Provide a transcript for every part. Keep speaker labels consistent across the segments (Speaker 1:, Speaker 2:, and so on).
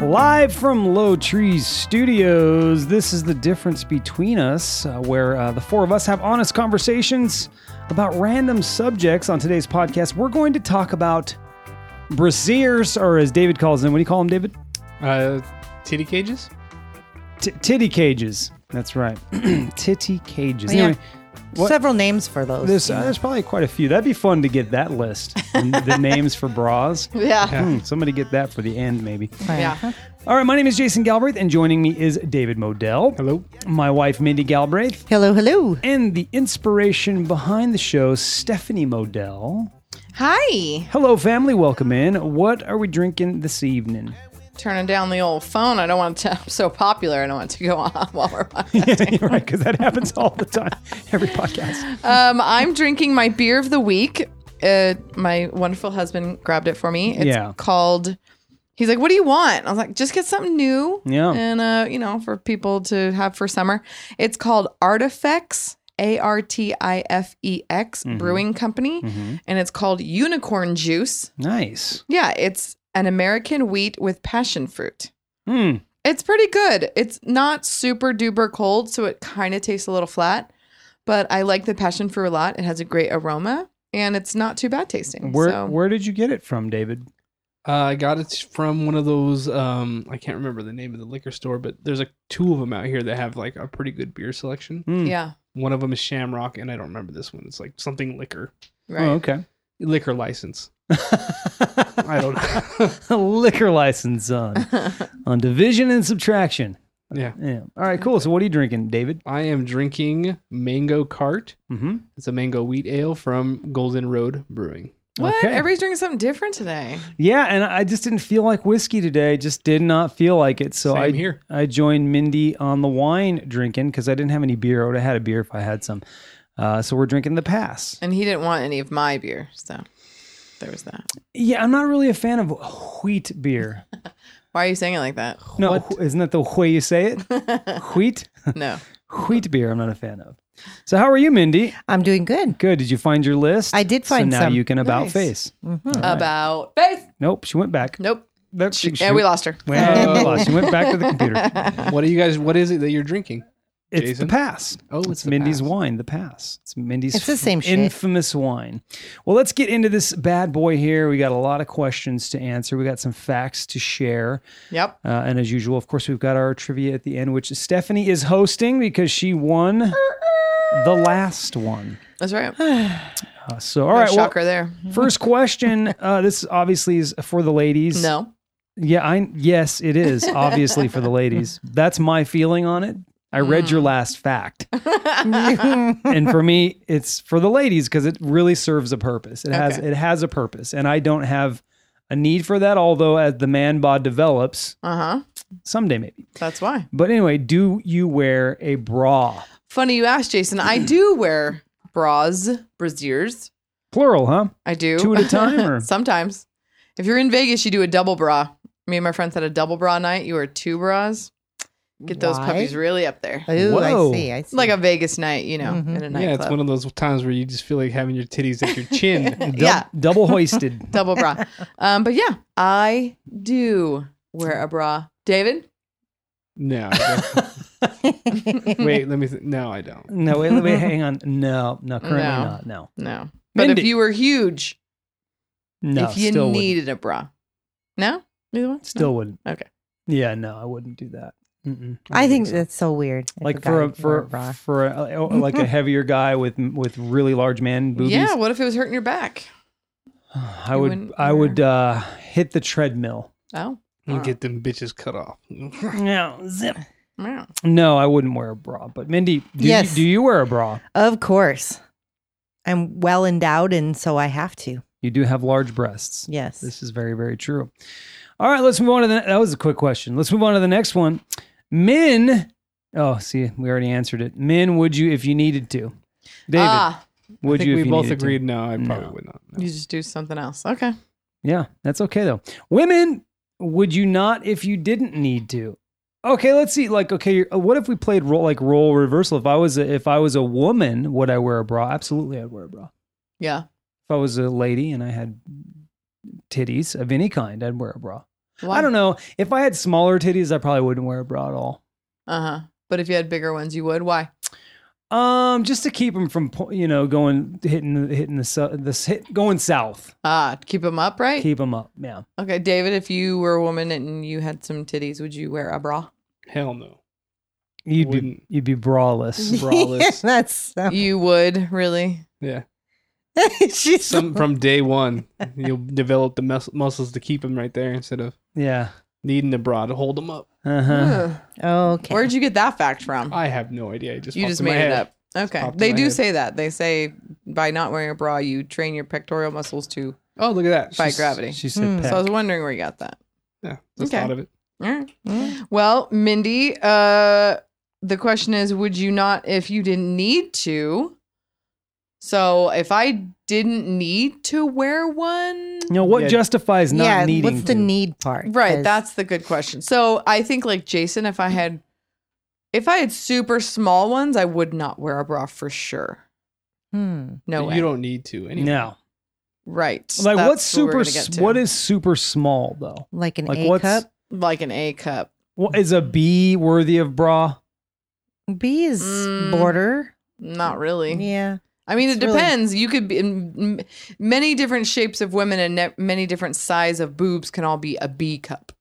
Speaker 1: Live from Low Trees Studios, this is the difference between us, uh, where uh, the four of us have honest conversations about random subjects. On today's podcast, we're going to talk about brasiers, or as David calls them, what do you call them, David?
Speaker 2: Uh, titty cages?
Speaker 1: T- titty cages. That's right, titty cages.
Speaker 3: Oh, yeah.
Speaker 1: Anyway, What-
Speaker 3: Several names for those.
Speaker 1: there's uh, there's probably quite a few. That'd be fun to get that list, and the names for bras.
Speaker 4: Yeah.
Speaker 1: Hmm, somebody get that for the end, maybe.
Speaker 4: Yeah.
Speaker 1: All right, my name is Jason Galbraith, and joining me is David Modell.
Speaker 2: Hello.
Speaker 1: My wife, Mindy Galbraith,
Speaker 3: Hello, hello.
Speaker 1: and the inspiration behind the show, Stephanie Modell.
Speaker 4: Hi.
Speaker 1: Hello, family. Welcome in. What are we drinking this evening?
Speaker 4: Turning down the old phone. I don't want to. I'm so popular. I don't want to go on while we're on.
Speaker 1: You're right, because that happens all the time, every podcast.
Speaker 4: Um, I'm drinking my beer of the week. Uh, my wonderful husband grabbed it for me. It's
Speaker 1: Yeah.
Speaker 4: called. He's like, "What do you want?" I was like, "Just get something new."
Speaker 1: Yeah.
Speaker 4: And uh, you know, for people to have for summer, it's called Artifacts. A R T I F E X
Speaker 1: Mm-hmm.
Speaker 4: Brewing Company, and it's called Unicorn Juice.
Speaker 1: Nice.
Speaker 4: Yeah, it's an American wheat with passion fruit.
Speaker 1: Hmm.
Speaker 4: It's pretty good. It's not super duper cold, so it kind of tastes a little flat, but I like the passion fruit a lot. It has a great aroma and it's not too bad tasting.
Speaker 1: Where
Speaker 4: so.
Speaker 1: Where did you get it from, David?
Speaker 2: Uh, I got it from one of those. Um, I can't remember the name of the liquor store, but there's like two of them out here that have like a pretty good beer selection.
Speaker 1: Hmm.
Speaker 4: yeah,
Speaker 2: One of them is Shamrock, and I don't remember this one. It's like something liquor,
Speaker 4: right.
Speaker 1: Oh, okay.
Speaker 2: liquor license. I don't know.
Speaker 1: Liquor license on on division and subtraction.
Speaker 2: yeah,
Speaker 1: Yeah. All right. Cool. So, what are you drinking, David?
Speaker 2: I am drinking Mango Cart.
Speaker 1: Mm-hmm.
Speaker 2: It's a mango wheat ale from Golden Road Brewing.
Speaker 4: What?
Speaker 1: Okay.
Speaker 4: Everybody's drinking something different today.
Speaker 1: Yeah, and I just didn't feel like whiskey today. Just did not feel like it. So
Speaker 2: Same
Speaker 1: I
Speaker 2: here.
Speaker 1: I joined Mindy on the wine drinking because I didn't have any beer. I would have had a beer if I had some. Uh, so we're drinking the pass.
Speaker 4: And he didn't want any of my beer, so there was that.
Speaker 1: Yeah, I'm not really a fan of wheat beer.
Speaker 4: Why are you saying it like that?
Speaker 1: No, wh- isn't that the way you say it? wheat,
Speaker 4: No.
Speaker 1: wheat beer. I'm not a fan of. So how are you, Mindy?
Speaker 3: I'm doing good.
Speaker 1: Good. Did you find your list?
Speaker 3: I did find
Speaker 1: So now
Speaker 3: some.
Speaker 1: you can about
Speaker 4: Nice.
Speaker 1: face.
Speaker 4: About faith.
Speaker 1: Nope, she went back.
Speaker 4: Nope.
Speaker 1: Nope, she,
Speaker 4: Yeah, we lost her.
Speaker 1: Well, she went back to the computer.
Speaker 2: what do you guys? What is it that you're drinking?
Speaker 1: It's
Speaker 2: Jason?
Speaker 1: the pass.
Speaker 2: Oh,
Speaker 1: it's,
Speaker 2: it's the
Speaker 1: Mindy's
Speaker 2: Pass.
Speaker 1: wine, the pass. It's Mindy's
Speaker 3: It's the same shit.
Speaker 1: infamous wine. Well, let's get into this bad boy here. We got a lot of questions to answer. We got some facts to share.
Speaker 4: Yep.
Speaker 1: Uh, and as usual, of course, we've got our trivia at the end, which Stephanie is hosting because she won the last one.
Speaker 4: That's right.
Speaker 1: Uh, so, all right. well,
Speaker 4: Shocker there.
Speaker 1: first question. Uh, this obviously is for the ladies.
Speaker 4: No.
Speaker 1: Yeah, I yes, it is obviously for the ladies. That's my feeling on it. I read
Speaker 3: Hmm.
Speaker 1: your last fact. and for me, it's for the ladies because it really serves a purpose. It has
Speaker 4: Okay.
Speaker 1: it has a purpose, and I don't have a need for that. Although as the man bod develops,
Speaker 4: Uh huh.
Speaker 1: someday maybe.
Speaker 4: That's why.
Speaker 1: But anyway, do you wear a bra?
Speaker 4: Funny you asked, Jason. I do wear bras, brasiers.
Speaker 1: Plural, huh?
Speaker 4: I do.
Speaker 1: Two at a time, or-
Speaker 4: Sometimes. If you're in Vegas, you do a double bra. Me and my friends had a double bra night. You wear two bras. Get those
Speaker 3: Why?
Speaker 4: puppies really up there.
Speaker 3: Ooh,
Speaker 1: Whoa.
Speaker 3: I see. I see.
Speaker 4: Like a Vegas night, you know,
Speaker 1: Mm-hmm.
Speaker 4: in a
Speaker 2: Yeah,
Speaker 4: nightclub.
Speaker 2: it's one of those times where you just feel like having your titties at your chin.
Speaker 1: Dou-
Speaker 4: Yeah.
Speaker 1: double hoisted.
Speaker 4: double bra. Um, but yeah, I do wear a bra. David?
Speaker 2: no. I don't. Wait, let me. Th- no, I don't.
Speaker 1: No, wait, wait, hang on. No, no, currently
Speaker 4: No.
Speaker 1: not. No,
Speaker 4: No. But
Speaker 1: Mindy.
Speaker 4: if you were huge,
Speaker 1: no,
Speaker 4: if you
Speaker 1: still wouldn't.
Speaker 4: needed a bra. No? Neither one?
Speaker 1: still wouldn't.
Speaker 4: Okay.
Speaker 1: Yeah, no, I wouldn't do that. Mm-mm,
Speaker 3: I
Speaker 1: don't
Speaker 3: think
Speaker 1: so.
Speaker 3: that's so weird. if
Speaker 1: like
Speaker 3: guy
Speaker 1: for a
Speaker 3: wore
Speaker 1: for
Speaker 3: bra.
Speaker 1: for a, oh, like a heavier guy with with really large man
Speaker 4: No?
Speaker 1: boobies.
Speaker 4: Yeah, what if it was hurting your back?
Speaker 1: I
Speaker 4: you
Speaker 1: would
Speaker 4: wouldn't
Speaker 1: I
Speaker 4: wear-
Speaker 1: would uh, hit the treadmill.
Speaker 4: Oh.
Speaker 2: We'll get them bitches cut off.
Speaker 1: No, zip.
Speaker 4: Wow.
Speaker 1: No, I wouldn't wear a bra. But Mindy, do
Speaker 3: Yes.
Speaker 1: you, do you wear a bra?
Speaker 3: Of course. I'm well endowed, and so I have to.
Speaker 1: You do have large breasts.
Speaker 3: Yes.
Speaker 1: This is very very true. All right, let's move on to the. That was a quick question. Let's move on to the next one. Men. Oh, see, we already answered it. Men, would you if you needed to? David,
Speaker 4: Ah,
Speaker 1: would
Speaker 2: I
Speaker 1: you?
Speaker 2: think
Speaker 1: if
Speaker 2: we
Speaker 1: you
Speaker 2: both
Speaker 1: needed to?
Speaker 2: agreed. No, I probably
Speaker 1: No.
Speaker 2: would not. No.
Speaker 4: you just do something else. Okay.
Speaker 1: Yeah, that's okay though. Women, would you not if you didn't need to? Okay, let's see. Like, okay, you're- what if we played role like role reversal? If I was a, if I was a woman, would I wear a bra? Absolutely, I'd wear a bra. If
Speaker 4: Yeah.
Speaker 1: I was a lady and I had titties of any kind, I'd wear a bra.
Speaker 4: Why?
Speaker 1: I don't know. If I had smaller titties, I probably wouldn't wear a bra at all.
Speaker 4: Uh huh. But if you had bigger ones, you would. Why?
Speaker 1: Um, just to keep them from po- you know going hitting hitting the su- this hit going south.
Speaker 4: Ah, to keep them up, right?
Speaker 1: Keep them up. Yeah.
Speaker 4: okay, David. If you were a woman and you had some titties, would you wear a bra?
Speaker 2: Hell no.
Speaker 1: You'd be
Speaker 2: Wouldn't.
Speaker 1: you'd be braless.
Speaker 2: Braless.
Speaker 3: That's
Speaker 2: Oh.
Speaker 4: You would really.
Speaker 2: Yeah.
Speaker 3: she's
Speaker 2: Some from day one, you'll develop the mus- muscles to keep them right there instead of
Speaker 1: yeah.
Speaker 2: needing a bra to hold them up.
Speaker 1: Uh-huh.
Speaker 4: Ugh.
Speaker 3: okay.
Speaker 4: Where'd you get that fact from?
Speaker 2: I have no idea. I just
Speaker 4: you
Speaker 2: popped
Speaker 4: just
Speaker 2: in my
Speaker 4: made it
Speaker 2: head.
Speaker 4: up. Okay.
Speaker 2: popped in
Speaker 4: They
Speaker 2: my
Speaker 4: do
Speaker 2: head.
Speaker 4: say that. They say by not wearing a bra, you train your pectoral muscles to.
Speaker 2: Oh, look at that.
Speaker 4: By
Speaker 2: She's-
Speaker 4: gravity.
Speaker 1: She said
Speaker 3: Hmm.
Speaker 1: peck.
Speaker 4: So I was wondering where you got that.
Speaker 2: Yeah, just
Speaker 4: Okay.
Speaker 2: thought of it.
Speaker 4: All right.
Speaker 3: Mm.
Speaker 4: Well, Mindy, uh, the question is would you not if you didn't need to? So if I didn't need to wear one?
Speaker 1: you know what
Speaker 2: Yeah.
Speaker 1: justifies not
Speaker 3: yeah,
Speaker 1: needing
Speaker 3: what's the
Speaker 1: to?
Speaker 3: need part?
Speaker 4: Right,
Speaker 3: 'Cause-
Speaker 4: that's the good question. So I think like Jason, if I had if I had super small ones, I would not wear a bra for sure.
Speaker 3: hmm.
Speaker 4: No way.
Speaker 2: you don't need to anyway.
Speaker 1: No.
Speaker 4: right.
Speaker 1: Like
Speaker 4: That's
Speaker 1: what's
Speaker 4: what we're
Speaker 1: super
Speaker 4: gonna get
Speaker 1: s-
Speaker 4: to.
Speaker 1: what is super small though?
Speaker 3: like an
Speaker 1: Like
Speaker 3: A
Speaker 1: what's
Speaker 3: cup.
Speaker 4: like an A cup?
Speaker 1: what is a B worthy of bra?
Speaker 3: B is
Speaker 4: Mm.
Speaker 3: border.
Speaker 4: Not really.
Speaker 3: Yeah.
Speaker 4: I mean, it
Speaker 3: It's really-
Speaker 4: depends. You could be in m- many different shapes of women and ne- many different size of boobs can all be a B cup.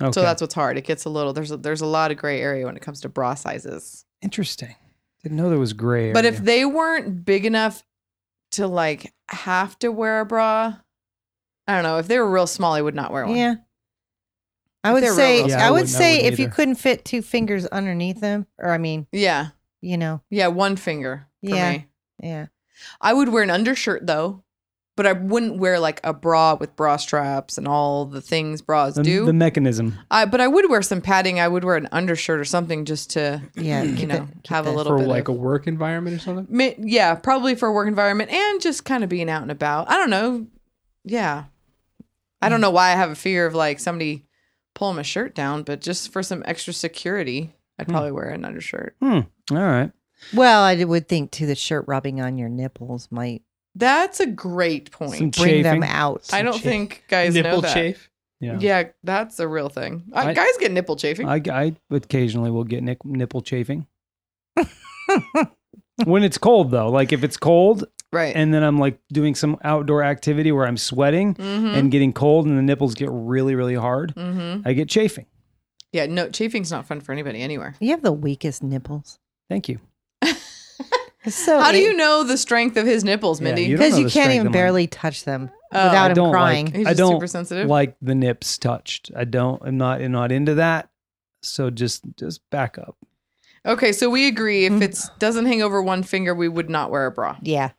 Speaker 1: Okay.
Speaker 4: So that's what's hard. It gets a little there's a, there's a lot of gray area when it comes to bra sizes.
Speaker 1: interesting. Didn't know there was gray.
Speaker 4: But
Speaker 1: area.
Speaker 4: if they weren't big enough to like have to wear a bra, I don't know. If they were real small, I would not wear one.
Speaker 3: Yeah. I
Speaker 4: If
Speaker 3: would
Speaker 4: they're real
Speaker 3: say
Speaker 4: rough.
Speaker 1: Yeah, I
Speaker 3: I would
Speaker 1: wouldn't- I
Speaker 3: say
Speaker 1: wouldn't
Speaker 3: if you
Speaker 1: either.
Speaker 3: couldn't fit two fingers underneath them, or I mean,
Speaker 4: Yeah.
Speaker 3: you know,
Speaker 4: Yeah, one finger for
Speaker 3: Yeah.
Speaker 4: me.
Speaker 3: yeah.
Speaker 4: I would wear an undershirt though, but I wouldn't wear like a bra with bra straps and all the things bras
Speaker 1: the,
Speaker 4: do.
Speaker 1: the mechanism
Speaker 4: I but I would wear some padding. I would wear an undershirt or something just to
Speaker 3: Yeah.
Speaker 4: you
Speaker 3: keep
Speaker 4: know
Speaker 3: it- keep
Speaker 4: have a
Speaker 3: it-
Speaker 4: little
Speaker 2: For
Speaker 4: bit
Speaker 2: like a
Speaker 4: of,
Speaker 2: work environment or something.
Speaker 4: Mi- yeah, probably for a work environment and just kind of being out and about. I don't know. Yeah, I
Speaker 1: Mm.
Speaker 4: don't know why I have a fear of like somebody pulling my shirt down, but just for some extra security, I'd probably wear an undershirt.
Speaker 1: hmm all right
Speaker 3: Well, I would think too the shirt rubbing on your nipples might
Speaker 4: That's a great point.
Speaker 1: Some
Speaker 3: bring them
Speaker 1: Chafing.
Speaker 3: out.
Speaker 4: I don't
Speaker 1: chafe.
Speaker 4: think guys know
Speaker 2: Nipple
Speaker 4: that.
Speaker 2: chafe.
Speaker 1: yeah,
Speaker 4: Yeah, that's a real thing. Uh,
Speaker 1: I-
Speaker 4: guys get nipple chafing.
Speaker 1: I, I occasionally will get nick, nipple chafing when it's cold though like if it's cold
Speaker 4: right.
Speaker 1: and then i'm like doing some outdoor activity where i'm sweating
Speaker 4: mm-hmm.
Speaker 1: and getting cold and the nipples get really really hard
Speaker 4: mm-hmm.
Speaker 1: i get chafing
Speaker 4: Yeah, no, chafing's not fun for anybody anywhere.
Speaker 3: You have the weakest nipples.
Speaker 1: thank you
Speaker 3: It's so
Speaker 4: How do you know the strength of his nipples,
Speaker 1: Yeah,
Speaker 4: Mindy?
Speaker 1: you don't
Speaker 3: Because
Speaker 1: know
Speaker 3: you,
Speaker 1: the
Speaker 3: can't
Speaker 1: strength
Speaker 3: even
Speaker 1: of mine.
Speaker 3: barely touch them
Speaker 4: Oh,
Speaker 1: I
Speaker 3: without him
Speaker 1: don't
Speaker 3: crying.
Speaker 1: like-
Speaker 4: He's
Speaker 1: I
Speaker 4: just
Speaker 1: don't
Speaker 4: super sensitive.
Speaker 1: like the nips touched i don't i'm not i'm not into that so just just back up
Speaker 4: Okay, so we agree. If
Speaker 3: Mm.
Speaker 4: it doesn't hang over one finger, we would not wear a bra.
Speaker 3: Yeah,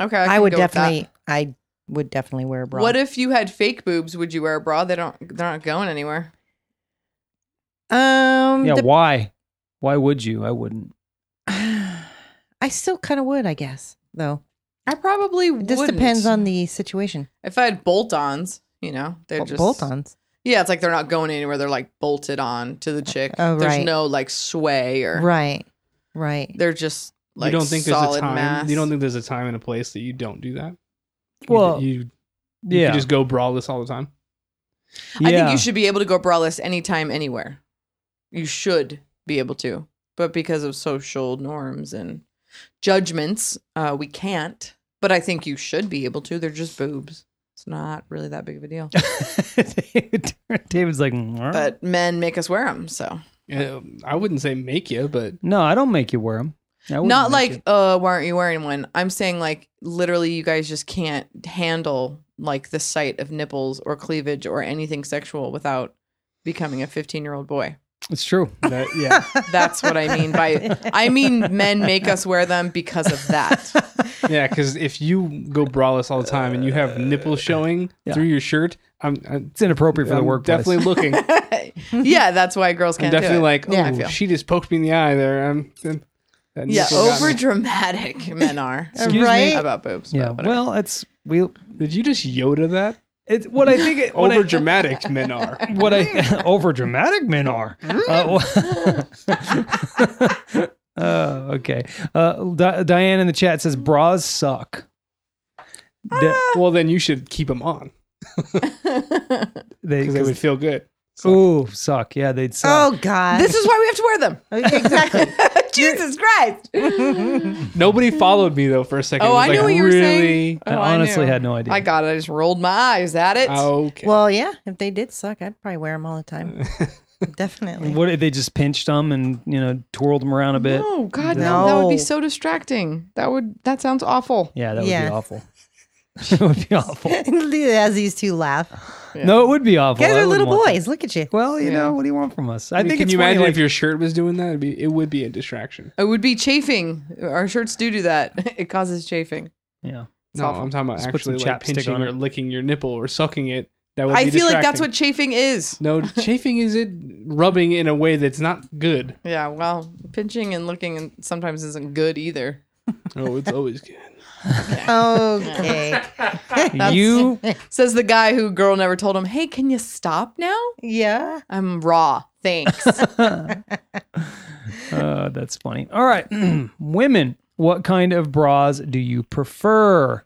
Speaker 4: Okay,
Speaker 3: I,
Speaker 4: can
Speaker 3: would
Speaker 4: go with that.
Speaker 3: definitely. I would definitely wear a bra.
Speaker 4: What if you had fake boobs? Would you wear a bra? They don't. They're not going anywhere.
Speaker 3: um,
Speaker 1: yeah
Speaker 3: the-
Speaker 1: why why would you i wouldn't
Speaker 3: I still kind of would, I guess. Though
Speaker 4: I probably.
Speaker 3: it
Speaker 4: would
Speaker 3: just depends on the situation.
Speaker 4: If I had bolt-ons, you know, they're
Speaker 3: Well,
Speaker 4: just
Speaker 3: bolt-ons.
Speaker 4: Yeah, it's like they're not going anywhere. They're like bolted on to the chick.
Speaker 3: Oh,
Speaker 4: There's
Speaker 3: right.
Speaker 4: no like sway or.
Speaker 3: Right, right.
Speaker 4: They're just like
Speaker 2: you don't think there's
Speaker 4: solid
Speaker 2: a time.
Speaker 4: mass.
Speaker 2: You don't think there's a time and a place that you don't do that. You-
Speaker 1: Well,
Speaker 2: you, you,
Speaker 1: yeah
Speaker 2: can just go braless all the time.
Speaker 4: I
Speaker 1: yeah.
Speaker 4: think you should be able to go braless anytime, anywhere. You should be able to, but because of social norms and judgments, uh, we can't. But I think you should be able to. They're just boobs. It's not really that big of a deal.
Speaker 1: David- David's like, "Mm,
Speaker 4: But men make us wear them, so
Speaker 2: Yeah, I wouldn't say make you, but
Speaker 1: no, I don't make you wear them.
Speaker 4: not like, uh, why aren't you wearing one? I'm saying like literally, you guys just can't handle like the sight of nipples or cleavage or anything sexual without becoming a 15 year old boy.
Speaker 1: it's true.
Speaker 2: that, yeah,
Speaker 4: That's what I mean by I mean men make us wear them because of that.
Speaker 2: yeah. Because if you go braless all the time and you have nipples showing
Speaker 1: Yeah.
Speaker 2: through your shirt, I'm, I'm,
Speaker 1: It's inappropriate for the
Speaker 2: I'm
Speaker 1: workplace.
Speaker 2: definitely looking. I'm
Speaker 4: yeah, that's why girls can't
Speaker 2: definitely
Speaker 4: do it.
Speaker 2: like, oh,
Speaker 4: Yeah, I feel.
Speaker 2: she just poked me in the eye there. I'm, that
Speaker 4: yeah,
Speaker 2: nipple got
Speaker 4: over
Speaker 2: me.
Speaker 4: dramatic men are
Speaker 1: Excuse
Speaker 3: Right?
Speaker 4: about boobs.
Speaker 1: Yeah.
Speaker 4: Yeah,
Speaker 1: Well, it's we.
Speaker 2: Did you just Yoda that?
Speaker 1: It's what I think. It, what
Speaker 2: Over
Speaker 1: I,
Speaker 2: dramatic men are.
Speaker 1: what
Speaker 3: Mm.
Speaker 1: I over dramatic men are. Uh,
Speaker 3: Mm.
Speaker 1: wha- Uh, okay. Uh, Di- Diane in the chat says bras suck. Di-
Speaker 3: Ah.
Speaker 2: Well, then you should keep them on.
Speaker 1: They,
Speaker 2: because it would feel good.
Speaker 1: oh, suck. Yeah, they'd suck.
Speaker 3: Oh God. Oh,
Speaker 4: this is why we have to wear them.
Speaker 3: exactly.
Speaker 4: Jesus Christ.
Speaker 2: Nobody followed me though for a second.
Speaker 4: Oh,
Speaker 2: It was
Speaker 4: I knew
Speaker 2: like,
Speaker 4: what you were
Speaker 2: really?
Speaker 4: saying. Oh,
Speaker 1: I honestly
Speaker 4: knew.
Speaker 1: had no idea.
Speaker 4: I got it. I just rolled my eyes at it.
Speaker 2: Okay.
Speaker 3: well, yeah. If they did suck, I'd probably wear them all the time. Definitely.
Speaker 1: what if they just pinched them and you know twirled them around a bit?
Speaker 4: No, Oh, God, no. That would be
Speaker 3: No.
Speaker 4: so distracting. That would. That sounds awful.
Speaker 1: Yeah, that would
Speaker 3: Yeah.
Speaker 1: be awful. it would be awful.
Speaker 3: As these two laugh,
Speaker 4: Yeah.
Speaker 1: No, it would be awful.
Speaker 3: you guys
Speaker 1: I
Speaker 3: are
Speaker 1: wouldn't
Speaker 3: little
Speaker 1: want that.
Speaker 3: boys. Look at you.
Speaker 1: Well, you
Speaker 4: Yeah.
Speaker 1: know, what do you want from us? I,
Speaker 2: I mean,
Speaker 1: think
Speaker 2: can
Speaker 1: it's
Speaker 2: you
Speaker 1: funny,
Speaker 2: imagine
Speaker 1: like,
Speaker 2: if your shirt was doing that? It'd be, it would be a distraction.
Speaker 4: It would be chafing. Our shirts do do that. It causes chafing.
Speaker 1: yeah.
Speaker 2: No,
Speaker 4: awful.
Speaker 2: I'm talking about
Speaker 1: Just put some
Speaker 2: actually like
Speaker 1: chapstick
Speaker 2: pinching
Speaker 1: on
Speaker 2: or
Speaker 1: it.
Speaker 2: licking your nipple or sucking it. That would.
Speaker 4: I
Speaker 2: be
Speaker 4: feel like that's what
Speaker 2: distracting.
Speaker 4: chafing is.
Speaker 2: No, chafing is it rubbing in a way that's not good.
Speaker 4: Yeah, well, pinching and looking and sometimes isn't good either.
Speaker 2: Oh, it's always good.
Speaker 3: Okay.
Speaker 1: you
Speaker 4: Says the guy who girl never told him, "Hey, can you stop now?
Speaker 3: yeah.
Speaker 4: I'm raw. Thanks."
Speaker 1: Uh, that's funny. All right. Women, what kind of bras do you prefer?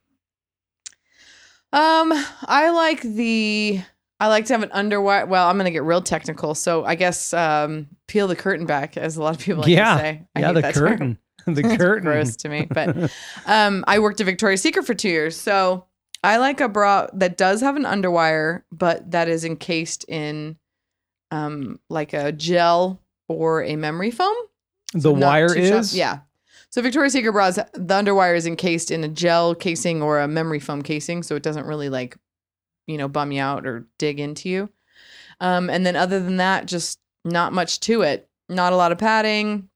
Speaker 4: Um, I like the I like to have an underwire. Well, I'm gonna get real technical, so I guess um, peel the curtain back, as a lot of people like
Speaker 1: Yeah.
Speaker 4: to say. I
Speaker 1: yeah,
Speaker 4: hate
Speaker 1: the
Speaker 4: that term.
Speaker 1: curtain. the curtain.
Speaker 4: Gross to me, but um, I worked at Victoria's Secret for two years, so I like a bra that does have an underwire, but that is encased in um like a gel or a memory foam.
Speaker 1: The
Speaker 4: Not
Speaker 1: wire
Speaker 4: too sharp.
Speaker 1: is?
Speaker 4: Yeah. So Victoria's Secret bras, the underwire is encased in a gel casing or a memory foam casing, so it doesn't really like, you know, bum you out or dig into you. Um, and then other than that, just not much to it. Not a lot of padding.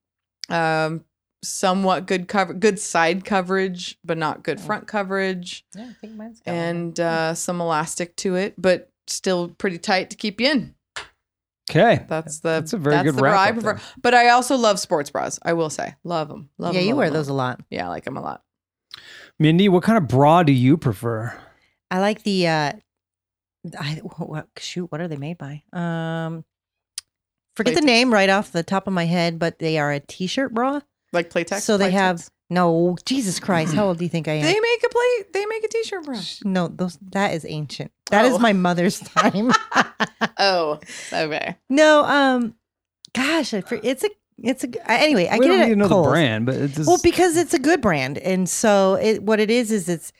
Speaker 4: Um, somewhat good cover, good side coverage, but not
Speaker 1: Oh.
Speaker 4: good front coverage,
Speaker 3: I think mine's got one.
Speaker 1: Hmm.
Speaker 4: and uh, some elastic to it, but still pretty tight to keep you in.
Speaker 1: Okay.
Speaker 4: That's the
Speaker 1: That's a very good
Speaker 4: the bra I
Speaker 1: wrap-up
Speaker 4: prefer.
Speaker 1: there.
Speaker 4: But I also love sports bras. I will say, love them. Love
Speaker 3: yeah,
Speaker 4: 'em,
Speaker 3: you
Speaker 4: love
Speaker 3: wear
Speaker 4: 'em,
Speaker 3: those
Speaker 4: love
Speaker 3: a lot.
Speaker 4: 'em. Yeah, I like them a lot.
Speaker 1: Mindy, what kind of bra do you prefer?
Speaker 3: I like the. uh I what, what- shoot? What are they made by? Um, forget the
Speaker 4: Playtex.
Speaker 3: name right off the top of my head, but they are a t-shirt bra.
Speaker 4: Like Playtex.
Speaker 3: So they
Speaker 4: Playtex.
Speaker 3: have no Jesus Christ. How old do you think I am?
Speaker 4: They make a play. They make a T-shirt bra.
Speaker 3: no, those that is ancient. That is
Speaker 4: Oh.
Speaker 3: my mother's time.
Speaker 4: Oh, okay.
Speaker 3: no, um, gosh, I, for- it's a it's a anyway. I
Speaker 1: we
Speaker 3: get
Speaker 1: don't
Speaker 3: it
Speaker 1: need
Speaker 3: at
Speaker 1: another
Speaker 3: Kohl's.
Speaker 1: brand, but it's just,
Speaker 3: Well, because it's a good brand, and so it what it is is it's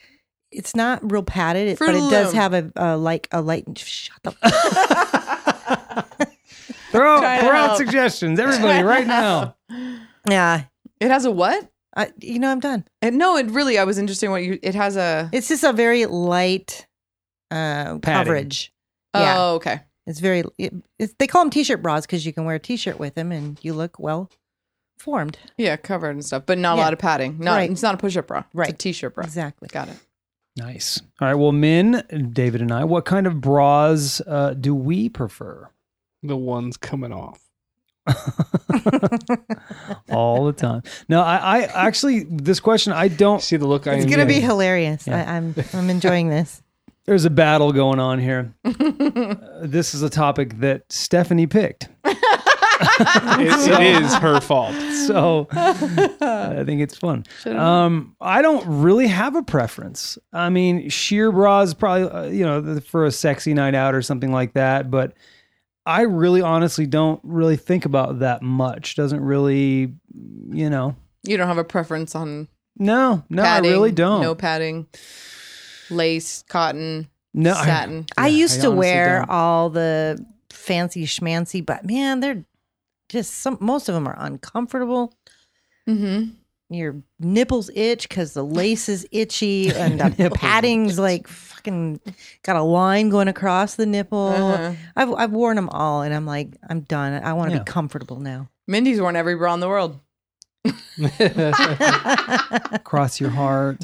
Speaker 3: it's not real padded, it, but
Speaker 4: Fruit of
Speaker 3: it
Speaker 4: the
Speaker 3: does
Speaker 4: Loom.
Speaker 3: have a, a light a light. Shut up.
Speaker 1: throw,
Speaker 4: Try to
Speaker 1: throw out
Speaker 4: help.
Speaker 1: suggestions, everybody, right now.
Speaker 3: Yeah,
Speaker 4: It has a what?
Speaker 3: I, you know I'm done.
Speaker 4: And no, it really. I was interested in what you. It has a.
Speaker 3: It's just a very light uh, coverage. Yeah,
Speaker 4: Oh, okay.
Speaker 3: it's very. It, it's, they call them t-shirt bras because you can wear a t-shirt with them and you look well formed.
Speaker 4: Yeah, covered and stuff, but not a
Speaker 3: Yeah.
Speaker 4: lot of padding. Not.
Speaker 3: Right.
Speaker 4: It's not a push-up bra. It's a
Speaker 3: Right.
Speaker 4: T-shirt bra.
Speaker 3: Exactly.
Speaker 4: Got it.
Speaker 1: Nice. All right. Well, Min, David, and I, what kind of bras uh, do we prefer?
Speaker 2: The one's coming off.
Speaker 1: All the time. No, I, I actually, this question, I don't
Speaker 2: See the look I.
Speaker 3: It's
Speaker 2: am
Speaker 3: gonna be
Speaker 2: getting?
Speaker 3: hilarious.
Speaker 1: Yeah.
Speaker 3: I, I'm I'm enjoying this.
Speaker 1: There's a battle going on here. Uh, this is a topic that Stephanie picked.
Speaker 2: It- it is her fault.
Speaker 1: So I think it's fun. Um, I don't really have a preference. I mean, sheer bras probably, uh, you know, th- for a sexy night out or something like that, but I really honestly don't really think about that much. Doesn't really, you know.
Speaker 4: You don't have a preference on.
Speaker 1: No, no,
Speaker 4: padding,
Speaker 1: I really don't.
Speaker 4: No padding. Lace, cotton,
Speaker 1: no, I-
Speaker 4: satin.
Speaker 3: I
Speaker 1: Yeah,
Speaker 3: used
Speaker 1: I
Speaker 3: to
Speaker 1: honestly
Speaker 3: wear
Speaker 1: don't.
Speaker 3: all the fancy schmancy, but man, they're just some. Most of them are uncomfortable.
Speaker 4: mm-hmm.
Speaker 3: Your nipples itch because the lace is itchy and the
Speaker 1: Nipples
Speaker 3: padding's like fucking got a line going across the nipple.
Speaker 4: Uh-huh.
Speaker 3: I've I've worn them all, and I'm like, I'm done. I want to
Speaker 1: Yeah.
Speaker 3: be comfortable now.
Speaker 4: Mindy's worn every bra in the world.
Speaker 1: cross your heart.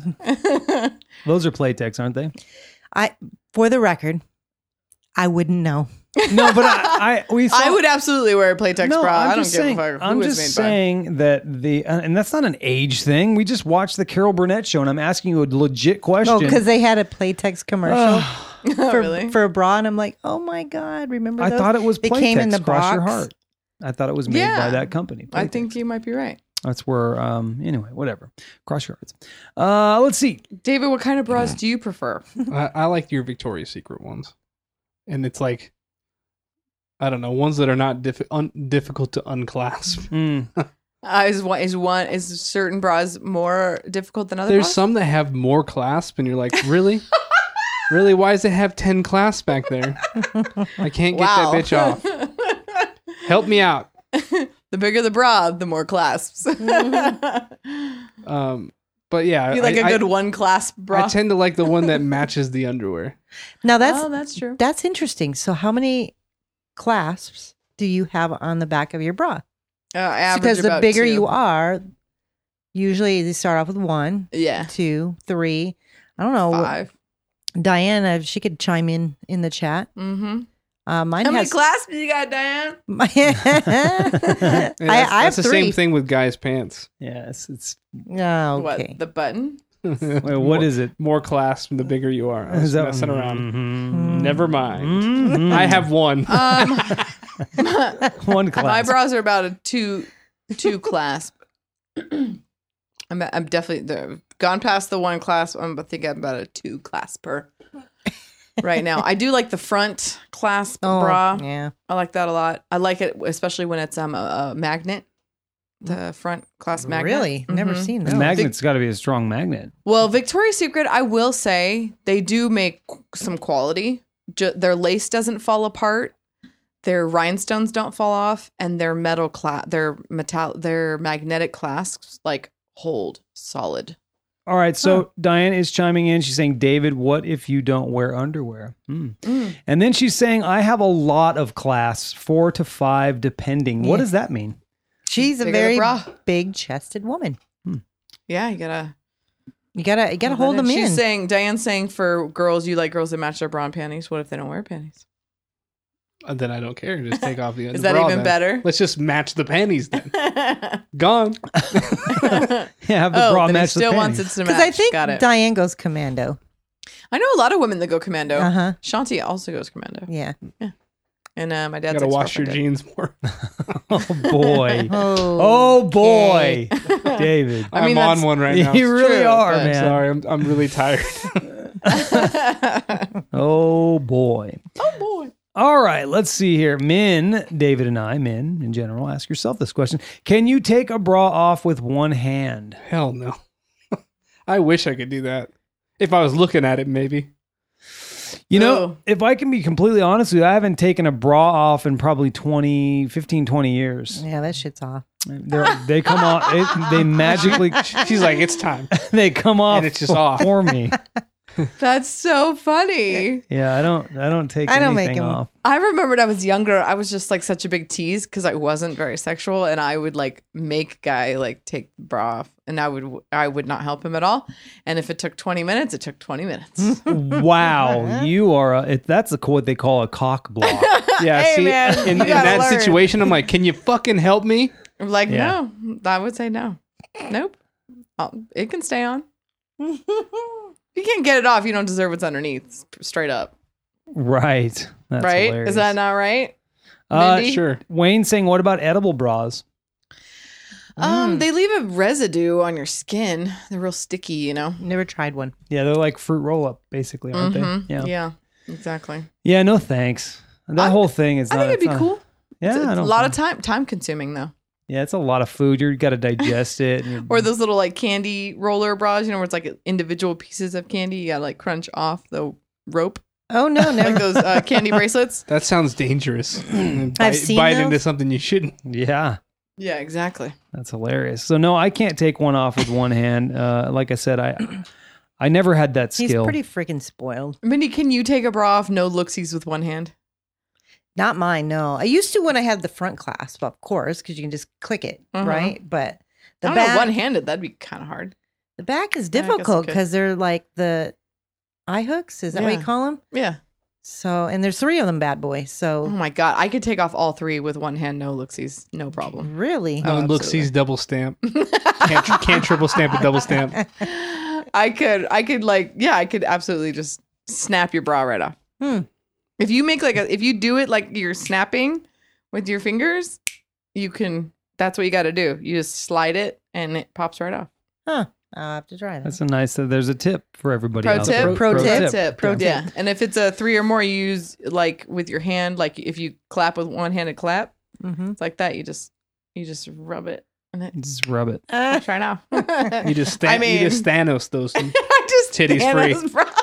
Speaker 1: Those are playtex, aren't they?
Speaker 3: I, for the record, I wouldn't know.
Speaker 1: No, but I, I we saw,
Speaker 4: I would absolutely wear a Playtex bra. I don't give
Speaker 1: saying,
Speaker 4: a fuck who
Speaker 1: I'm
Speaker 4: it's
Speaker 1: just
Speaker 4: made by.
Speaker 1: saying that the uh, and that's not an age thing. We just watched the Carol Burnett show, and I'm asking you a legit question.
Speaker 3: Oh, because they had a Playtex commercial for,
Speaker 4: Oh, really?
Speaker 3: for a bra, and I'm like, oh my god, remember?
Speaker 1: I
Speaker 3: those?
Speaker 1: thought it was
Speaker 3: They
Speaker 1: Playtex.
Speaker 3: came in the
Speaker 1: Cross your
Speaker 3: box.
Speaker 1: heart. I thought it was made
Speaker 4: Yeah.
Speaker 1: by that company.
Speaker 4: I
Speaker 1: Playtex.
Speaker 4: think you might be right.
Speaker 1: That's where, um, anyway, whatever. Cross your hearts. Uh, let's see.
Speaker 4: David, what kind of bras do you prefer?
Speaker 2: I, I like your Victoria's Secret ones, and it's like, I don't know, ones that are not diffi- un- difficult to unclasp.
Speaker 4: Mm-hmm.
Speaker 1: Mm,
Speaker 4: Uh, is one is one is certain bras more difficult than other
Speaker 2: There's
Speaker 4: bras?
Speaker 2: some that have more clasp, and you're like, really, really? Why does it have ten clasps back there? I can't get
Speaker 4: wow.
Speaker 2: that bitch off. Help me out.
Speaker 4: the bigger the bra, the more clasps. you
Speaker 2: Um, but yeah,
Speaker 4: like
Speaker 2: a
Speaker 4: a good one clasp
Speaker 2: I,
Speaker 4: bra.
Speaker 2: I tend to like the one that matches the underwear.
Speaker 3: Now that's
Speaker 4: oh, that's true.
Speaker 3: that's interesting. So how many clasps do you have on the back of your bra?
Speaker 4: Uh, I average
Speaker 3: because the
Speaker 4: about
Speaker 3: bigger
Speaker 4: two.
Speaker 3: you are, usually they start off with one,
Speaker 4: yeah,
Speaker 3: two, three. I don't know.
Speaker 4: five.
Speaker 3: Diana, if she could chime in in the chat.
Speaker 4: Mm-hmm.
Speaker 3: Uh, mine
Speaker 4: How many
Speaker 3: has.
Speaker 4: clasps you got, Diane?
Speaker 3: my- I,
Speaker 2: Yeah, that's,
Speaker 3: I have
Speaker 2: that's the
Speaker 3: three.
Speaker 2: same thing with guys' pants.
Speaker 1: yes. It's,
Speaker 3: Oh, okay.
Speaker 4: What the button?
Speaker 1: well, what is it?
Speaker 2: more clasp the bigger you are? I
Speaker 1: Is
Speaker 2: was
Speaker 1: that-
Speaker 2: messing around. Mm-hmm.
Speaker 1: Mhm.
Speaker 2: Never mind.
Speaker 1: Mhm.
Speaker 2: I have one.
Speaker 4: Um,
Speaker 1: one class.
Speaker 4: my bras are about a two two clasp. I'm I'm definitely the- gone past the one clasp. I'm I think I'm about a two clasper right now. I do like the front clasp
Speaker 3: Oh,
Speaker 4: bra.
Speaker 3: Yeah.
Speaker 4: I like that a lot. I like it especially when it's um a, a magnet, the front clasp magnet.
Speaker 3: Really? Never
Speaker 4: Mhm.
Speaker 3: seen
Speaker 1: The
Speaker 3: that.
Speaker 1: magnet's got to be a strong magnet.
Speaker 4: Well, Victoria's Secret, I will say they do make qu- some quality. Ju- their lace doesn't fall apart, their rhinestones don't fall off, and their metal cla- their metal their magnetic clasps like hold solid.
Speaker 1: All right, so Diane is chiming in. She's saying, "David, what if you don't wear underwear?" Hmm. And then she's saying, "I have a lot of class, four to five, depending." What
Speaker 3: Yeah.
Speaker 1: does that mean?
Speaker 3: She's a
Speaker 4: Bigger the
Speaker 3: very
Speaker 4: bra.
Speaker 3: big-chested woman.
Speaker 4: Yeah, you gotta
Speaker 3: You gotta you gotta hold them
Speaker 4: She's
Speaker 3: in.
Speaker 4: saying Diane's saying for girls, you like girls that match their bra and panties. What if they don't wear panties?
Speaker 2: And then I don't care. Just take off the
Speaker 4: Is that
Speaker 2: underbra
Speaker 4: even
Speaker 2: then.
Speaker 4: better?
Speaker 2: Let's just match the panties then. Gone.
Speaker 1: Yeah, have the
Speaker 4: oh,
Speaker 1: bra
Speaker 4: then he
Speaker 1: match the
Speaker 4: still wants
Speaker 1: panties.
Speaker 4: it to match.
Speaker 3: Because I think
Speaker 4: Got it.
Speaker 3: Diane goes commando.
Speaker 4: I know a lot of women that go commando.
Speaker 3: Uh huh.
Speaker 4: Shanti also goes commando,
Speaker 3: Yeah.
Speaker 4: and uh, my
Speaker 2: You
Speaker 4: dad's
Speaker 2: gotta wash your
Speaker 4: ex-girlfriend did.
Speaker 2: jeans more.
Speaker 1: Oh boy,
Speaker 3: Oh.
Speaker 1: oh boy, David,
Speaker 4: I mean,
Speaker 2: I'm on
Speaker 4: that's-
Speaker 2: one right now.
Speaker 1: you really
Speaker 4: true,
Speaker 1: are,
Speaker 4: but-
Speaker 1: man.
Speaker 2: Sorry, I'm, I'm really tired.
Speaker 1: Oh boy.
Speaker 4: oh boy.
Speaker 1: All right, let's see here. Men, David and I, men in general, ask yourself this question: Can you take a bra off with one hand?
Speaker 2: Hell no. I wish I could do that. If I was looking at it, maybe.
Speaker 1: You know,
Speaker 4: Oh.
Speaker 1: if I can be completely honest with you, I haven't taken a bra off in probably 20, 15, 20 years.
Speaker 3: Yeah, that shit's off.
Speaker 1: They're, they come off, it, they magically,
Speaker 2: She's like, it's time.
Speaker 1: they come off
Speaker 2: it's just off.
Speaker 1: for me.
Speaker 4: That's so funny.
Speaker 1: Yeah, I don't, I don't take
Speaker 3: I don't make
Speaker 1: anything
Speaker 3: them.
Speaker 1: off.
Speaker 4: I remember when I was younger, I was just like such a big tease because I wasn't very sexual, and I would like make guy like take the bra off, and I would I would not help him at all. And if it took twenty minutes, it took twenty
Speaker 1: Hmm.
Speaker 4: minutes.
Speaker 1: Wow, you are, a, it, that's a, co- what they call a cock block.
Speaker 2: Yeah,
Speaker 4: Hey,
Speaker 2: see,
Speaker 4: man, you
Speaker 2: in, in
Speaker 4: gotta
Speaker 2: that
Speaker 4: learn.
Speaker 2: situation, I'm like, can you fucking help me?
Speaker 4: I'm like
Speaker 1: Yeah.
Speaker 4: no, I would say no, nope. i it can stay on. you can't get it off. You don't deserve what's underneath. Straight up,
Speaker 1: right. That's
Speaker 4: right?
Speaker 1: hilarious.
Speaker 4: Is that not right?
Speaker 1: Uh,
Speaker 4: Mindy?
Speaker 2: Sure.
Speaker 1: Wayne saying, what about edible bras?
Speaker 4: Um, they leave a residue on your skin. They're real sticky, you know.
Speaker 3: Never tried one.
Speaker 1: Yeah, they're like fruit roll up, basically, aren't
Speaker 4: Mhm.
Speaker 1: they? Yeah. yeah.
Speaker 4: Yeah. Exactly.
Speaker 1: no thanks. That
Speaker 4: I'm-
Speaker 1: whole thing is
Speaker 4: I
Speaker 1: not,
Speaker 4: think it'd
Speaker 1: Uh, it's
Speaker 4: be
Speaker 1: not-
Speaker 4: cool.
Speaker 1: Yeah,
Speaker 4: It's-
Speaker 1: I
Speaker 4: it's a
Speaker 1: don't
Speaker 4: lot
Speaker 1: think-
Speaker 4: of time time consuming though.
Speaker 1: Yeah, it's a lot of food. You've got to digest it. And you're-
Speaker 4: Or those little like candy roller bras, you know, where it's like individual pieces of candy. You gotta like crunch off the rope,
Speaker 3: Oh no,
Speaker 4: like
Speaker 3: never.
Speaker 4: those uh, candy bracelets.
Speaker 2: That sounds dangerous. Bite-
Speaker 3: seen
Speaker 2: bite
Speaker 3: those.
Speaker 2: into something you shouldn't.
Speaker 1: yeah,
Speaker 4: Yeah, exactly.
Speaker 1: that's hilarious. So no, I can't take one off with one hand. Uh, like I said, I I never had that
Speaker 3: He's
Speaker 1: skill.
Speaker 3: pretty freaking spoiled.
Speaker 4: Mindy, can you take a bra off no looksies with one hand?
Speaker 3: Not mine. No, I used to when I had the front clasp, of course, because you can just click it,
Speaker 4: Uh-huh.
Speaker 3: right? But
Speaker 4: I
Speaker 3: the
Speaker 4: don't know,
Speaker 3: back,
Speaker 4: one handed, that'd be kind of hard.
Speaker 3: the back is
Speaker 4: Yeah, I guess I
Speaker 3: difficult
Speaker 4: could.
Speaker 3: because they're like the eye hooks. Is that what you
Speaker 4: Yeah.
Speaker 3: call them?
Speaker 4: Yeah.
Speaker 3: So, and there's three of them, bad boy.
Speaker 4: Oh
Speaker 3: So,
Speaker 4: my God. I could take off all three with one hand, no looksies. No problem.
Speaker 3: really,
Speaker 4: Oh,
Speaker 2: No, look,
Speaker 4: absolutely.
Speaker 2: sees double stamp. Can't, can't triple stamp a double stamp.
Speaker 4: I could, I could like, yeah, I could absolutely just snap your bra right off.
Speaker 3: Hmm.
Speaker 4: If you make like a, if you do it like you're snapping with your fingers, you can That's what you got to do. You just slide it and it pops right off.
Speaker 3: I'll have to try that.
Speaker 1: That's a nice. Uh, there's a tip for everybody.
Speaker 4: Pro
Speaker 1: out
Speaker 4: tip,
Speaker 1: there.
Speaker 3: pro tip.
Speaker 1: pro
Speaker 3: tip.
Speaker 4: Yeah. And if it's a three or more, you use like with your hand, like if you clap with one handed clap,
Speaker 3: mm-hmm.
Speaker 4: it's like that. You just, you just rub it and it
Speaker 1: Just rub it.
Speaker 3: uh,
Speaker 4: pops right off.
Speaker 2: You just, sta-
Speaker 4: I mean-
Speaker 2: you just Thanos those.
Speaker 4: I just
Speaker 2: Titties
Speaker 4: Thanos
Speaker 2: free.
Speaker 4: brought-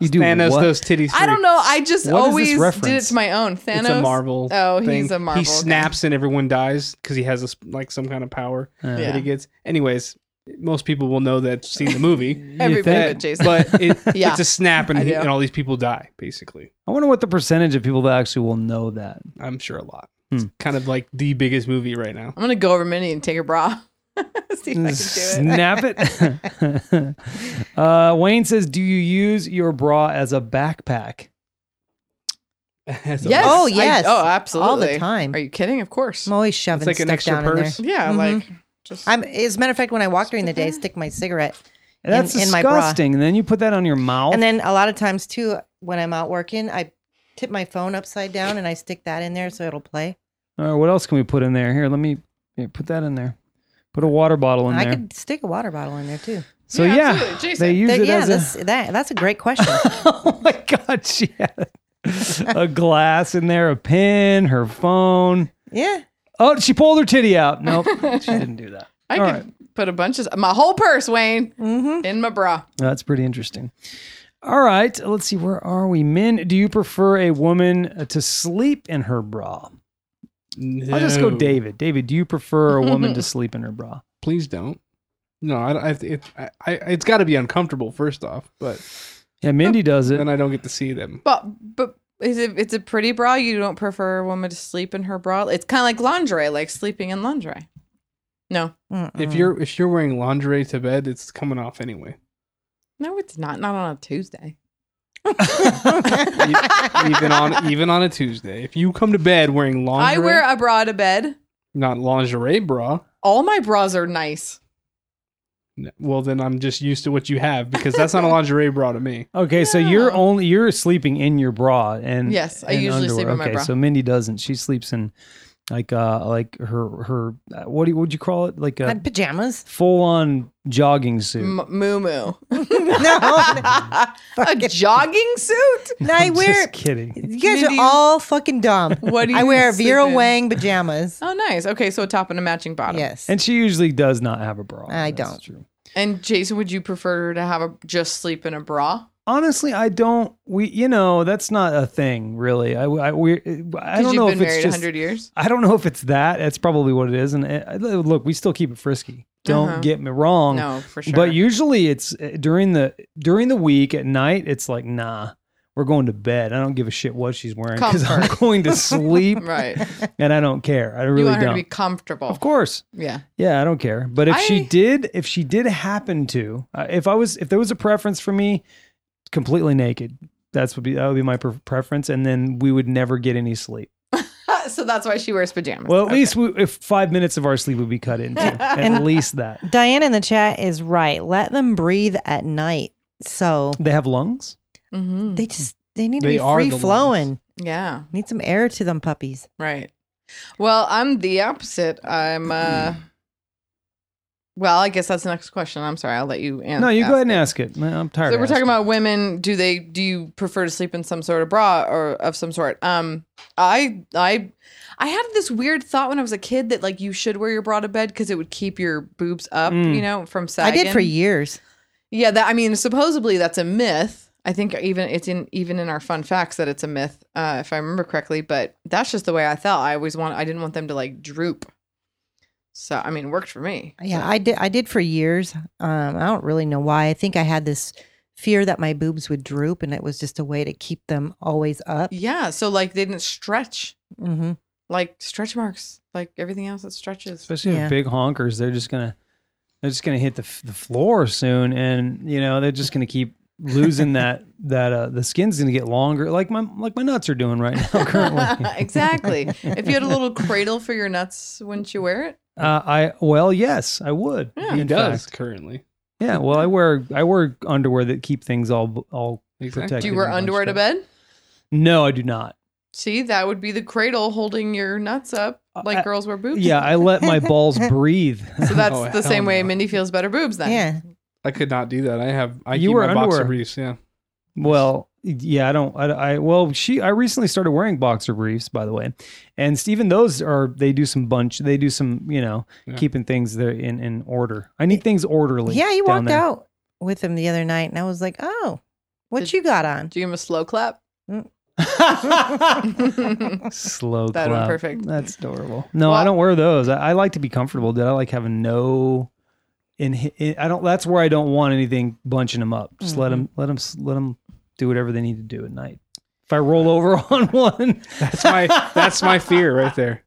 Speaker 1: You do
Speaker 2: Thanos
Speaker 1: what?
Speaker 2: those titties.
Speaker 4: I don't
Speaker 2: free.
Speaker 4: know. I just
Speaker 1: What is this
Speaker 4: always did it
Speaker 1: reference?
Speaker 4: to my own. Thanos.
Speaker 2: It's a Marvel.
Speaker 4: Oh, he's
Speaker 2: thing.
Speaker 4: a Marvel
Speaker 2: He
Speaker 4: guy.
Speaker 2: snaps and everyone dies because he has a s like some kind of power
Speaker 1: Uh,
Speaker 2: that
Speaker 4: Yeah.
Speaker 2: he gets. Anyways, most people will know that seen the movie.
Speaker 4: Everybody
Speaker 1: think?
Speaker 4: but Jason.
Speaker 2: but it,
Speaker 4: Yeah.
Speaker 2: it's a snap and,
Speaker 4: I
Speaker 2: he-
Speaker 4: do.
Speaker 2: and all these people die basically.
Speaker 1: I wonder what the percentage of people that actually will know that.
Speaker 2: I'm sure a lot.
Speaker 1: Hmm.
Speaker 2: It's kind of like the biggest movie right now.
Speaker 4: I'm gonna go over Minnie and take her bra. See if I can do it.
Speaker 1: Snap it. uh, Wayne says, "Do you use your bra as a backpack?"
Speaker 2: It's a-
Speaker 4: Yes.
Speaker 3: Oh,
Speaker 4: I-
Speaker 3: yes.
Speaker 4: oh, absolutely.
Speaker 3: all the time.
Speaker 4: Are you kidding? Of course.
Speaker 3: I'm always shoving
Speaker 2: It's like
Speaker 3: stuff
Speaker 2: an extra
Speaker 3: down
Speaker 2: purse.
Speaker 3: in there.
Speaker 4: Yeah,
Speaker 3: Mhm.
Speaker 4: like just
Speaker 3: I'm, as a matter of fact, when I walk during the day, I stick my cigarette.
Speaker 1: And that's
Speaker 3: In- in my bra.
Speaker 1: disgusting. and then you put that on your mouth.
Speaker 3: And then a lot of times too, when I'm out working, I tip my phone upside down and I stick that in there so it'll play.
Speaker 1: All right, what else can we put in there? Here, let me here, put that in there. Put a water bottle in
Speaker 3: I
Speaker 1: there.
Speaker 3: could stick a water bottle in there too.
Speaker 1: so
Speaker 4: Yeah,
Speaker 1: yeah,
Speaker 4: absolutely. Jason.
Speaker 1: they use
Speaker 3: That-
Speaker 1: it
Speaker 3: yeah,
Speaker 1: as
Speaker 3: that's
Speaker 1: a.
Speaker 3: that that's a great question.
Speaker 1: oh my god, she had a glass in there, a pin, her phone.
Speaker 3: yeah.
Speaker 1: Oh, she pulled her titty out. Nope, she didn't do that.
Speaker 4: I
Speaker 1: All
Speaker 4: could put a bunch of my whole purse, Wayne,
Speaker 3: Mm-hmm.
Speaker 4: in my bra.
Speaker 1: That's pretty interesting. All right, let's see. Where are we? Men, do you prefer a woman uh, to sleep in her bra? I'll just go
Speaker 2: No.
Speaker 1: David. David, do you prefer a woman to sleep in her bra?
Speaker 2: Please don't. No, I, I, it, I, I it's got to be uncomfortable first off, but
Speaker 1: Yeah, Mindy does it.
Speaker 2: then I don't get to see them.
Speaker 4: But but is it? It's a pretty bra. You don't prefer a woman to sleep in her bra. It's kind of like lingerie, like sleeping in lingerie. No,
Speaker 1: Uh-huh.
Speaker 2: If you're if you're wearing lingerie to bed, it's coming off anyway.
Speaker 4: no, it's not. Not on a Tuesday.
Speaker 2: E, even on even on a Tuesday, if you come to bed wearing lingerie,
Speaker 4: I wear a bra to bed.
Speaker 2: not lingerie bra.
Speaker 4: All my bras are nice.
Speaker 2: n- Well, then I'm just used to what you have because that's not a lingerie bra to me.
Speaker 1: Okay, so you're
Speaker 4: Yeah.
Speaker 1: only you're sleeping in your bra and
Speaker 4: Yes, I
Speaker 1: and
Speaker 4: usually sleep in my
Speaker 1: okay,
Speaker 4: bra.
Speaker 1: So Mindy doesn't. She sleeps in like uh like her her uh, what do you, would you call it like
Speaker 3: Uh,
Speaker 1: a
Speaker 3: pajamas.
Speaker 1: full on jogging suit.
Speaker 4: M- moo moo.
Speaker 3: no,
Speaker 4: a jogging suit.
Speaker 3: no, I
Speaker 1: I'm
Speaker 3: wear.
Speaker 1: Just kidding.
Speaker 3: You guys
Speaker 4: Mindy,
Speaker 3: are all fucking dumb.
Speaker 4: What do you
Speaker 3: I wear
Speaker 4: sleep
Speaker 3: Vera
Speaker 4: in?
Speaker 3: Wang pajamas.
Speaker 4: Oh, nice. Okay, so a top and a matching bottom.
Speaker 3: Yes.
Speaker 1: And she usually does not have a bra.
Speaker 3: I
Speaker 1: That's
Speaker 3: don't.
Speaker 1: True.
Speaker 4: And Jason, would you prefer to have a just sleep in a bra?
Speaker 1: Honestly, I don't. We you know that's not a thing really. I I, we, I
Speaker 4: Because
Speaker 1: don't
Speaker 4: you've
Speaker 1: know
Speaker 4: been
Speaker 1: if it's
Speaker 4: married
Speaker 1: just
Speaker 4: hundred years.
Speaker 1: I don't know if it's that. That's probably what it is. And uh look, we still keep it frisky. Don't
Speaker 4: Uh-huh.
Speaker 1: get me wrong.
Speaker 4: No, for sure.
Speaker 1: But usually it's uh, during the during the week at night. It's like nah, we're going to bed. I don't give a shit what she's wearing because I'm
Speaker 4: Comfort.
Speaker 1: going to sleep
Speaker 4: right?
Speaker 1: and I don't care. I
Speaker 4: you
Speaker 1: really
Speaker 4: want her to
Speaker 1: don't.
Speaker 4: be comfortable.
Speaker 1: of course,
Speaker 4: Yeah.
Speaker 1: yeah, I don't care. But if she
Speaker 4: I-
Speaker 1: did, if she did happen to, uh, if I was, if there was a preference for me, completely naked. That's would be that would be my pre- preference, and then we would never get any sleep.
Speaker 4: so that's why she wears pajamas.
Speaker 1: Well, at least we, if five minutes of our sleep would be cut into, at least that
Speaker 3: Diane in the chat is right. Let them breathe at night. So
Speaker 1: they have lungs.
Speaker 4: hmm
Speaker 3: they just they need to
Speaker 2: They
Speaker 3: be
Speaker 2: are
Speaker 3: free
Speaker 2: the
Speaker 3: flowing.
Speaker 4: yeah,
Speaker 3: Need some air to them puppies.
Speaker 4: right. Well, I'm the opposite. I'm. uh Well, I guess that's the next question. I'm sorry. I'll let you answer.
Speaker 1: No, you go ahead and ask it. I'm tired.
Speaker 4: So
Speaker 1: of
Speaker 4: we're talking
Speaker 1: asking.
Speaker 4: about women. Do they? Do you prefer to sleep in some sort of bra or of some sort? Um, I I I had this weird thought when I was a kid that like you should wear your bra to bed because it would keep your boobs up.
Speaker 1: Mm.
Speaker 4: You know, from
Speaker 3: I
Speaker 4: sagging.
Speaker 3: did for years.
Speaker 4: Yeah, that I mean, supposedly that's a myth. I think even it's in even in our fun facts that it's a myth, uh, if I remember correctly. But that's just the way I felt. I always want I didn't want them to like droop. So I mean, it worked for me.
Speaker 3: Yeah, I did. I did for years. Um, I don't really know why. I think I had this fear that my boobs would droop, and it was just a way to keep them always up.
Speaker 4: Yeah. So like they didn't stretch
Speaker 3: hmm
Speaker 4: like stretch marks like everything else that stretches.
Speaker 1: especially with
Speaker 3: Yeah.
Speaker 1: big honkers they're just gonna they're just gonna hit the, f- the floor soon and you know they're just gonna keep losing that that uh the skin's gonna get longer like my like my nuts are doing right now currently
Speaker 4: exactly. If you had a little cradle for your nuts, wouldn't you wear it?
Speaker 1: uh, i well yes i would
Speaker 4: Yeah.
Speaker 2: He
Speaker 1: in
Speaker 2: does
Speaker 1: fact.
Speaker 2: currently.
Speaker 1: yeah well i wear i wear underwear that keep things all all
Speaker 2: Exactly.
Speaker 1: protected
Speaker 4: Do you wear
Speaker 1: and bunched
Speaker 4: underwear to
Speaker 1: up.
Speaker 4: bed?
Speaker 1: no i do not
Speaker 4: See, that would be the cradle holding your nuts up like
Speaker 1: Uh,
Speaker 4: girls wear boobs.
Speaker 1: Yeah, I let my balls breathe.
Speaker 4: So that's
Speaker 2: Oh,
Speaker 4: the same
Speaker 2: hell
Speaker 4: way
Speaker 2: no.
Speaker 4: Mindy feels better boobs then.
Speaker 3: yeah.
Speaker 2: I could not do that. I have I
Speaker 1: You
Speaker 2: keep
Speaker 1: wear
Speaker 2: my boxer
Speaker 1: underwear.
Speaker 2: briefs. Yeah,
Speaker 1: Well, yeah, I don't. I, I well, she. I recently started wearing boxer briefs, by the way, and even those are they do some bunch. They do some, you know,
Speaker 2: Yeah.
Speaker 1: keeping things there in in order. I need things orderly.
Speaker 3: Yeah, you
Speaker 1: down
Speaker 3: walked
Speaker 1: there.
Speaker 3: out with him the other night, and I was like, "Oh, what
Speaker 4: Did-
Speaker 3: you got on?"
Speaker 4: Do you give him a slow clap?
Speaker 1: Slow
Speaker 4: That
Speaker 1: clap.
Speaker 4: went perfect.
Speaker 1: That's adorable. No, I
Speaker 4: Well-
Speaker 1: don't wear those. I, I like to be comfortable, dude. I like having no. In I don't. That's where I don't want anything bunching them up. Just
Speaker 4: Mm-hmm.
Speaker 1: let 'em let 'em let them let them do whatever they need to do at night. If I roll over on one,
Speaker 2: that's my that's my fear right there.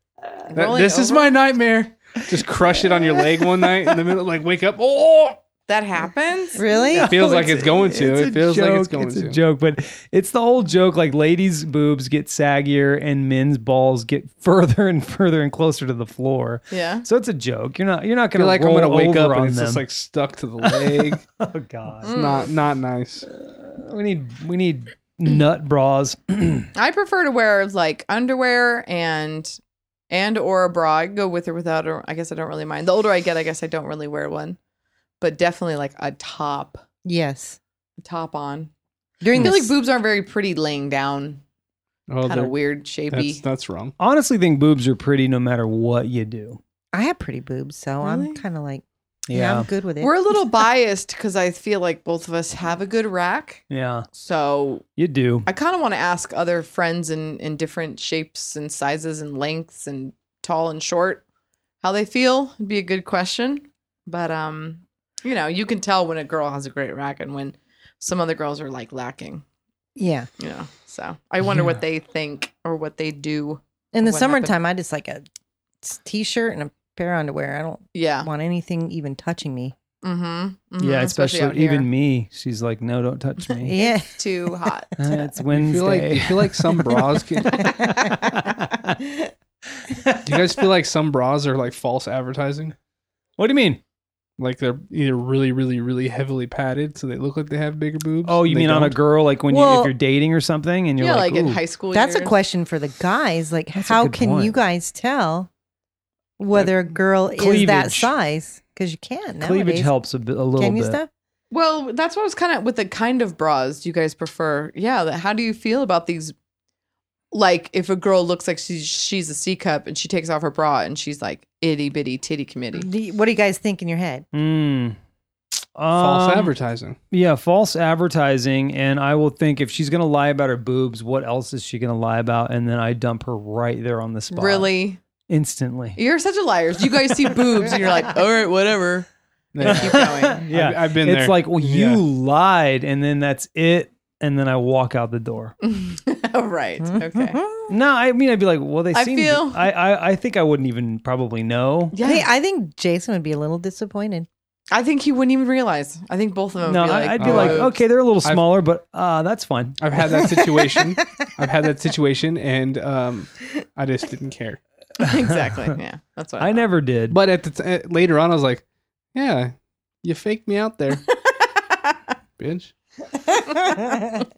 Speaker 2: That-
Speaker 4: Rolling
Speaker 2: this is
Speaker 4: over?
Speaker 2: my nightmare. Just crush it on your leg one night in the middle, like wake up. Oh,
Speaker 4: That happens?
Speaker 3: Really?
Speaker 2: It feels like it's going to.
Speaker 1: a
Speaker 2: It feels like it's
Speaker 1: joke.
Speaker 2: going
Speaker 1: a
Speaker 2: to.
Speaker 1: joke, but it's the whole joke. Like ladies' boobs get saggier and men's balls get further and further and closer to the floor.
Speaker 4: Yeah.
Speaker 1: So it's a joke. You're not. You're not
Speaker 2: I feel
Speaker 1: gonna
Speaker 2: like I'm
Speaker 1: roll
Speaker 2: gonna wake
Speaker 1: over on
Speaker 2: up and it's
Speaker 1: them.
Speaker 2: just like stuck to the leg. It's
Speaker 1: oh god.
Speaker 4: Mm.
Speaker 2: not not nice.
Speaker 1: We need. We need nut bras.
Speaker 4: I prefer to wear like underwear and and or a bra. I can go with or without or I guess I don't really mind. The older I get, I guess I don't really wear one. But definitely like a top.
Speaker 3: Yes.
Speaker 4: a Top on. I
Speaker 3: During the
Speaker 4: feel like
Speaker 3: s-
Speaker 4: boobs aren't very pretty laying down.
Speaker 2: Oh,
Speaker 4: kind
Speaker 2: they're-
Speaker 4: of weird,
Speaker 2: that's
Speaker 4: shapy.
Speaker 2: that's wrong.
Speaker 1: Honestly, think boobs are pretty no matter what you do.
Speaker 3: I have pretty boobs, so I'm
Speaker 4: Really?
Speaker 3: kind of like, yeah.
Speaker 1: Yeah.
Speaker 3: I'm good with it.
Speaker 4: We're a little biased because I feel like both of us have a good rack.
Speaker 1: Yeah.
Speaker 4: So
Speaker 1: You do.
Speaker 4: I kind of want to ask other friends in, in different shapes and sizes and lengths and tall and short how they feel would be a good question. But um, you know, you can tell when a girl has a great rack and when some other girls are like lacking.
Speaker 3: yeah.
Speaker 4: You know, so I wonder
Speaker 1: Yeah.
Speaker 4: what they think or what they do.
Speaker 3: In the
Speaker 4: What happened-
Speaker 3: summertime, I just like a s- t-shirt and a pair of underwear. I don't
Speaker 1: Oh.
Speaker 4: Yeah.
Speaker 3: want anything even touching me.
Speaker 4: Mm-hmm.
Speaker 1: yeah. Especially,
Speaker 4: Especially, out here.
Speaker 1: even me. She's like, no, don't touch me. Uh,
Speaker 3: Yeah.
Speaker 4: too hot.
Speaker 1: it's
Speaker 2: You feel like you
Speaker 1: Wednesday.
Speaker 2: feel like some bras can. Do you guys feel like some bras are like false advertising?
Speaker 1: what do you mean?
Speaker 2: Like they're either really, really, really heavily padded, so they look like they have bigger boobs.
Speaker 1: Oh, you
Speaker 2: and they
Speaker 1: mean on a
Speaker 2: don't?
Speaker 1: girl like when you if
Speaker 3: Well-
Speaker 1: you're dating or something and you're
Speaker 4: yeah,
Speaker 1: like,
Speaker 4: like, in
Speaker 1: "Ooh."
Speaker 4: high school.
Speaker 3: That's a
Speaker 4: years.
Speaker 3: question for the guys. Like,
Speaker 1: That's a
Speaker 3: how
Speaker 1: good
Speaker 3: can
Speaker 1: point.
Speaker 3: you guys tell whether a girl is that
Speaker 1: Cleavage.
Speaker 3: size? Because you can't nowadays.
Speaker 1: cleavage helps a, bit, a little
Speaker 3: Can you
Speaker 1: bit.
Speaker 3: stuff?
Speaker 4: Well, that's what I was kind of with the kind of bras you guys prefer. Yeah, that, how do you feel about these? Like, if a girl looks like she's she's a C cup and she takes off her bra and she's like itty bitty titty committee.
Speaker 3: Do you- what do you guys think in your head?
Speaker 2: Hmm.
Speaker 1: Mm.
Speaker 2: false
Speaker 1: Um,
Speaker 2: advertising?
Speaker 1: Yeah, false advertising. And I will think if she's going to lie about her boobs, what else is she going to lie about? And then I dump her right there on the spot.
Speaker 4: Really,
Speaker 1: Instantly.
Speaker 4: you're such a liar. You guys see boobs and you're like, all right, whatever.
Speaker 2: Yeah,
Speaker 4: Keep going.
Speaker 1: Yeah.
Speaker 2: I've, I've been there.
Speaker 1: it's like, well, you
Speaker 2: Yeah.
Speaker 1: lied. And then that's it. And then I walk out the door.
Speaker 4: Mm. right.
Speaker 1: Mm-hmm.
Speaker 3: Mm-hmm.
Speaker 4: Okay.
Speaker 1: No, I mean, I'd be like, well, they
Speaker 4: I
Speaker 1: seem.
Speaker 4: feel-
Speaker 1: I, I, I think I wouldn't even probably know.
Speaker 4: Yeah,
Speaker 3: Hey, I think Jason would be a little disappointed.
Speaker 4: I think he wouldn't even realize. I think both of them.
Speaker 1: No,
Speaker 4: would be
Speaker 1: I-
Speaker 4: like,
Speaker 1: I'd be
Speaker 2: "Oh,
Speaker 1: like,
Speaker 4: boobs."
Speaker 1: okay, they're a little
Speaker 2: I've-
Speaker 1: smaller, but uh, that's fine.
Speaker 2: I've had that situation. I've had that situation, and um, I just didn't care.
Speaker 4: exactly. Yeah, that's what
Speaker 1: I never did.
Speaker 2: But at the t- eh, later on, I was like, "Yeah, you faked me out there, bitch."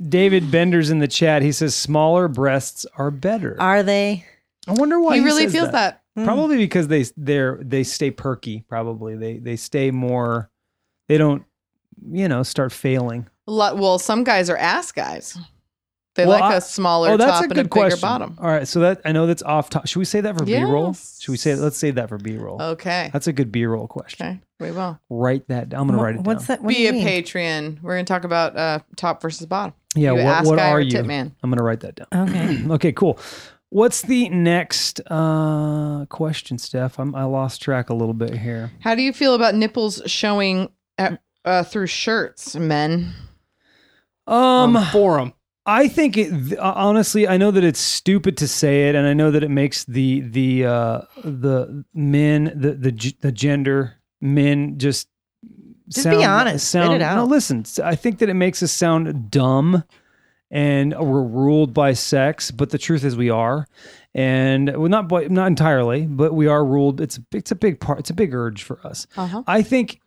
Speaker 1: David Bender's in the chat. He says smaller breasts are better.
Speaker 3: Are they?
Speaker 1: I wonder why
Speaker 4: He really
Speaker 1: says
Speaker 4: feels
Speaker 1: that.
Speaker 4: that. Hmm.
Speaker 1: Probably because they they're they stay perky. Probably they they stay more. They don't you know start failing.
Speaker 4: A lot. Well, some guys are ass guys. They
Speaker 1: Well,
Speaker 4: like
Speaker 1: I-
Speaker 4: a smaller
Speaker 1: oh, that's a
Speaker 4: top and a
Speaker 1: good
Speaker 4: bigger
Speaker 1: question.
Speaker 4: bottom.
Speaker 1: All right, so that I know that's off top. Should we say that for B roll?
Speaker 4: Yes.
Speaker 1: Should we say let's save that for B roll?
Speaker 4: Okay.
Speaker 1: That's a good B roll question.
Speaker 4: Okay. We will
Speaker 1: Write that down. I'm gonna write it
Speaker 3: What's
Speaker 1: down.
Speaker 3: that? What do
Speaker 4: be
Speaker 3: you
Speaker 4: a
Speaker 3: mean?
Speaker 4: Patreon. We're gonna talk about uh, top versus bottom.
Speaker 1: Yeah,
Speaker 4: you
Speaker 1: what
Speaker 4: ass
Speaker 1: what
Speaker 4: guy
Speaker 1: are
Speaker 4: or
Speaker 1: you?
Speaker 4: tit man?
Speaker 1: I'm gonna write that down.
Speaker 3: Okay.
Speaker 1: okay, cool. What's the next uh, question, Steph? I'm, I lost track a little bit here.
Speaker 4: How do you feel about nipples showing at, uh, through shirts, men?
Speaker 1: Um,
Speaker 2: Um, forum.
Speaker 1: I think it th- uh, honestly, I know that it's stupid to say it, and I know that it makes the the uh, the men the the g- the gender men just
Speaker 3: Just be honest. Spit it
Speaker 1: Sound no,
Speaker 3: out.
Speaker 1: listen. s- I think that it makes us sound dumb, and we're ruled by sex. But the truth is, we are, and well, not by, not entirely, but we are ruled. It's a big- it's a big part. It's a big urge for us.
Speaker 4: Uh
Speaker 3: Uh-huh.
Speaker 4: huh.
Speaker 1: I think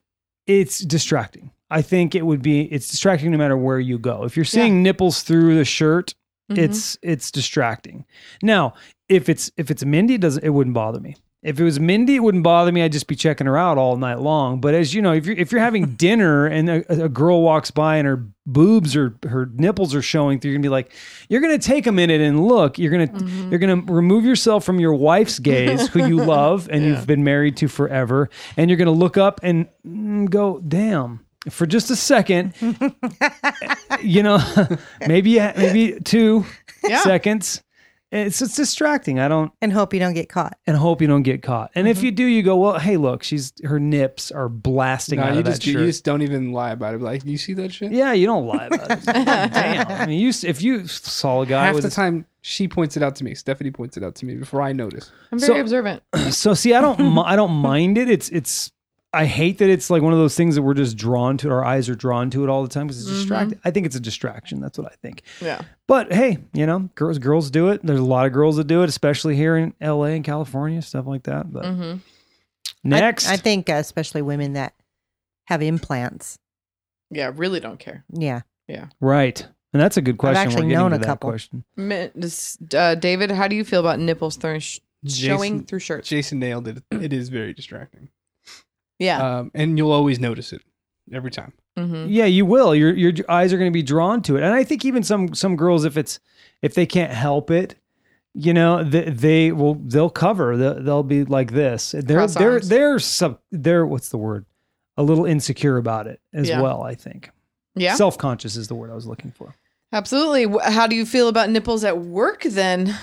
Speaker 1: it's distracting. I think it would be it's distracting no matter where you go. If you're seeing nipples through the shirt,
Speaker 4: Mhm.
Speaker 1: it's it's distracting now if it's if it's mindy it doesn't it wouldn't bother me if it was mindy it wouldn't bother me i'd just be checking her out all night long but as you know if you're if you're having dinner and a, a girl walks by and her boobs or her nipples are showing through you're gonna be like you're gonna take a minute and look you're gonna you're gonna remove yourself from your wife's gaze who you love and you've been married to forever and you're gonna look up and mm, go damn for just a second you know, maybe maybe two
Speaker 4: Yeah.
Speaker 1: seconds. It's it's distracting. I don't
Speaker 3: and hope you don't get caught.
Speaker 1: and hope you don't get caught. And
Speaker 2: Mm-hmm.
Speaker 1: if you do, you go, well, hey, look, she's her nips are blasting
Speaker 2: No,
Speaker 1: out
Speaker 2: you
Speaker 1: of
Speaker 2: just
Speaker 1: that shirt.
Speaker 2: you just don't even lie about it. Like you see that shit.
Speaker 1: yeah, you don't lie about it. Damn, I mean, you s- if you saw a guy
Speaker 2: Half
Speaker 1: with
Speaker 2: the
Speaker 1: his-
Speaker 2: time she points it out to me. Stephanie points it out to me before I notice.
Speaker 4: I'm very
Speaker 1: So-
Speaker 4: observant.
Speaker 1: so see, I don't mi- I don't mind it. It's it's I hate that it's like one of those things that we're just drawn to. Our eyes are drawn to it all the time because it's
Speaker 2: Mm-hmm.
Speaker 1: distracting. I think it's a distraction. That's what I think.
Speaker 4: Yeah.
Speaker 1: But hey, you know, girls girls do it. There's a lot of girls that do it, especially here in LA and California, stuff like that. But
Speaker 4: hmm
Speaker 3: I-
Speaker 1: next,
Speaker 3: I, think uh, especially women that have implants.
Speaker 4: Yeah. Really don't care.
Speaker 3: Yeah.
Speaker 1: right? And that's a good question. We're
Speaker 3: actually
Speaker 1: getting
Speaker 3: known
Speaker 1: to
Speaker 3: a
Speaker 1: that
Speaker 3: couple.
Speaker 1: Question.
Speaker 4: Mi- this- uh, David, how do you feel about nipples through sh- showing
Speaker 2: Jason-
Speaker 4: through shirts?
Speaker 2: Jason nailed it. It is very distracting.
Speaker 4: yeah.
Speaker 2: Um, and you'll always notice it every time.
Speaker 4: hmm
Speaker 1: Yeah, uh, you will. Your your eyes are going to be drawn to it, and I think even some some girls, if it's if they can't help it, you know, they, they will they'll cover. They'll, they'll be like this. They're
Speaker 4: Cross
Speaker 1: they're
Speaker 4: arms.
Speaker 1: they're sub they're what's the word? A little insecure about it as
Speaker 4: Yeah.
Speaker 1: well. I think
Speaker 4: Yeah.
Speaker 1: self conscious is the word I was looking for.
Speaker 4: Absolutely. Wh- How do you feel about nipples at work then?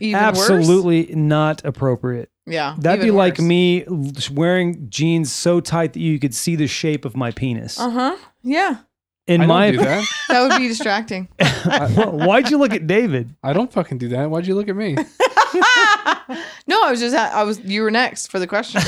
Speaker 4: Even Worse?
Speaker 1: Absolutely not appropriate.
Speaker 4: Yeah.
Speaker 1: That'd
Speaker 4: even
Speaker 1: be like
Speaker 4: worse.
Speaker 1: me l- wearing jeans so tight that you could see the shape of my penis.
Speaker 4: Uh huh. Yeah.
Speaker 1: In
Speaker 2: I don't
Speaker 1: my
Speaker 2: do that.
Speaker 4: That would be distracting.
Speaker 1: Well, why'd you look at David?
Speaker 2: I don't fucking do that. Why'd you look at me?
Speaker 4: no, I was just, I was, you were next for the question.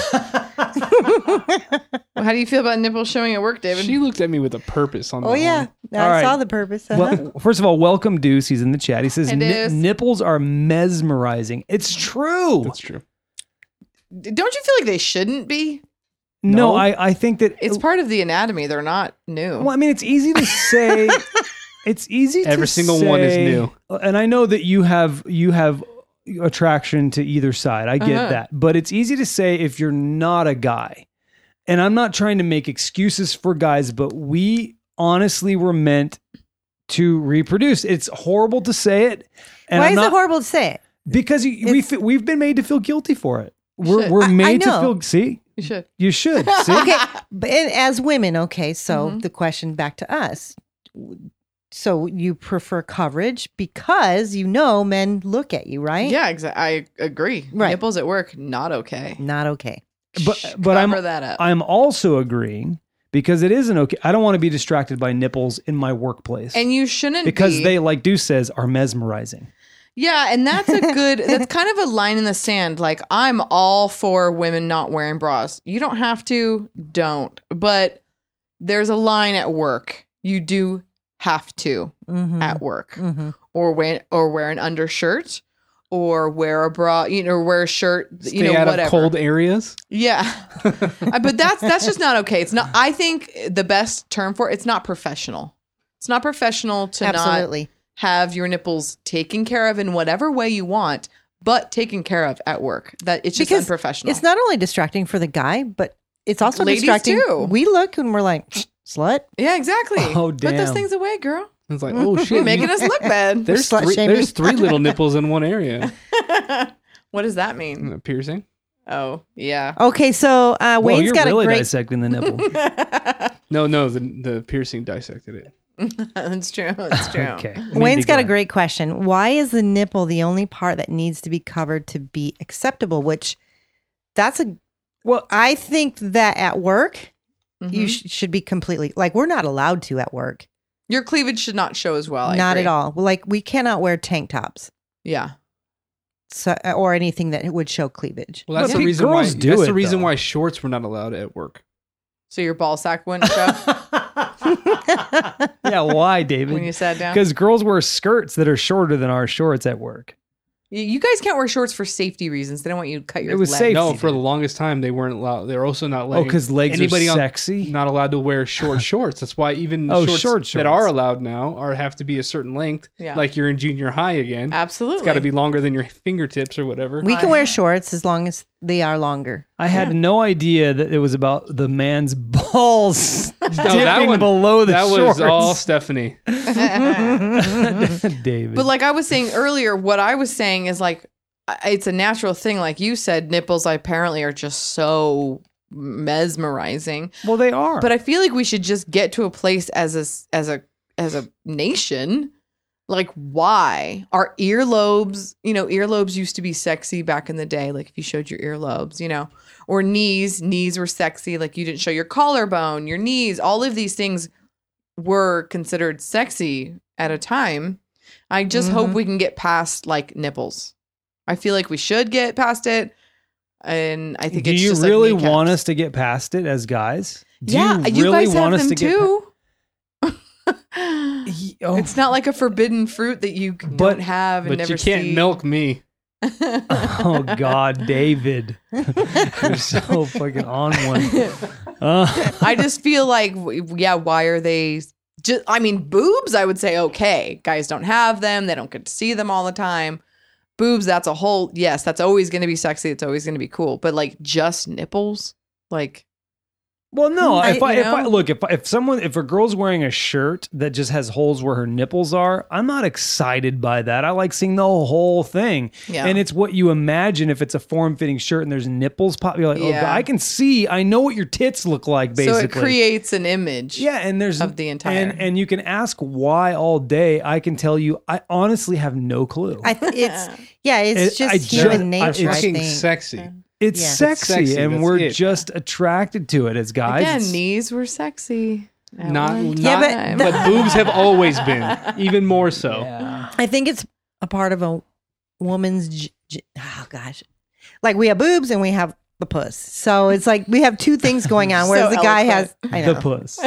Speaker 4: How do you feel about nipples showing at work, David?
Speaker 2: she looked at me with a purpose on.
Speaker 3: Oh
Speaker 2: the
Speaker 3: yeah.
Speaker 1: All
Speaker 3: I
Speaker 1: right.
Speaker 3: saw the purpose. Uh-huh.
Speaker 1: Well, first of all, welcome Deuce. He's in the chat. He says
Speaker 4: Hey,
Speaker 1: "Ni-
Speaker 4: Deuce.
Speaker 1: nipples are mesmerizing. It's true.
Speaker 2: That's true.
Speaker 4: Don't you feel like they shouldn't be?
Speaker 1: no,
Speaker 2: no.
Speaker 1: I, I think that
Speaker 4: It's part of the anatomy. They're not new.
Speaker 1: Well, I mean, it's easy to say. it's easy. to
Speaker 2: Every single one is
Speaker 1: say-
Speaker 2: new.
Speaker 1: and I know that you have you have attraction to either side. I get
Speaker 4: Uh-huh.
Speaker 1: that, but it's easy to say if you're not a guy. And I'm not trying to make excuses for guys, but we honestly were meant to reproduce. It's horrible to say it, and
Speaker 3: Why
Speaker 1: I'm
Speaker 3: is it
Speaker 1: not-
Speaker 3: horrible to say?
Speaker 1: because you, we
Speaker 3: It's-
Speaker 1: fe- we've been made to feel guilty for it. We're
Speaker 4: Should-
Speaker 1: we're made to
Speaker 3: know.
Speaker 1: feel. See,
Speaker 4: you should.
Speaker 1: you should. See?
Speaker 3: Okay, but and as women, okay. So
Speaker 4: Mhm.
Speaker 3: the question back to us: so you prefer coverage because you know men look at you, right?
Speaker 4: Yeah, exactly. I agree.
Speaker 3: Right.
Speaker 4: Nipples at work, not okay.
Speaker 3: Not okay.
Speaker 1: But- but I'm-
Speaker 4: cover that up.
Speaker 1: I'm also agreeing because it isn't okay. I don't want to be distracted by nipples in my workplace
Speaker 4: and you shouldn't
Speaker 1: because
Speaker 4: be.
Speaker 1: they, like Deuce says, are mesmerizing.
Speaker 4: Yeah, and that's a good that's kind of a line in the sand. Like I'm all for women not wearing bras. You don't have to, don't. But there's a line at work. You do have to
Speaker 3: Mm-hmm.
Speaker 1: Mm.
Speaker 4: at work.
Speaker 3: hmm
Speaker 4: Or wear or wear an undershirt or wear a bra, you know, or wear a shirt,
Speaker 2: Stay
Speaker 4: you know,
Speaker 2: out
Speaker 4: whatever.
Speaker 2: of cold areas.
Speaker 4: Yeah. Uh, but that's that's just not okay. It's not I think the best term for it, it's not professional. It's not professional to not
Speaker 3: Absolutely.
Speaker 4: have your nipples taken care of in whatever way you want, but taken care of at work. That it's just
Speaker 3: Because
Speaker 4: unprofessional.
Speaker 3: It's not only distracting for the guy, but it's also
Speaker 4: Ladies
Speaker 3: distracting.
Speaker 4: too.
Speaker 3: We look and we're like, slut.
Speaker 4: yeah, exactly.
Speaker 1: Oh,
Speaker 4: Put those
Speaker 1: damn.
Speaker 4: things away, girl.
Speaker 2: It's like, oh shit,
Speaker 4: You're making
Speaker 2: you-
Speaker 4: us look bad.
Speaker 2: there's
Speaker 3: Slut
Speaker 2: three,
Speaker 3: shaming.
Speaker 2: there's three little nipples in one area.
Speaker 4: what does that mean?
Speaker 2: A piercing.
Speaker 4: Oh, yeah.
Speaker 3: Okay, so uh,
Speaker 1: well,
Speaker 3: Wayne's
Speaker 1: you're
Speaker 3: got
Speaker 1: really
Speaker 3: a great.
Speaker 1: dissecting the nipple.
Speaker 2: No, no, the the piercing dissected it.
Speaker 4: That's true. That's true.
Speaker 1: okay.
Speaker 3: Wayne's
Speaker 1: Mindy,
Speaker 3: got a
Speaker 1: go ahead.
Speaker 3: great question. Why is the nipple the only part that needs to be covered to be acceptable? Which that's a
Speaker 1: Well, Mm-hmm.
Speaker 3: I think that at work you
Speaker 4: Mhm.
Speaker 3: sh- should be completely like we're not allowed to at work.
Speaker 4: Your cleavage should not show
Speaker 1: Oh,
Speaker 4: as well. I
Speaker 3: not at
Speaker 4: agree.
Speaker 3: all. Like we cannot wear tank tops
Speaker 4: Yeah.
Speaker 3: so, uh, or anything that would show cleavage.
Speaker 2: Well, that's
Speaker 1: But
Speaker 2: the
Speaker 1: pe-
Speaker 2: reason
Speaker 1: girls
Speaker 2: why.
Speaker 1: do
Speaker 2: that's
Speaker 1: it,
Speaker 2: the reason
Speaker 1: though.
Speaker 2: why shorts were not allowed at work.
Speaker 4: So your ball sack wouldn't show
Speaker 1: yeah, why,
Speaker 4: when you
Speaker 1: David?
Speaker 4: sat down.
Speaker 1: Because girls wear skirts that are shorter than our shorts at work.
Speaker 4: You- You guys can't wear shorts for safety reasons. They don't want you to cut your.
Speaker 1: It was
Speaker 4: legs.
Speaker 1: safe.
Speaker 2: No, for the longest time they weren't allowed. They're also not
Speaker 1: Oh,
Speaker 2: letting
Speaker 1: because legs
Speaker 2: anybody
Speaker 1: are
Speaker 2: on-
Speaker 1: sexy.
Speaker 2: not allowed to wear short shorts. That's why even
Speaker 1: Oh,
Speaker 2: shorts,
Speaker 1: short
Speaker 2: that
Speaker 1: shorts.
Speaker 2: are allowed now are have to be a certain length.
Speaker 4: Yeah.
Speaker 2: Like you're in junior high again.
Speaker 4: Absolutely.
Speaker 2: It's got to be longer than your fingertips or whatever.
Speaker 3: We can
Speaker 4: I-
Speaker 3: wear shorts as long as they are longer.
Speaker 1: I had no idea that it was about the man's balls dipping
Speaker 2: that one-
Speaker 1: below the
Speaker 2: that
Speaker 1: shorts.
Speaker 2: was all Stephanie.
Speaker 1: David.
Speaker 4: But like I was saying earlier, what I was saying is like I- it's a natural thing. Like you said, nipples apparently are just so mesmerizing.
Speaker 1: well, they are.
Speaker 4: But I feel like we should just get to a place as a s- as a as a nation. Like why our earlobes? You know, earlobes used to be sexy back in the day. Like if you showed your earlobes, you know, or knees, knees were sexy. Like you didn't show your collarbone, your knees. All of these things were considered sexy at a time. I just hope
Speaker 1: Mm-hmm.
Speaker 3: Mhm.
Speaker 4: we can get past like nipples. I feel like we should get past it, and I think
Speaker 1: do
Speaker 4: it's
Speaker 1: you
Speaker 4: just, like,
Speaker 1: really
Speaker 4: kneecaps.
Speaker 1: want us to get past it as guys? Do
Speaker 4: yeah, you,
Speaker 1: really
Speaker 4: guys
Speaker 1: want
Speaker 4: have
Speaker 1: us
Speaker 4: them
Speaker 1: to get
Speaker 4: too.
Speaker 1: pa- Ye- oh,
Speaker 4: It's not like a forbidden fruit that you c-
Speaker 1: But-
Speaker 4: don't have and
Speaker 2: But
Speaker 4: never
Speaker 2: you can't
Speaker 4: see.
Speaker 2: milk me.
Speaker 1: oh God, David, you're so fucking on one. Uh,
Speaker 4: I just feel like, w- yeah, why are they? Just, I mean, boobs. I would say okay, guys don't have them. They don't get to see them all the time. Boobs. That's a whole. Yes, that's always going to be sexy. It's always going to be cool. But like just nipples, like
Speaker 1: well, no.
Speaker 4: I-
Speaker 1: If I,
Speaker 4: you
Speaker 1: if I
Speaker 4: know?
Speaker 1: look, if if someone, if a girl's wearing a shirt that just has holes where her nipples are, I'm not excited by that. I like seeing the whole thing.
Speaker 4: yeah.
Speaker 1: And it's what you imagine if it's a form-fitting shirt and there's nipples pop. You're like, oh,
Speaker 4: Yeah.
Speaker 1: God, I can see. I know what your tits look like. Basically,
Speaker 4: so it creates an image.
Speaker 1: yeah. And there's
Speaker 4: Of the entire.
Speaker 1: and and you can ask why all day. I can tell you, I honestly have no clue.
Speaker 3: I th- it's yeah, it's
Speaker 1: It-
Speaker 3: just
Speaker 1: I
Speaker 3: human
Speaker 1: ju-
Speaker 2: They're
Speaker 1: it's
Speaker 3: nature. I
Speaker 2: fucking
Speaker 3: think.
Speaker 2: sexy.
Speaker 1: It's
Speaker 3: Yeah. It's
Speaker 1: sexy,
Speaker 2: sexy,
Speaker 1: and
Speaker 2: that's
Speaker 1: we're
Speaker 2: it.
Speaker 1: just attracted to it as guys.
Speaker 4: Again,
Speaker 1: It's-
Speaker 4: knees were sexy. at
Speaker 2: Not,
Speaker 4: one
Speaker 2: not
Speaker 3: Yeah,
Speaker 2: but,
Speaker 4: time.
Speaker 3: the-
Speaker 2: boobs have always been, even more so.
Speaker 1: Yeah.
Speaker 3: I think it's a part of a woman's. J- j- oh gosh, like we have boobs and we have the puss. So it's like we have two things going on, whereas
Speaker 4: So
Speaker 3: the guy
Speaker 4: eloquent.
Speaker 3: has I
Speaker 1: the
Speaker 3: know.
Speaker 1: puss.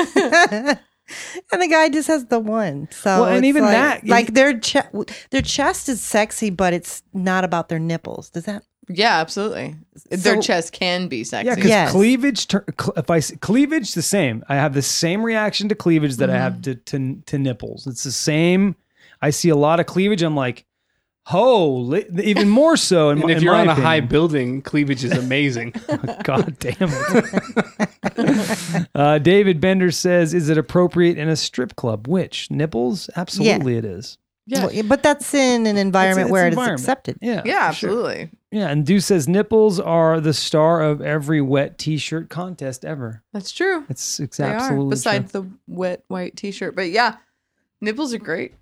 Speaker 3: and the guy just has the one. So
Speaker 1: Well, and
Speaker 3: it's
Speaker 1: even
Speaker 3: like,
Speaker 1: that-
Speaker 3: like their che- their chest is sexy, but it's not about their nipples. Does that?
Speaker 4: Yeah, absolutely. Their
Speaker 3: So-
Speaker 4: chest can be sexy.
Speaker 1: Yeah, because
Speaker 3: Yes.
Speaker 1: cleavage. Ter- cl- if I s- cleavage, the same. I have the same reaction to cleavage that I
Speaker 4: Mm-hmm.
Speaker 1: have to, to to nipples. It's the same. I see a lot of cleavage. I'm like, holy, even more so. In,
Speaker 2: And
Speaker 1: my-
Speaker 2: if
Speaker 1: in
Speaker 2: you're
Speaker 1: my
Speaker 2: on a high
Speaker 1: opinion.
Speaker 2: building, cleavage is amazing.
Speaker 1: God damn it. uh, David Bender says, "Is it appropriate in a strip club? Which nipples? Absolutely, it is.
Speaker 4: Yeah.
Speaker 3: Well, but that's in an environment
Speaker 1: it's
Speaker 3: where it
Speaker 1: environment.
Speaker 3: is accepted.
Speaker 1: Yeah,
Speaker 4: yeah,
Speaker 1: for sure.
Speaker 4: absolutely.
Speaker 1: Yeah, and Dew says nipples are the star of every wet t-shirt contest ever.
Speaker 4: That's true.
Speaker 1: It's, it's
Speaker 4: They
Speaker 1: absolutely
Speaker 4: are.
Speaker 1: true.
Speaker 4: Besides the wet white t-shirt, but yeah, nipples are great.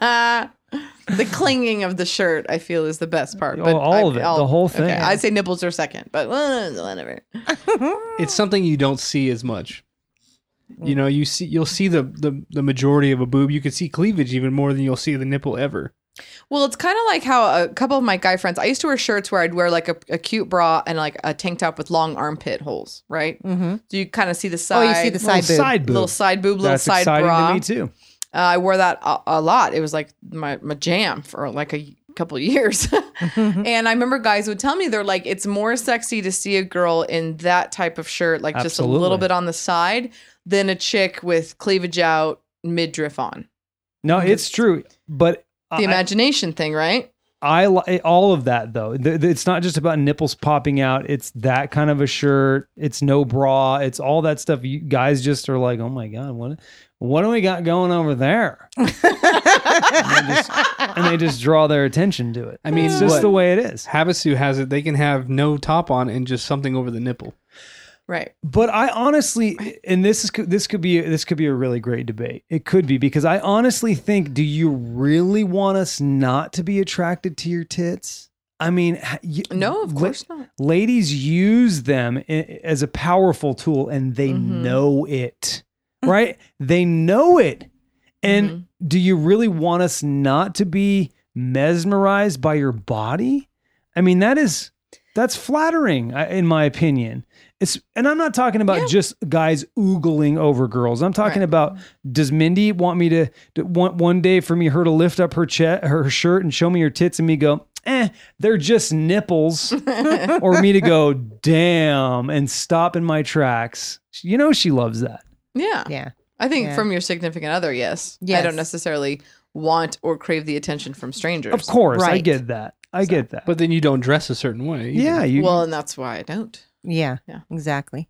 Speaker 4: the clinging of the shirt, I feel, is the best part.
Speaker 1: Oh,
Speaker 4: but
Speaker 1: all
Speaker 4: I-
Speaker 1: of it, the whole thing.
Speaker 4: I'd say nipples are second, but uh, whatever.
Speaker 2: it's something you don't see as much. You know, you see, you'll see the, the the majority of a boob. You could see cleavage even more than you'll see the nipple ever.
Speaker 4: Well, it's kind of like how a couple of my guy friends. I used to wear shirts where I'd wear like a, a cute bra and like a tank top with long armpit holes, right?
Speaker 3: Mm-hmm.
Speaker 4: So you kind of see the
Speaker 3: Oh,
Speaker 4: side,
Speaker 3: you see the
Speaker 1: Little
Speaker 3: side boob.
Speaker 1: side boob.
Speaker 4: little side boob, little
Speaker 1: That's
Speaker 4: side
Speaker 1: exciting
Speaker 4: bra.
Speaker 1: to me too.
Speaker 4: Uh, I wore that a, a lot. It was like my, my jam for like a y- couple years. and I remember guys would tell me they're like, it's more sexy to see a girl in that type of shirt, like just a little
Speaker 1: Absolutely.
Speaker 4: bit on the side, than a chick with cleavage out, midriff on.
Speaker 1: No, it's true, but
Speaker 4: The
Speaker 1: Uh, I,
Speaker 4: imagination thing, right?
Speaker 1: I li- eh, all of that though. Th- th- It's not just about nipples popping out. It's that kind of a shirt. It's no bra. It's all that stuff. You guys just are like, oh my god, what what do we got going over there? and, they just, and they just draw their attention to it.
Speaker 2: I mean,
Speaker 1: It's just
Speaker 2: what-
Speaker 1: the way it is.
Speaker 2: Havasu has it; they can have no top on and just something over the nipple.
Speaker 4: Right.
Speaker 1: But I honestly, and this is this could be this could be a really great debate. It could be because I honestly think: Do you really want us not to be attracted to your tits? I mean, ha- you-
Speaker 4: No, of
Speaker 1: la-
Speaker 4: course not.
Speaker 1: ladies use them i- as a powerful tool, and they
Speaker 4: Mhm.
Speaker 1: know it, right? they know it. And
Speaker 4: Mhm.
Speaker 1: do you really want us not to be mesmerized by your body? I mean, that is That's flattering, I- in my opinion. It's, and I'm not talking about
Speaker 4: Yeah.
Speaker 1: just guys oogling over girls. I'm talking
Speaker 4: Right.
Speaker 1: about does Mindy want me to, to want one day for me her to lift up her chest, her shirt, and show me her tits, and me go, eh, they're just nipples, or me to go, damn, and stop in my tracks. You know she loves that.
Speaker 4: Yeah.
Speaker 3: Yeah.
Speaker 4: I think
Speaker 3: Yeah.
Speaker 4: from your significant other, yes. I
Speaker 3: Yes.
Speaker 4: don't necessarily want or crave the attention from strangers.
Speaker 1: Of course, I
Speaker 3: Right.
Speaker 1: get that. I get that.
Speaker 2: But then you don't dress a certain way. either.
Speaker 1: yeah, you
Speaker 4: well, and that's why I don't.
Speaker 3: Yeah.
Speaker 4: Yeah.
Speaker 3: Exactly.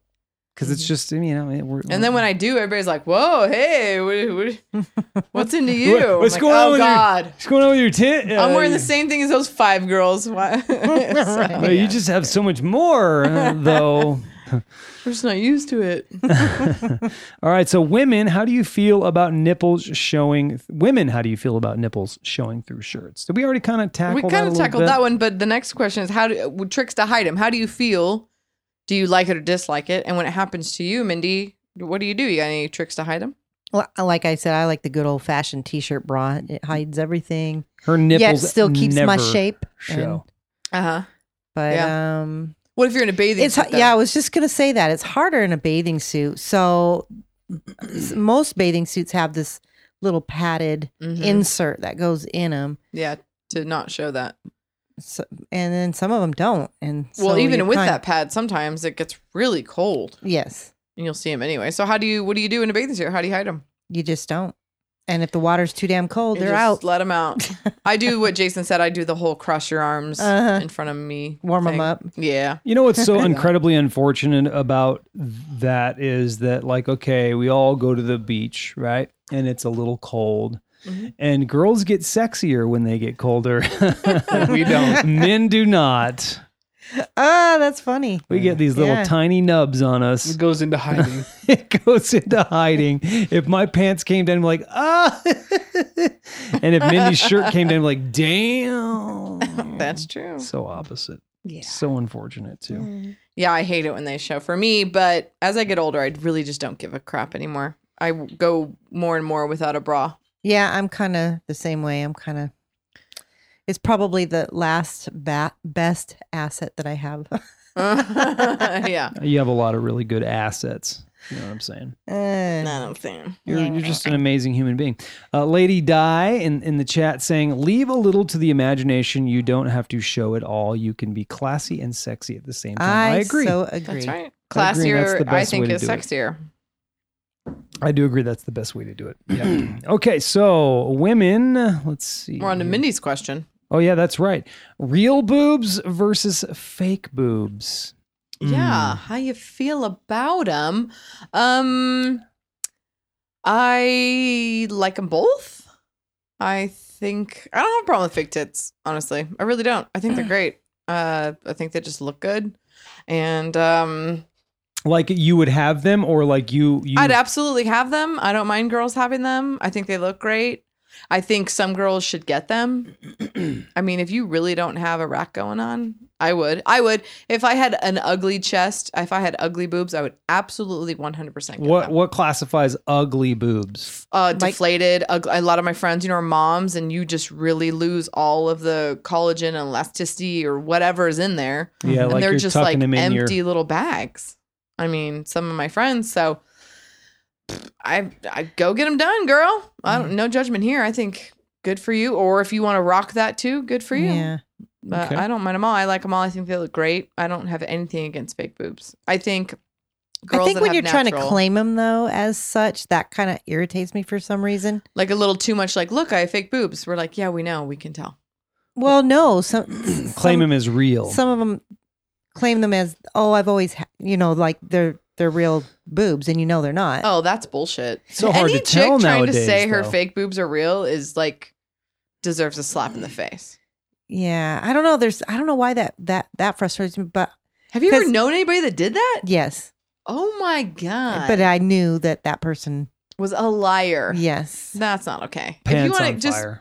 Speaker 1: because it's just you know. it- We're,
Speaker 4: And then when I do, everybody's like, "Whoa, hey, what, what, what's into you?"
Speaker 1: What-
Speaker 4: I'm
Speaker 1: what's
Speaker 4: like,
Speaker 1: going on
Speaker 4: Oh
Speaker 1: with your-
Speaker 4: God,
Speaker 1: what's going on with your tit?
Speaker 4: I'm wearing
Speaker 1: Uh,
Speaker 4: the same thing as those five girls. Why? so, Oh,
Speaker 1: Well, You just have so much more, uh, though.
Speaker 4: We're just not used to it.
Speaker 1: All right. So, women, how do you feel about nipples showing? Women, how do you feel about nipples showing through shirts? Did we already kind of tackle?
Speaker 4: we
Speaker 1: that a
Speaker 4: kind of
Speaker 1: little
Speaker 4: tackled
Speaker 1: bit?
Speaker 4: that one, but the next question is how do with tricks to hide them? How do you feel? Do you like it or dislike it? And when it happens to you, Mindy, what do you do? You got any tricks to hide them?
Speaker 3: Well, like I said, I like the good old fashioned t shirt bra. It hides everything.
Speaker 1: Her nipples
Speaker 3: yeah, it still keeps my
Speaker 1: never
Speaker 3: shape. and-
Speaker 1: Show.
Speaker 4: Uh huh.
Speaker 3: but
Speaker 4: Yeah.
Speaker 3: um
Speaker 4: What if you're in a bathing
Speaker 3: it's
Speaker 4: suit? though?
Speaker 3: yeah i was just going to say that it's harder in a bathing suit so s- most bathing suits have this little padded
Speaker 4: Mhm.
Speaker 3: insert that goes in them
Speaker 4: yeah, to not show that.
Speaker 3: and then some of them don't and
Speaker 4: well,
Speaker 3: so
Speaker 4: even
Speaker 3: you're
Speaker 4: with
Speaker 3: kind-
Speaker 4: that pad, sometimes it gets really cold,
Speaker 3: yes
Speaker 4: and you'll see them anyway. So how do you? What do you do in a bathing suit? How do you hide them?
Speaker 3: you just don't and if the water's too damn cold they're out
Speaker 4: Let them out. I do what Jason said. I do the whole cross your arms
Speaker 3: Uh-huh.
Speaker 4: in front of me.
Speaker 3: warm them
Speaker 4: thing.
Speaker 3: up
Speaker 4: Yeah.
Speaker 1: You know what's so incredibly unfortunate about that is that, like, okay, we all go to the beach, right? And it's a little cold.
Speaker 4: Mm-hmm.
Speaker 1: And girls get sexier when they get colder.
Speaker 2: We don't.
Speaker 1: Men do not.
Speaker 3: ah that's funny
Speaker 1: We get these little
Speaker 3: Yeah.
Speaker 1: tiny nubs on us.
Speaker 2: It goes into hiding.
Speaker 1: it goes into hiding. If my pants came down, I'm like, ah. and if Mindy's shirt came down, I'm like, damn.
Speaker 4: That's true.
Speaker 1: so opposite.
Speaker 4: Yeah.
Speaker 1: So unfortunate, too.
Speaker 3: Mm.
Speaker 4: Yeah, I hate it when they show for me, but as I get older, I really just don't give a crap anymore. I w- go more and more without a bra.
Speaker 3: yeah i'm kind of the same way i'm kind of it's probably the last ba- best asset that i have
Speaker 4: yeah.
Speaker 1: You have a lot of really good assets. You know what I'm saying?
Speaker 3: Eh.
Speaker 4: No, I'm saying.
Speaker 1: You're, you're just an amazing human being. Uh, Lady Di in, in the chat saying, leave a little to the imagination. You don't have to show it all. You can be classy and sexy at the same time. I,
Speaker 3: I,
Speaker 1: agree.
Speaker 3: so agree
Speaker 4: That's right.
Speaker 1: I agree, that's the
Speaker 4: Classier, I
Speaker 1: best way
Speaker 4: think,
Speaker 1: to
Speaker 4: is
Speaker 1: do it.
Speaker 4: sexier.
Speaker 1: I do agree that's the best way to do it. Yeah. okay, so women, let's see.
Speaker 4: We're on to
Speaker 1: here.
Speaker 4: Mindy's question.
Speaker 1: Oh yeah, that's right. Real boobs versus fake boobs.
Speaker 4: Yeah, how you feel about them? Um, I like them both. I think I don't have a problem with fake tits. Honestly, I really don't. I think they're great. Uh, I think they just look good, and um,
Speaker 1: Like you would have them, or like you you
Speaker 4: I'd absolutely have them. I don't mind girls having them. I think they look great. I think some girls should get them. I mean, if you really don't have a rack going on, I would. I would. If I had an ugly chest, if I had ugly boobs, I would absolutely 100% get
Speaker 1: what
Speaker 4: them.
Speaker 1: what classifies ugly boobs?
Speaker 4: Uh,
Speaker 3: Like-
Speaker 4: deflated. Ugly. A lot of my friends, you know, are moms, and you just really lose all of the collagen and elasticity or whatever is in there
Speaker 3: Mm-hmm.
Speaker 1: Yeah,
Speaker 4: and
Speaker 1: like
Speaker 4: they're
Speaker 1: you're
Speaker 4: just
Speaker 1: tucking
Speaker 4: like
Speaker 1: them in your
Speaker 4: empty little bags. I mean, some of my friends. So I I go get them done, girl. I
Speaker 1: Mm-hmm.
Speaker 4: don't no judgment here. I think good for you. Or if you want to rock that too, good for you.
Speaker 3: yeah
Speaker 4: But
Speaker 1: Okay.
Speaker 4: I don't mind them all. I like them all. I think they look great. I don't have anything against fake boobs. I think girls
Speaker 3: I think
Speaker 4: that
Speaker 3: when
Speaker 4: have
Speaker 3: you're trying to
Speaker 4: natural-
Speaker 3: claim them though as such, that kind of irritates me for some reason.
Speaker 4: like a little too much, like look, I have fake boobs. We're like, yeah, we know, we can tell.
Speaker 3: Well, no, some
Speaker 1: claim
Speaker 3: some,
Speaker 1: them as real.
Speaker 3: Some of them claim them as oh, I've always ha-, you know like they're they're real boobs, and you know they're not.
Speaker 4: Oh, that's bullshit.
Speaker 1: so hard to
Speaker 4: Any
Speaker 1: tell
Speaker 4: chick trying
Speaker 1: nowadays.
Speaker 4: to say her
Speaker 1: though.
Speaker 4: fake boobs are real is like deserves a slap in the face.
Speaker 3: Yeah, I don't know. There's I don't know why that that that frustrates me, but
Speaker 4: Have you ever
Speaker 3: 'Cause-
Speaker 4: known anybody that did that?
Speaker 3: yes,
Speaker 4: Oh my god!
Speaker 3: but I knew that that person.
Speaker 4: was a liar.
Speaker 3: Yes,
Speaker 4: that's not okay. if you
Speaker 1: pants
Speaker 4: wanna
Speaker 1: on
Speaker 4: just
Speaker 1: fire.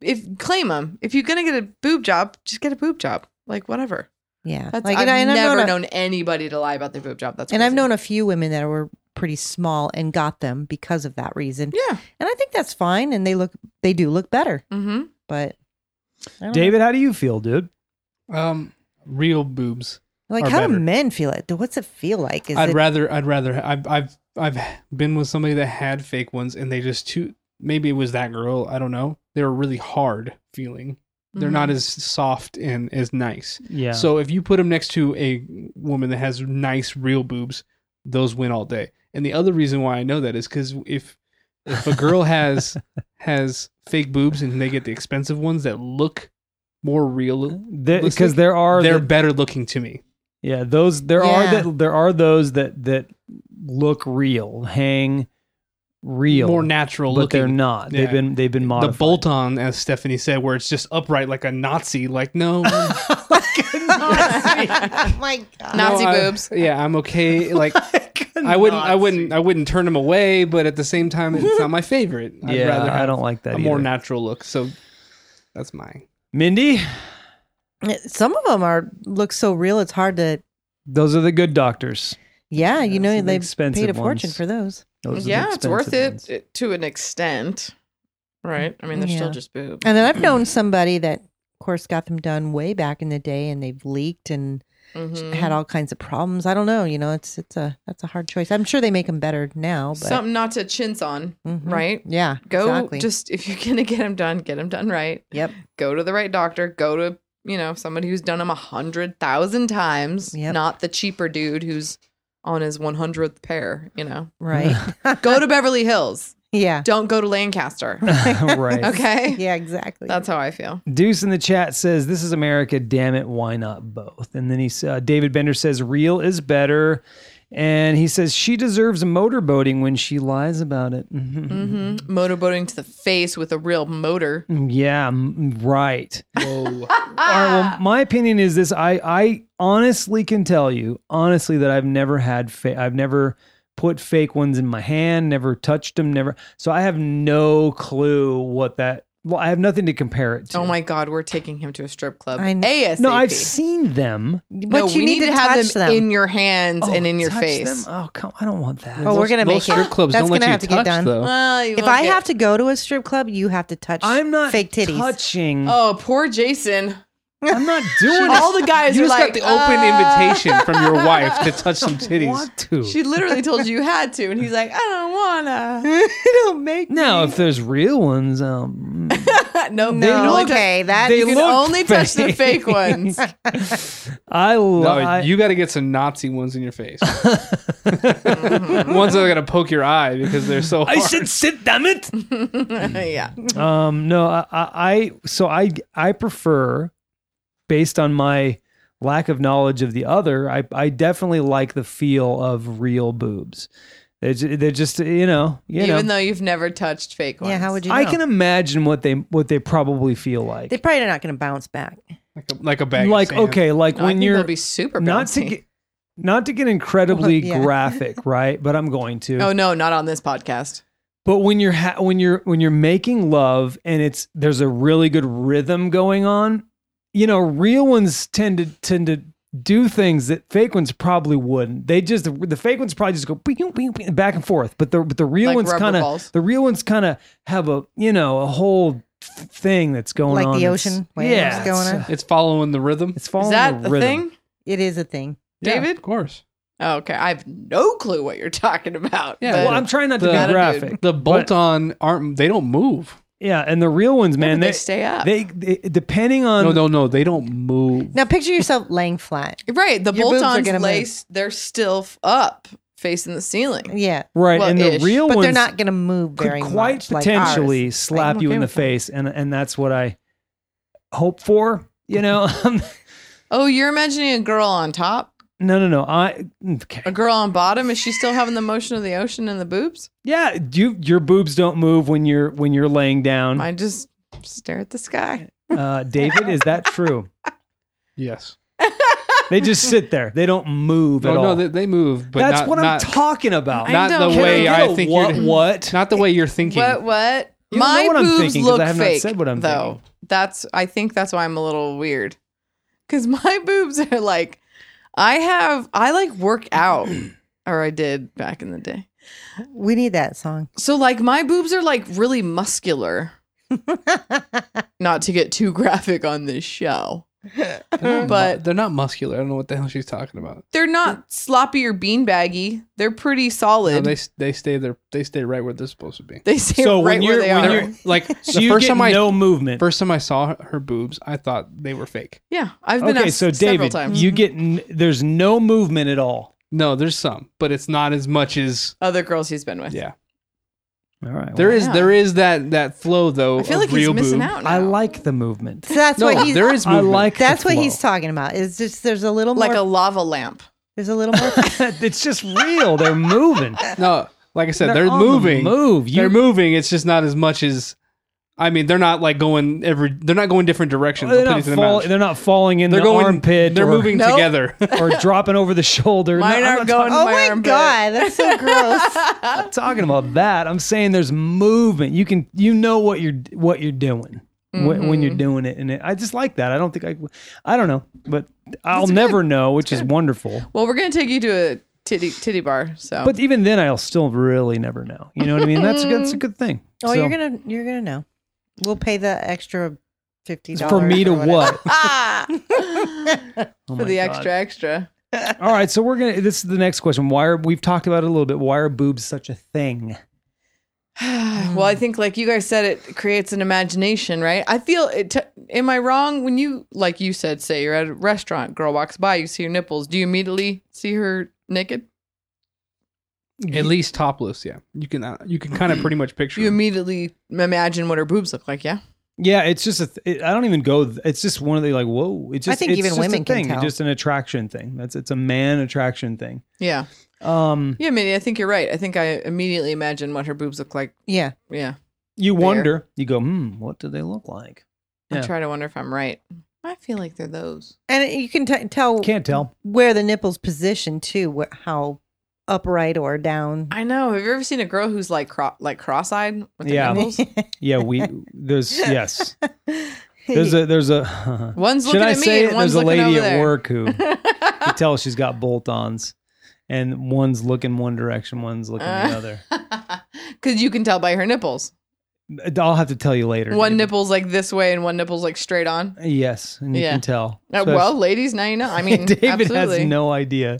Speaker 4: if claim them, if you're gonna get a boob job, just get a boob job. Like whatever.
Speaker 3: yeah.
Speaker 4: That's
Speaker 3: like
Speaker 4: I've
Speaker 3: and, I, and
Speaker 4: never
Speaker 3: I've known, a-
Speaker 4: known anybody to lie about their boob job. That's
Speaker 3: and I've
Speaker 4: crazy.
Speaker 3: known a few women that were pretty small and got them because of that reason,
Speaker 4: yeah.
Speaker 3: and I think that's fine. And they look they do look better,
Speaker 4: Mm-hmm.
Speaker 3: but I don't know.
Speaker 1: David, how do you feel, dude?
Speaker 2: Um, real boobs.
Speaker 3: Like,
Speaker 2: Or
Speaker 3: how
Speaker 2: better.
Speaker 3: do men feel it? What's it feel like? Is
Speaker 2: I'd
Speaker 3: it
Speaker 2: rather. I'd rather. I've. I've. I've been with somebody that had fake ones, and they just too. Maybe it was that girl. I don't know. They were really hard feeling.
Speaker 4: Mm-hmm.
Speaker 2: They're
Speaker 3: Mm-hmm.
Speaker 2: not as soft and as nice.
Speaker 1: Yeah.
Speaker 2: So if you put them next to a woman that has nice real boobs, those win all day. And the other reason why I know that is because if if a girl has has fake boobs and they get the expensive ones that look more real,
Speaker 1: because there are
Speaker 2: they're
Speaker 1: the-
Speaker 2: better looking to me.
Speaker 1: yeah those there are
Speaker 3: Yeah.
Speaker 1: that there are those that that look real, hang real,
Speaker 2: more natural
Speaker 1: but
Speaker 2: looking.
Speaker 1: they're not.
Speaker 2: Yeah.
Speaker 1: They've been they've been
Speaker 2: the
Speaker 1: modified.
Speaker 2: bolt on, as Stephanie said, where it's just upright like a Nazi. Like no,
Speaker 3: oh my god!
Speaker 4: Nazi
Speaker 2: No, I-
Speaker 4: boobs.
Speaker 2: yeah, I'm okay. Like I wouldn't, I wouldn't, I wouldn't turn them away. But at the same time, it's not my favorite. I'd
Speaker 1: yeah,
Speaker 2: rather
Speaker 1: I
Speaker 2: have
Speaker 1: don't like that.
Speaker 2: a more
Speaker 1: either.
Speaker 2: natural look. So that's mine.
Speaker 1: Mindy,
Speaker 3: Eh, Some of them are look so real. It's hard to.
Speaker 1: those are the good doctors.
Speaker 3: Yeah,
Speaker 1: Yeah,
Speaker 3: you
Speaker 1: some
Speaker 3: know
Speaker 1: of the
Speaker 3: they
Speaker 1: expensive
Speaker 3: paid a fortune
Speaker 1: ones.
Speaker 3: for those.
Speaker 1: Those are the
Speaker 4: Yeah, it's worth
Speaker 1: expensive
Speaker 4: it,
Speaker 1: ones.
Speaker 4: it to an extent, right? I mean, they're
Speaker 3: Yeah.
Speaker 4: still just boobs.
Speaker 3: And then I've known somebody that, of course, got them done way back in the day, and they've leaked and
Speaker 4: Mhm.
Speaker 3: had all kinds of problems. I don't know. You know, it's it's a that's a hard choice. I'm sure they make them better now, but
Speaker 4: something not to chintz on,
Speaker 3: Mhm.
Speaker 4: right?
Speaker 3: Yeah,
Speaker 4: Go
Speaker 3: exactly.
Speaker 4: just if you're gonna get them done, get them done right.
Speaker 3: Yep.
Speaker 4: Go to the right doctor. Go to you know somebody who's done them a hundred thousand times,
Speaker 3: Yep.
Speaker 4: not the cheaper dude who's on his one hundredth pair. You know,
Speaker 3: right.
Speaker 4: go to Beverly Hills.
Speaker 3: yeah,
Speaker 4: Don't go to Lancaster.
Speaker 1: right.
Speaker 4: Okay,
Speaker 3: yeah, exactly.
Speaker 4: that's how I feel.
Speaker 1: Deuce in the chat says, "This is America. Damn it, why not both?" And then he s- uh, David Bender says, "Real is better," and he says, "She deserves motorboating when she lies about it." Mhm.
Speaker 4: hmm Motorboating to the face with a real motor.
Speaker 1: Mm, yeah, m- right.
Speaker 2: Whoa.
Speaker 1: All right,
Speaker 4: Ah.
Speaker 1: well, my opinion is this: I I honestly can tell you honestly that I've never had fa- I've never put fake ones in my hand, never touched them, never. So I have no clue what that. Well, I have nothing to compare it to.
Speaker 4: Oh my God, we're taking him to a strip club.
Speaker 3: I know.
Speaker 4: ASAP.
Speaker 1: No, I've seen them.
Speaker 3: but
Speaker 4: No,
Speaker 3: you
Speaker 4: we
Speaker 3: need, to,
Speaker 4: have
Speaker 3: touch
Speaker 4: them, in your hands and in your
Speaker 1: touch
Speaker 4: face.
Speaker 1: them? Oh come! I don't want that.
Speaker 3: Oh, we're
Speaker 2: Those-
Speaker 3: gonna
Speaker 2: those
Speaker 3: make it.
Speaker 2: strip clubs
Speaker 3: That's
Speaker 2: don't let
Speaker 3: gonna
Speaker 2: you
Speaker 3: have to get
Speaker 2: touch,
Speaker 3: done. Uh,
Speaker 2: though.
Speaker 4: Well, you
Speaker 3: if
Speaker 4: will
Speaker 3: I
Speaker 4: get-
Speaker 3: have to go to a strip club, you have to touch.
Speaker 1: I'm not
Speaker 3: fake titties.
Speaker 1: touching.
Speaker 4: Oh, poor Jason.
Speaker 1: I'm not doing
Speaker 4: All
Speaker 1: it.
Speaker 4: the guys
Speaker 2: You
Speaker 4: are
Speaker 2: just
Speaker 4: like,
Speaker 2: got the open
Speaker 4: "Uh,
Speaker 2: invitation from your wife to touch some titties.
Speaker 1: Want to?
Speaker 4: She literally told you you had to, and he's like, I don't wanna.
Speaker 3: don't make
Speaker 1: no, if there's real ones, um,
Speaker 3: no.
Speaker 4: no, you can only touch-
Speaker 3: okay, that
Speaker 1: they
Speaker 4: you can
Speaker 1: look
Speaker 4: only touch the
Speaker 1: fake.
Speaker 4: fake ones.
Speaker 1: I
Speaker 2: No,
Speaker 1: love.
Speaker 2: you got to get some Nazi ones in your face. ones that are gonna poke your eye because they're so. Hard.
Speaker 1: sit, damn it.
Speaker 4: yeah.
Speaker 1: Um, no, I, I, I, so I, I prefer, based on my lack of knowledge of the other, I, I definitely like the feel of real boobs. They're, ju- they're just, you know, you
Speaker 4: Even
Speaker 1: know.
Speaker 4: though you've never touched fake ones.
Speaker 3: Yeah, how would you?
Speaker 1: I
Speaker 3: know?
Speaker 1: can imagine what they, what they probably feel like.
Speaker 3: They probably are not going to bounce back.
Speaker 2: like a, like a bag. of
Speaker 1: like
Speaker 2: sand.
Speaker 1: okay, like
Speaker 4: No, I
Speaker 1: when
Speaker 4: think
Speaker 1: you're
Speaker 4: they'll be super
Speaker 1: not to
Speaker 4: bouncy.
Speaker 1: get not to get incredibly
Speaker 3: Well, yeah.
Speaker 1: graphic, right? But I'm going to.
Speaker 4: Oh no, not on this podcast.
Speaker 1: But when you're ha- when you're when you're making love and it's there's a really good rhythm going on, you know, real ones tend to tend to do things that fake ones probably wouldn't. They just the fake ones probably just go "Bing, bing, bing," back and forth, but the but the real
Speaker 4: Like
Speaker 1: ones
Speaker 4: rubber
Speaker 1: kind of
Speaker 4: balls.
Speaker 1: the real ones kind of have a you know a whole th- thing that's going
Speaker 3: Like
Speaker 1: on.
Speaker 3: the
Speaker 1: that's-
Speaker 3: ocean waves
Speaker 1: yeah,
Speaker 3: going
Speaker 1: it's, uh,
Speaker 3: on?
Speaker 2: it's following the rhythm.
Speaker 1: It's
Speaker 4: Is
Speaker 1: following
Speaker 4: that
Speaker 1: the
Speaker 4: the
Speaker 1: rhythm.
Speaker 4: thing?
Speaker 3: It is a thing.
Speaker 2: Yeah,
Speaker 4: David?
Speaker 2: of course.
Speaker 4: Oh, okay, I have no clue what you're talking about.
Speaker 2: Yeah,
Speaker 4: but-
Speaker 1: Well, I'm trying not to
Speaker 2: The-
Speaker 1: be
Speaker 4: Attitude.
Speaker 1: graphic.
Speaker 2: The bolt on aren't they don't move.
Speaker 1: Yeah, and the real ones, man,
Speaker 4: But
Speaker 1: they,
Speaker 4: they stay up.
Speaker 1: they, they depending on
Speaker 2: No, no, no. They don't move.
Speaker 3: Now picture yourself laying flat.
Speaker 4: right, the
Speaker 3: Your boobs are
Speaker 4: bolt-ons
Speaker 3: gonna move.
Speaker 4: lace, they're still f- up facing the ceiling.
Speaker 3: Yeah,
Speaker 1: right,
Speaker 4: well,
Speaker 1: and the
Speaker 4: ish,
Speaker 1: real
Speaker 3: but
Speaker 1: ones
Speaker 3: they're not going to move
Speaker 1: could
Speaker 3: very
Speaker 1: quite
Speaker 3: much. like
Speaker 1: potentially
Speaker 3: ours.
Speaker 1: slap
Speaker 3: I'm
Speaker 1: you
Speaker 3: okay
Speaker 1: in the
Speaker 3: with that.
Speaker 1: face, and and that's what I hope for. You know, no,
Speaker 4: Oh, you're imagining a girl on top,
Speaker 1: no, no. I mm, okay.
Speaker 4: a girl on bottom. Is she still having the motion of the ocean and the boobs?
Speaker 1: yeah, you your boobs don't move when you're when you're laying down.
Speaker 4: I just stare at the sky.
Speaker 1: Uh, David, is that true?
Speaker 2: Yes.
Speaker 1: They just sit there. They don't move
Speaker 2: No,
Speaker 1: at
Speaker 2: no.
Speaker 1: all.
Speaker 2: They, they move, but
Speaker 1: that's
Speaker 2: not,
Speaker 1: what
Speaker 2: not,
Speaker 1: I'm talking about.
Speaker 4: I
Speaker 2: Not
Speaker 4: don't
Speaker 2: the
Speaker 4: know.
Speaker 2: way
Speaker 4: Can
Speaker 1: I
Speaker 2: I
Speaker 1: get a
Speaker 2: think
Speaker 1: what-
Speaker 2: you're.
Speaker 1: what?
Speaker 2: Not the way you're thinking.
Speaker 4: What? What?
Speaker 1: You don't know
Speaker 4: My
Speaker 1: what I'm
Speaker 4: boobs
Speaker 1: thinking 'cause I
Speaker 4: look
Speaker 1: have not
Speaker 4: fake.
Speaker 1: said what I'm
Speaker 4: though
Speaker 1: thinking.
Speaker 4: that's I think that's why I'm a little weird because my boobs are like I have I like work out or I did back in the day.
Speaker 3: We need that song.
Speaker 4: So like my boobs are like really muscular. Not to get too graphic on this show.
Speaker 2: They're not
Speaker 4: But-
Speaker 2: mu- they're not muscular. I don't know what the hell she's talking about.
Speaker 4: They're not sloppy or beanbaggy. They're pretty solid.
Speaker 2: No, they s- they stay there. They stay right where they're supposed to be.
Speaker 4: they stay
Speaker 1: So
Speaker 4: right
Speaker 1: when you're
Speaker 4: where they
Speaker 1: when
Speaker 4: are.
Speaker 1: you're like so
Speaker 2: The
Speaker 1: you
Speaker 2: first
Speaker 1: get
Speaker 2: time I-
Speaker 1: no movement.
Speaker 2: First time I saw her, her boobs, I thought they were fake.
Speaker 4: yeah, I've been
Speaker 1: okay,
Speaker 4: asked
Speaker 1: so
Speaker 4: several
Speaker 1: David,
Speaker 4: times.
Speaker 1: you get n- there's no movement at all.
Speaker 2: No, there's some, but it's not as much as
Speaker 4: Other girls he's been with.
Speaker 2: yeah.
Speaker 1: All right.
Speaker 2: There
Speaker 1: well,
Speaker 2: is
Speaker 4: Oh, Yeah.
Speaker 2: there is that that flow though.
Speaker 4: I feel
Speaker 2: of
Speaker 4: like he's
Speaker 2: real
Speaker 4: missing
Speaker 2: boob.
Speaker 4: out. Now.
Speaker 1: I like the movement.
Speaker 3: So that's
Speaker 2: No,
Speaker 3: what he's
Speaker 2: there is
Speaker 1: I
Speaker 2: movement.
Speaker 1: like the
Speaker 3: that's what
Speaker 1: flow.
Speaker 3: he's talking about. It's just there's a little
Speaker 4: like
Speaker 3: more
Speaker 4: a lava lamp.
Speaker 3: there's a little more
Speaker 1: it's just real. They're moving.
Speaker 2: no. Like I said,
Speaker 1: They're
Speaker 2: they're,
Speaker 1: on the
Speaker 2: moving.
Speaker 1: move.
Speaker 2: they're
Speaker 1: You-
Speaker 2: moving. It's just not as much as. I mean, they're not like going every. They're not going different directions.
Speaker 1: They're
Speaker 2: I'll put
Speaker 1: not,
Speaker 2: it to the
Speaker 1: fall,
Speaker 2: match.
Speaker 1: they're not falling in
Speaker 2: They're
Speaker 1: the
Speaker 2: going.
Speaker 1: armpit.
Speaker 2: they're
Speaker 1: or,
Speaker 2: moving
Speaker 4: Nope.
Speaker 2: together.
Speaker 1: or dropping over the shoulder. I'm
Speaker 4: Mine
Speaker 1: not
Speaker 4: aren't going
Speaker 1: talking-
Speaker 3: Oh
Speaker 4: my
Speaker 3: my
Speaker 4: armpit.
Speaker 3: god, that's so gross.
Speaker 1: I'm not talking about that. I'm saying there's movement. You can you know what you're what you're doing when, when you're doing it, and it, I just like that. I don't think I I don't know, but I'll never know, which is wonderful.
Speaker 4: Well, we're gonna take you to a titty titty bar. So
Speaker 1: But even then, I'll still really never know. You know what I mean? That's a good, that's a good thing.
Speaker 3: oh,
Speaker 1: So,
Speaker 3: you're gonna you're gonna know. We'll pay the extra fifty dollars
Speaker 1: for me to what?
Speaker 4: ah,
Speaker 1: Oh my
Speaker 4: for the
Speaker 1: God.
Speaker 4: extra extra.
Speaker 1: All right, so we're gonna. This is the next question. Why are we've talked about it a little bit? Why are boobs such a thing?
Speaker 4: well, I think like you guys said, it creates an imagination, right? I feel it. T- am I wrong when you like you said, say you're at a restaurant, girl walks by, you see her nipples, do you immediately see her naked?
Speaker 2: At least topless. Yeah, you can. Uh, you can kind of pretty much picture.
Speaker 4: You
Speaker 2: them.
Speaker 4: immediately imagine what her boobs look like, yeah?
Speaker 1: Yeah, it's just a. Th- it, I don't even go. th- It's just one of the like. Whoa! It's
Speaker 3: I
Speaker 1: just.
Speaker 3: think
Speaker 1: it's
Speaker 3: even
Speaker 1: just a
Speaker 3: women can
Speaker 1: thing. It's
Speaker 3: tell.
Speaker 1: just an attraction thing. That's it's a man attraction thing.
Speaker 4: Yeah.
Speaker 1: Um,
Speaker 4: Yeah, Minnie, I think you're right. I think I immediately imagine what her boobs look like.
Speaker 3: Yeah.
Speaker 4: Yeah.
Speaker 1: you wonder. You go. Hmm. What do they look like?
Speaker 4: I
Speaker 1: Yeah.
Speaker 4: try to wonder if I'm right. I feel like they're those.
Speaker 3: And you can t- tell
Speaker 1: Can't tell.
Speaker 3: where the nipples position too, wh- how upright or down.
Speaker 4: I know. Have you ever seen a girl who's like cro- like cross-eyed with her
Speaker 1: Yeah.
Speaker 4: nipples?
Speaker 1: Yeah. We. There's yes. There's a. There's a.
Speaker 4: One's
Speaker 1: should
Speaker 4: looking
Speaker 1: I
Speaker 4: at me
Speaker 1: say
Speaker 4: and
Speaker 1: it?
Speaker 4: one's
Speaker 1: There's a
Speaker 4: looking
Speaker 1: lady
Speaker 4: over
Speaker 1: at
Speaker 4: there.
Speaker 1: work who. you tell she's got bolt-ons and one's looking one direction one's looking
Speaker 4: Uh.
Speaker 1: the other
Speaker 4: Because you can tell by her nipples.
Speaker 1: i'll have to tell you later
Speaker 4: One
Speaker 1: David.
Speaker 4: nipple's like this way and one nipple's like straight on.
Speaker 1: yes and you
Speaker 4: Yeah.
Speaker 1: can tell
Speaker 4: Uh,
Speaker 1: Especially-
Speaker 4: well, ladies, now you know. I mean,
Speaker 1: david
Speaker 4: absolutely.
Speaker 1: has no idea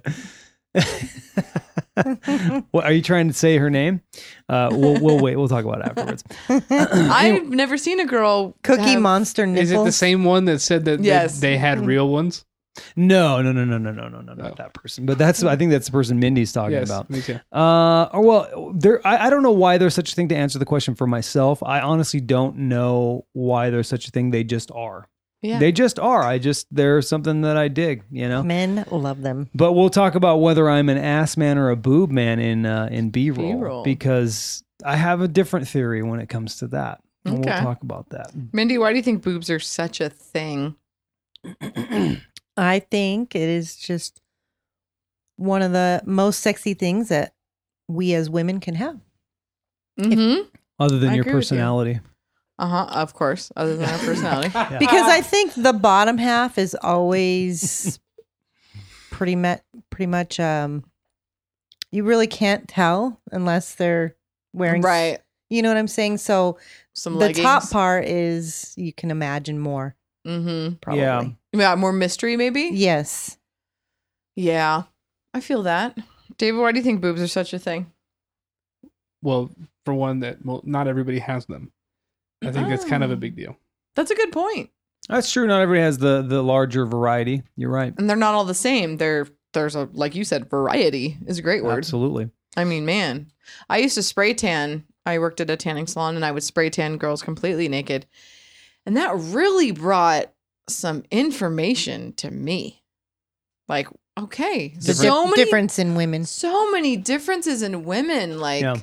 Speaker 1: what are you trying to say her name uh we'll, we'll wait we'll talk about it afterwards
Speaker 4: I've never seen a girl
Speaker 3: Cookie
Speaker 4: have-
Speaker 3: Monster nipples.
Speaker 2: Is it the same one that said that
Speaker 4: Yes.
Speaker 2: they, they had real ones?
Speaker 1: no no no no no no no no not that person but that's i think that's the person mindy's talking
Speaker 2: Yes,
Speaker 1: about
Speaker 2: me too.
Speaker 1: Uh, or well, there. I, I don't know why there's such a thing to answer the question for myself. I honestly don't know why there's such a thing. They just are.
Speaker 4: Yeah.
Speaker 1: They just are. I just they're something that I dig. You know.
Speaker 3: Men love them.
Speaker 1: But we'll talk about whether I'm an ass man or a boob man in uh, in B roll
Speaker 4: B-roll.
Speaker 1: because I have a different theory when it comes to that. And we'll
Speaker 4: Okay.
Speaker 1: talk about that.
Speaker 4: Mindy, why do you think boobs are such a thing?
Speaker 3: I think it is just one of the most sexy things that we as women can have.
Speaker 4: Mm-hmm.
Speaker 1: Other than
Speaker 4: I
Speaker 1: your
Speaker 4: agree with you.
Speaker 1: personality,
Speaker 4: Uh huh. Of course. Other than our personality.
Speaker 1: Yeah.
Speaker 3: Because
Speaker 4: Uh-huh.
Speaker 3: I think the bottom half is always pretty much pretty much um you really can't tell unless they're wearing s-
Speaker 4: right.
Speaker 3: You know what I'm saying? So
Speaker 4: Some
Speaker 3: the
Speaker 4: leggings.
Speaker 3: top part is you can imagine more
Speaker 4: Mm-hmm.
Speaker 3: probably.
Speaker 1: Yeah.
Speaker 4: Yeah. More mystery, maybe.
Speaker 3: Yes.
Speaker 4: Yeah. I feel that. David, why do you think boobs are such a thing?
Speaker 2: Well, for one, that well, not everybody has them. I think that's
Speaker 4: Oh.
Speaker 2: kind of a big deal.
Speaker 4: That's a good point.
Speaker 1: that's true. Not everybody has the the larger variety. You're right.
Speaker 4: And they're not all the same. They're there's a like you said, variety is a great word.
Speaker 1: Absolutely.
Speaker 4: I mean, man, I used to spray tan. I worked at a tanning salon and I would spray tan girls completely naked. And that really brought some information to me. Like, okay,
Speaker 3: The
Speaker 4: so
Speaker 3: dif-
Speaker 4: many
Speaker 3: difference in women.
Speaker 4: so many differences in women like
Speaker 1: Yeah.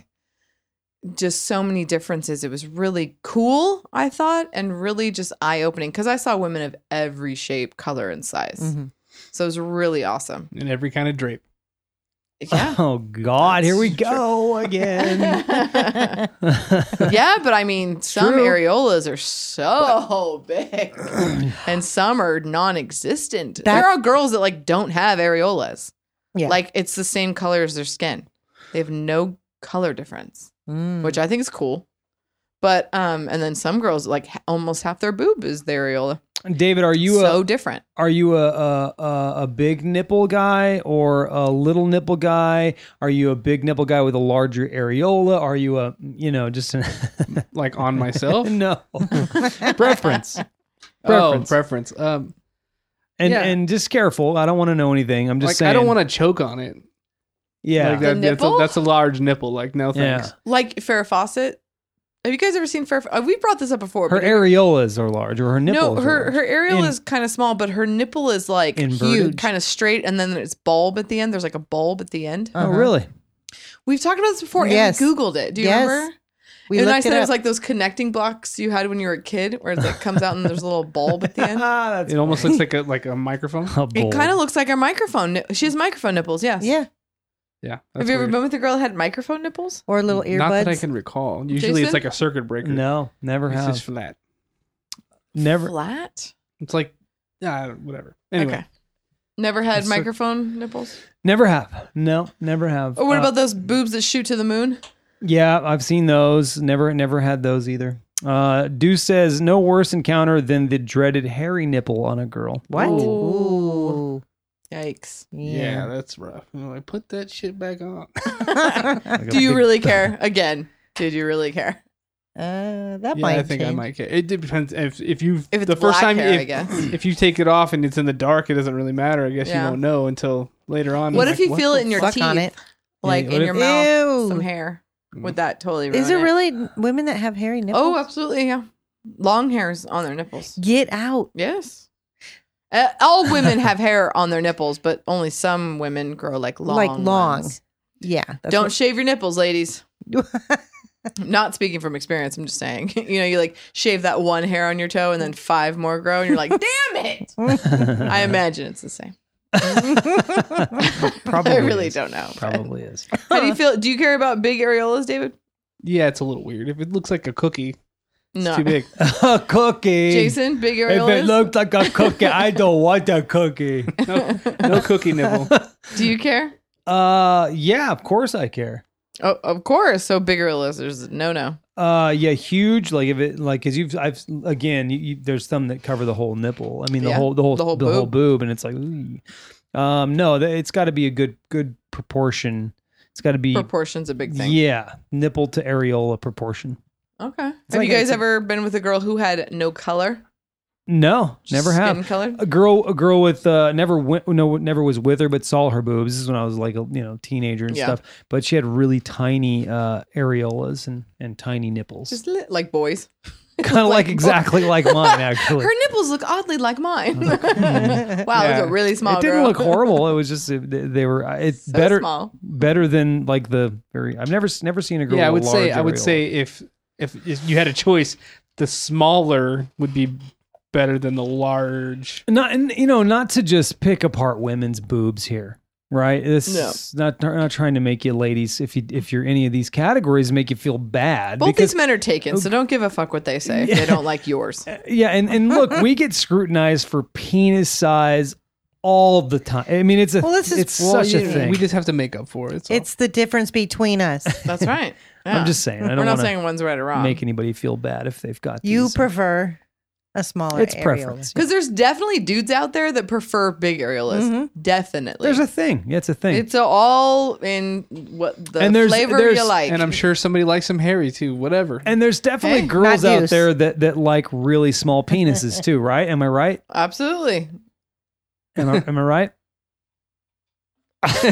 Speaker 4: just so many differences it was really cool i thought and really just eye-opening because i saw women of every shape color and size
Speaker 3: Mhm.
Speaker 4: so it was really awesome
Speaker 2: And every kind of drape.
Speaker 4: yeah
Speaker 1: Oh God, here we
Speaker 4: That's true.
Speaker 1: go again.
Speaker 4: yeah but i mean some
Speaker 1: True.
Speaker 4: areolas are so big and some are non-existent there
Speaker 3: That's-
Speaker 4: are girls that like don't have areolas
Speaker 3: Yeah.
Speaker 4: like it's the same color as their skin they have no color difference
Speaker 3: Mm.
Speaker 4: which I think is cool. But um, and then some girls like ha- almost half their boob is the areola.
Speaker 1: David, are you
Speaker 4: so
Speaker 3: uh,
Speaker 1: a
Speaker 4: different.
Speaker 1: are you a, a a a big nipple guy or a little nipple guy? Are you a big nipple guy with a larger areola? Are you a you know just an
Speaker 2: like on myself.
Speaker 1: no
Speaker 2: preference.
Speaker 1: Preference.
Speaker 2: Oh, preference. Um,
Speaker 1: and
Speaker 2: Yeah.
Speaker 1: and just careful. I don't want to know anything. I'm just
Speaker 2: like
Speaker 1: saying.
Speaker 2: I don't want to choke on it.
Speaker 1: Yeah,
Speaker 2: Like
Speaker 4: The
Speaker 2: that, that's, a,
Speaker 4: nipple?
Speaker 2: that's a large nipple. Like no
Speaker 1: Yeah.
Speaker 2: thanks.
Speaker 4: Like Farrah Fawcett. Have you guys ever seen Farrah? Fa- uh, We brought this up before.
Speaker 1: her
Speaker 4: but-
Speaker 1: areolas are large or her nipples.
Speaker 4: no,
Speaker 1: are
Speaker 4: her
Speaker 1: large.
Speaker 4: her aerial
Speaker 1: In-
Speaker 4: is kind of small, but her nipple is like
Speaker 1: Inverted?
Speaker 4: huge, kind of straight, and then it's bulb at the end. There's like a bulb at the end.
Speaker 3: Uh-huh.
Speaker 1: Oh really?
Speaker 4: We've talked about this before.
Speaker 3: Uh, Yes.
Speaker 4: and we googled it. Do you
Speaker 3: Yes.
Speaker 4: remember?
Speaker 3: We
Speaker 4: and
Speaker 3: looked
Speaker 4: I said
Speaker 3: it
Speaker 4: it,
Speaker 3: up.
Speaker 4: was like those connecting blocks you had when you were a kid, where it like comes out and there's a little bulb at the end.
Speaker 1: Ah, that's
Speaker 2: It almost looks like a like a microphone.
Speaker 4: It kind of looks like our microphone. ni- She has microphone nipples. Yes.
Speaker 3: yeah,
Speaker 2: Yeah.
Speaker 4: Have
Speaker 2: that's
Speaker 4: you ever
Speaker 2: weird.
Speaker 4: been with a girl that had microphone nipples?
Speaker 3: or little earbuds.
Speaker 2: Not that I can recall. Usually it's
Speaker 4: Jason?
Speaker 2: like a circuit breaker.
Speaker 1: no, never
Speaker 2: it's
Speaker 1: have,
Speaker 2: just flat.
Speaker 1: never.
Speaker 4: Flat.
Speaker 2: It's like uh, whatever. Anyway,
Speaker 4: Okay. Never had
Speaker 2: It's a-
Speaker 4: microphone nipples.
Speaker 1: Never have. No, never have.
Speaker 4: Or Oh, what
Speaker 1: Uh,
Speaker 4: about those boobs that shoot to the moon?
Speaker 1: Yeah, I've seen those. Never, never had those either. Uh, Deuce says no worse encounter than the dreaded hairy nipple on a girl.
Speaker 3: what?
Speaker 4: Ooh.
Speaker 3: Ooh.
Speaker 4: Yikes.
Speaker 2: yeah.
Speaker 3: Yeah.
Speaker 2: that's rough. You know, like, put that shit back on.
Speaker 1: Like a
Speaker 4: Do you
Speaker 1: big-
Speaker 4: really care? Again, did you really care?
Speaker 3: uh, that
Speaker 2: yeah,
Speaker 3: might
Speaker 2: I think I
Speaker 3: change.
Speaker 2: might care. It depends if if you
Speaker 4: If it's
Speaker 2: the first
Speaker 4: black
Speaker 2: time
Speaker 4: hair,
Speaker 2: if,
Speaker 4: I guess.
Speaker 2: if you take it off and it's in the dark, it doesn't really matter. I guess
Speaker 4: Yeah.
Speaker 2: you won't know until later on.
Speaker 4: What
Speaker 2: Like,
Speaker 4: if you feel
Speaker 2: the
Speaker 4: it in your
Speaker 3: Fuck
Speaker 4: teeth,
Speaker 3: on it.
Speaker 4: like
Speaker 1: Yeah, what
Speaker 4: in
Speaker 1: if-
Speaker 4: your mouth,
Speaker 3: Ew.
Speaker 4: some hair?
Speaker 2: Mm.
Speaker 4: Would that totally? Ruin
Speaker 3: Is there
Speaker 4: it?
Speaker 3: really women that have hairy nipples?
Speaker 4: Oh, absolutely. Yeah, long hairs on their nipples.
Speaker 3: Get out.
Speaker 4: Yes. Uh, all women have hair on their nipples, but only some women grow like long.
Speaker 3: Like long.
Speaker 4: ones.
Speaker 3: Yeah. that's
Speaker 4: Don't
Speaker 3: what-
Speaker 4: shave your nipples, ladies. Not speaking from experience, I'm just saying. You know, you like shave that one hair on your toe and then five more grow, and you're like, damn it.
Speaker 1: Uh-huh.
Speaker 4: I imagine it's the same.
Speaker 1: Probably
Speaker 4: I really
Speaker 1: is.
Speaker 4: don't know. but-
Speaker 1: Probably is.
Speaker 4: How do you feel? Do you care about big areolas, David?
Speaker 2: Yeah, it's a little weird. If it looks like a cookie, it's
Speaker 4: No.
Speaker 2: too big.
Speaker 1: a cookie.
Speaker 4: Jason, big
Speaker 1: If
Speaker 4: areolas?
Speaker 1: it looked like a cookie, I don't want a cookie.
Speaker 2: No, no cookie nibble.
Speaker 4: do you care?
Speaker 1: Uh, yeah, of course I care.
Speaker 4: Oh, of course. So big areolas, there's no no.
Speaker 1: Uh, yeah, huge. Like if it, like, cause you've, I've, again, you, you, there's some that cover the whole nipple. I mean, the
Speaker 4: Yeah,
Speaker 1: whole, the whole,
Speaker 4: the whole
Speaker 1: whole boob, and it's like, ooh. um, no, th- it's got to be a good, good proportion. It's got to be,
Speaker 4: Proportion's a big thing.
Speaker 1: yeah, nipple to areola proportion.
Speaker 4: Okay. Have
Speaker 1: like
Speaker 4: you guys
Speaker 1: it's a-
Speaker 4: ever been with a girl who had no color?
Speaker 1: No, never
Speaker 4: Just
Speaker 1: have.
Speaker 4: Skin color?
Speaker 1: a girl a girl with uh never went no never was with her but saw her boobs this is when i was like a you know teenager and
Speaker 4: Yeah.
Speaker 1: stuff but she had really tiny uh areolas and and tiny nipples
Speaker 4: Just li- like boys.
Speaker 1: kind of like,
Speaker 4: like-
Speaker 1: exactly like mine actually
Speaker 4: Her nipples look oddly like mine. wow, those are really small.
Speaker 1: it didn't
Speaker 4: girl.
Speaker 1: look horrible it was just it, they- they were uh, it's
Speaker 4: So
Speaker 1: better
Speaker 4: small.
Speaker 1: better than like the very i've never s- never seen a girl
Speaker 2: yeah, I
Speaker 1: with
Speaker 2: would
Speaker 1: a
Speaker 2: say
Speaker 1: large
Speaker 2: I would
Speaker 1: areola.
Speaker 2: say if, if if you had a choice, the smaller would be better than the large.
Speaker 1: not and you know not to just pick apart women's boobs here right this
Speaker 4: No.
Speaker 1: is not not trying to make you ladies if you if you're any of these categories make you feel bad
Speaker 4: Both
Speaker 1: because Oh.
Speaker 4: these men are taken, so don't give a fuck what they say. if They don't like yours.
Speaker 1: yeah and and look we get scrutinized for penis size all the time i mean it's a
Speaker 3: Well, this is-
Speaker 1: it's
Speaker 3: well,
Speaker 1: such a
Speaker 3: you-
Speaker 1: thing
Speaker 2: We just have to make up for it. It's,
Speaker 3: It's the difference between us.
Speaker 4: That's right. Yeah.
Speaker 1: i'm just saying i
Speaker 4: We're
Speaker 1: don't
Speaker 4: not
Speaker 1: want
Speaker 4: saying
Speaker 1: to
Speaker 4: one's right or wrong.
Speaker 1: make anybody feel bad if they've got
Speaker 3: You
Speaker 1: these.
Speaker 3: prefer a smaller
Speaker 1: it's
Speaker 3: areola.
Speaker 1: preference
Speaker 4: because there's definitely dudes out there that prefer big areolas. Definitely.
Speaker 1: there's a thing yeah it's a thing
Speaker 4: it's all in what the
Speaker 1: And there's-
Speaker 4: flavor
Speaker 1: there's-
Speaker 4: you like.
Speaker 2: and I'm sure somebody likes some hairy too. Whatever.
Speaker 1: and there's definitely
Speaker 4: Hey,
Speaker 1: girls
Speaker 3: not
Speaker 1: out
Speaker 3: use.
Speaker 1: there that, that like really small penises too, right? Am I right?
Speaker 4: Absolutely.
Speaker 1: Am I, am I right?
Speaker 4: yeah,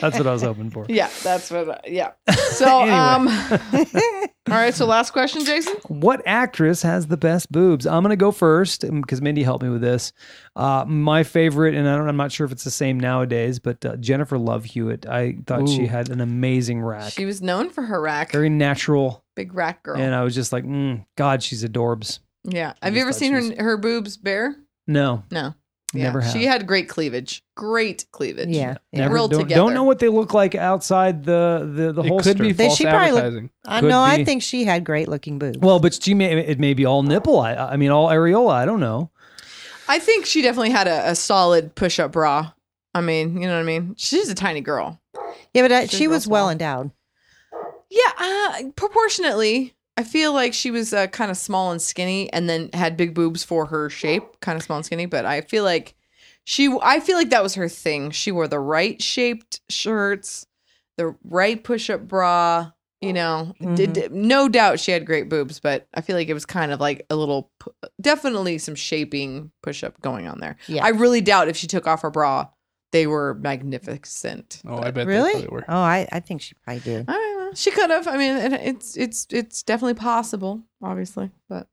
Speaker 1: That's what I was hoping for.
Speaker 4: that's what. I- yeah. So,
Speaker 1: Anyway.
Speaker 4: um, all right. So, last question, Jason.
Speaker 1: What actress has the best boobs? I'm gonna go first because Mindy helped me with this. Uh, my favorite, and I don't, I'm not sure if it's the same nowadays, but uh, Jennifer Love Hewitt. I thought she
Speaker 2: Ooh.
Speaker 1: had an amazing rack,
Speaker 4: She was known for her rack,
Speaker 1: very natural,
Speaker 4: big rack girl.
Speaker 1: and I was just like, mm, God, she's adorbs.
Speaker 4: yeah.
Speaker 1: I
Speaker 4: Have you
Speaker 1: just
Speaker 4: ever
Speaker 1: thought she
Speaker 4: seen her her boobs bare?
Speaker 1: No,
Speaker 4: No.
Speaker 1: Never have.
Speaker 4: She had great cleavage. Great cleavage.
Speaker 3: yeah. yeah.
Speaker 1: never.
Speaker 4: Real
Speaker 1: Don't,
Speaker 4: together.
Speaker 1: don't know what they look like outside the the the
Speaker 2: it
Speaker 1: holster.
Speaker 2: could be
Speaker 3: They-
Speaker 2: false
Speaker 3: she probably look-
Speaker 2: advertising.
Speaker 3: I
Speaker 1: could
Speaker 3: know.
Speaker 1: be.
Speaker 3: Uh, I think she had great looking boobs.
Speaker 1: well, but she may it may be all nipple. I I mean all areola. I don't know.
Speaker 4: I think she definitely had a, a solid push up bra. I mean, you know what I mean? She's a tiny girl.
Speaker 3: yeah, but uh,
Speaker 4: She's
Speaker 3: she
Speaker 4: real
Speaker 3: was well
Speaker 4: small.
Speaker 3: endowed.
Speaker 4: Yeah. Uh, proportionately, I feel like she was uh, kind of small and skinny, and then had big boobs for her shape, kind of small and skinny. But I feel like she, I feel like that was her thing. She wore the right shaped shirts, the right push up bra. You know, did, did- no doubt she had great boobs, but I feel like it was kind of like a little, pu- definitely some shaping push up going on there.
Speaker 3: Yeah.
Speaker 4: I really doubt if she took off her bra, they were magnificent.
Speaker 2: Oh, I bet they
Speaker 3: really?
Speaker 2: probably were.
Speaker 3: Oh, I, I think she probably did.
Speaker 4: I don't know. She could have. I mean, it, it's it's it's definitely possible, obviously. But